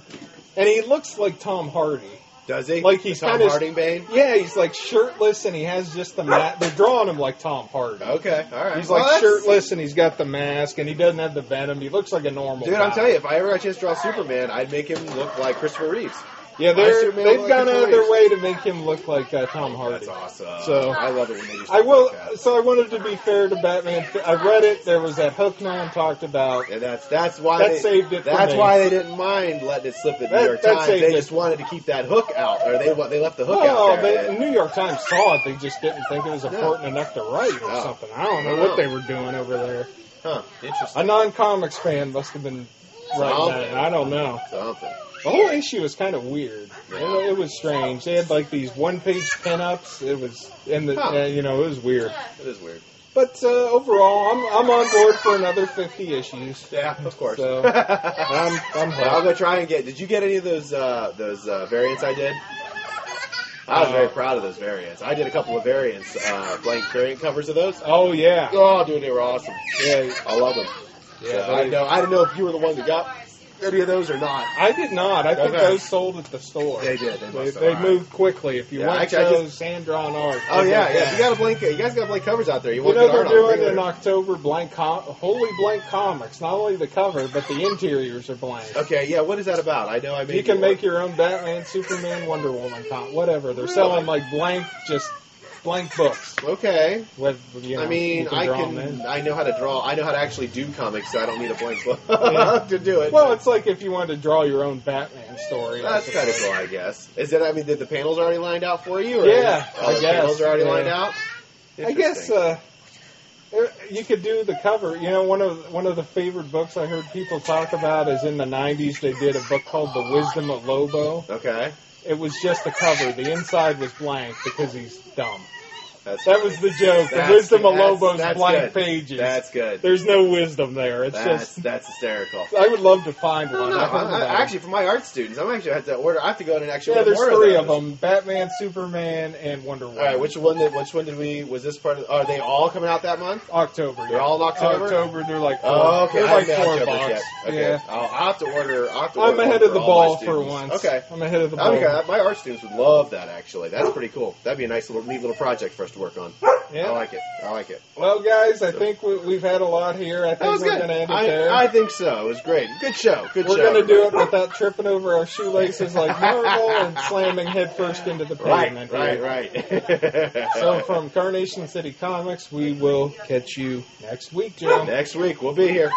[SPEAKER 1] And he looks like Tom Hardy.
[SPEAKER 2] does he?
[SPEAKER 1] Like he's
[SPEAKER 2] Tom
[SPEAKER 1] kinda-
[SPEAKER 2] Harding Bane.
[SPEAKER 1] Yeah, he's like shirtless and he has just the mask. They're drawing him like Tom Hardy.
[SPEAKER 2] Okay, all right.
[SPEAKER 1] He's
[SPEAKER 2] Well,
[SPEAKER 1] like
[SPEAKER 2] that's-
[SPEAKER 1] shirtless and he's got the mask and he doesn't have the venom. He looks like a normal.
[SPEAKER 2] Dude,
[SPEAKER 1] guy.
[SPEAKER 2] I'm telling you, if I ever got a chance to draw Superman, I'd make him look like Christopher Reeves.
[SPEAKER 1] Yeah,
[SPEAKER 2] My
[SPEAKER 1] they're,
[SPEAKER 2] Superman
[SPEAKER 1] they've
[SPEAKER 2] look
[SPEAKER 1] gone
[SPEAKER 2] like
[SPEAKER 1] out of their
[SPEAKER 2] Reeves.
[SPEAKER 1] way to make him look like uh, Tom Hardy.
[SPEAKER 2] That's awesome.
[SPEAKER 1] So-
[SPEAKER 2] I love it when they just
[SPEAKER 1] I
[SPEAKER 2] look
[SPEAKER 1] will.
[SPEAKER 2] Like that.
[SPEAKER 1] So I wanted to be fair to Batman. I read it. There was that hook no one talked about.
[SPEAKER 2] And that's that's why
[SPEAKER 1] That
[SPEAKER 2] they,
[SPEAKER 1] saved it for
[SPEAKER 2] That's
[SPEAKER 1] me.
[SPEAKER 2] why they didn't mind letting it slip at New
[SPEAKER 1] That-
[SPEAKER 2] York
[SPEAKER 1] that
[SPEAKER 2] Times.
[SPEAKER 1] saved
[SPEAKER 2] They
[SPEAKER 1] it.
[SPEAKER 2] just wanted to keep that hook out, or they wa- they left the hook
[SPEAKER 1] Well,
[SPEAKER 2] out there.
[SPEAKER 1] Oh, the New York Times saw it. They just didn't think it was important enough to write or
[SPEAKER 2] No.
[SPEAKER 1] something. I don't know
[SPEAKER 2] No.
[SPEAKER 1] what they were doing over there.
[SPEAKER 2] huh? Interesting.
[SPEAKER 1] A non-comics fan must have been writing
[SPEAKER 2] Something.
[SPEAKER 1] that. I don't know.
[SPEAKER 2] Something.
[SPEAKER 1] The whole issue was kind of weird. It, it was strange. They had like these one-page pinups. It was, and the,
[SPEAKER 2] Huh.
[SPEAKER 1] uh, you know, it was weird.
[SPEAKER 2] It is weird.
[SPEAKER 1] But uh, overall, I'm I'm on board for another 50 issues.
[SPEAKER 2] Yeah, of course.
[SPEAKER 1] So-
[SPEAKER 2] *laughs* Well,
[SPEAKER 1] I'm I'm
[SPEAKER 2] I'll
[SPEAKER 1] hooked.
[SPEAKER 2] go try and get. Did you get any of those uh, those uh, variants I did? I was
[SPEAKER 1] Uh,
[SPEAKER 2] very proud of those variants. I did a couple of variants, uh, blank variant covers of those.
[SPEAKER 1] Oh yeah,
[SPEAKER 2] Oh, dude, they were awesome.
[SPEAKER 1] yeah,
[SPEAKER 2] I love them.
[SPEAKER 1] yeah.
[SPEAKER 2] So I know. I don't know if you were the one that got any of those or not.
[SPEAKER 1] I did not. I think
[SPEAKER 2] Okay.
[SPEAKER 1] those sold at the store.
[SPEAKER 2] They did. They
[SPEAKER 1] They,
[SPEAKER 2] must have.
[SPEAKER 1] they
[SPEAKER 2] All right.
[SPEAKER 1] moved quickly. If you
[SPEAKER 2] Yeah,
[SPEAKER 1] want
[SPEAKER 2] actually, I
[SPEAKER 1] those hand-drawn art.
[SPEAKER 2] Oh
[SPEAKER 1] things
[SPEAKER 2] yeah,
[SPEAKER 1] like
[SPEAKER 2] yeah.
[SPEAKER 1] that.
[SPEAKER 2] You gotta blank. You guys got blank covers out there. You
[SPEAKER 1] You
[SPEAKER 2] want
[SPEAKER 1] know
[SPEAKER 2] good
[SPEAKER 1] they're
[SPEAKER 2] art on it,
[SPEAKER 1] doing
[SPEAKER 2] really.
[SPEAKER 1] in October blank com- wholly blank comics. Not only the cover, but the interiors are blank.
[SPEAKER 2] Okay, yeah. What is that about? I know. I made
[SPEAKER 1] You can
[SPEAKER 2] one.
[SPEAKER 1] make your own Batman, Superman, Wonder Woman, com- whatever. They're selling like blank, just blank books.
[SPEAKER 2] Okay.
[SPEAKER 1] With you know,
[SPEAKER 2] I mean,
[SPEAKER 1] you can
[SPEAKER 2] I
[SPEAKER 1] draw them in.
[SPEAKER 2] can. I know how to draw. I know how to actually do comics, so I don't need a blank book
[SPEAKER 1] Yeah.
[SPEAKER 2] *laughs* to do it.
[SPEAKER 1] Well, it's like if you wanted to draw your own Batman story. I
[SPEAKER 2] that's kind of
[SPEAKER 1] suppose.
[SPEAKER 2] cool, I guess. Is that? I mean, did the panels already lined out for you? Or
[SPEAKER 1] Yeah,
[SPEAKER 2] all
[SPEAKER 1] I
[SPEAKER 2] the
[SPEAKER 1] guess,
[SPEAKER 2] panels are already
[SPEAKER 1] yeah.
[SPEAKER 2] lined out.
[SPEAKER 1] I guess
[SPEAKER 2] Interesting.
[SPEAKER 1] uh, you could do the cover. You know, one of one of the favorite books I heard people talk about is in the '90s. They did a book called The Wisdom of Lobo.
[SPEAKER 2] okay,
[SPEAKER 1] It was just the cover. The inside was blank because he's dumb.
[SPEAKER 2] that's
[SPEAKER 1] That was the joke.
[SPEAKER 2] That's-
[SPEAKER 1] the Wisdom of
[SPEAKER 2] that's-
[SPEAKER 1] Lobo's
[SPEAKER 2] that's
[SPEAKER 1] blank
[SPEAKER 2] good.
[SPEAKER 1] pages.
[SPEAKER 2] That's good.
[SPEAKER 1] There's no wisdom there. It's
[SPEAKER 2] That's
[SPEAKER 1] just.
[SPEAKER 2] that's hysterical.
[SPEAKER 1] I would love to find
[SPEAKER 2] No,
[SPEAKER 1] one.
[SPEAKER 2] no,
[SPEAKER 1] I've heard
[SPEAKER 2] I,
[SPEAKER 1] about
[SPEAKER 2] I,
[SPEAKER 1] it.
[SPEAKER 2] actually, for my art students, I'm actually have to order. I have to go in and actually.
[SPEAKER 1] yeah,
[SPEAKER 2] order
[SPEAKER 1] there's
[SPEAKER 2] more
[SPEAKER 1] three
[SPEAKER 2] of
[SPEAKER 1] of
[SPEAKER 2] those.
[SPEAKER 1] them: Batman, Superman, and Wonder Woman.
[SPEAKER 2] All right, which one? Did, which one did we? Was this part of? Are they all coming out that month?
[SPEAKER 1] October?
[SPEAKER 2] They're all in October?
[SPEAKER 1] October. They're like.
[SPEAKER 2] Oh, okay.
[SPEAKER 1] They're
[SPEAKER 2] I
[SPEAKER 1] Uh, like
[SPEAKER 2] haven't
[SPEAKER 1] four
[SPEAKER 2] had October
[SPEAKER 1] bucks.
[SPEAKER 2] yet. Okay.
[SPEAKER 1] Yeah.
[SPEAKER 2] I'll, I'll have to order. I'll have to
[SPEAKER 1] I'm
[SPEAKER 2] order
[SPEAKER 1] ahead
[SPEAKER 2] one
[SPEAKER 1] of the
[SPEAKER 2] all my
[SPEAKER 1] ball for
[SPEAKER 2] students.
[SPEAKER 1] once.
[SPEAKER 2] Okay.
[SPEAKER 1] I'm ahead of the
[SPEAKER 2] I
[SPEAKER 1] ball.
[SPEAKER 2] think I- my art students would love that. Actually, that's pretty cool. That'd be a nice little, neat little project for us to work on.
[SPEAKER 1] Yeah.
[SPEAKER 2] I like it. I like it.
[SPEAKER 1] Well, guys, I think we, we've had a lot here. I
[SPEAKER 2] That
[SPEAKER 1] think
[SPEAKER 2] was
[SPEAKER 1] we're
[SPEAKER 2] good.
[SPEAKER 1] going to end it there.
[SPEAKER 2] I, I think so. It was great. Good show. Good
[SPEAKER 1] we're
[SPEAKER 2] show.
[SPEAKER 1] going to do it without tripping over our shoelaces like Marvel and slamming headfirst into the
[SPEAKER 2] Right.
[SPEAKER 1] pavement.
[SPEAKER 2] Right.
[SPEAKER 1] here.
[SPEAKER 2] Right. *laughs*
[SPEAKER 1] So, from Carnation City Comics, we will catch you next week, Joe.
[SPEAKER 2] next week we'll be here.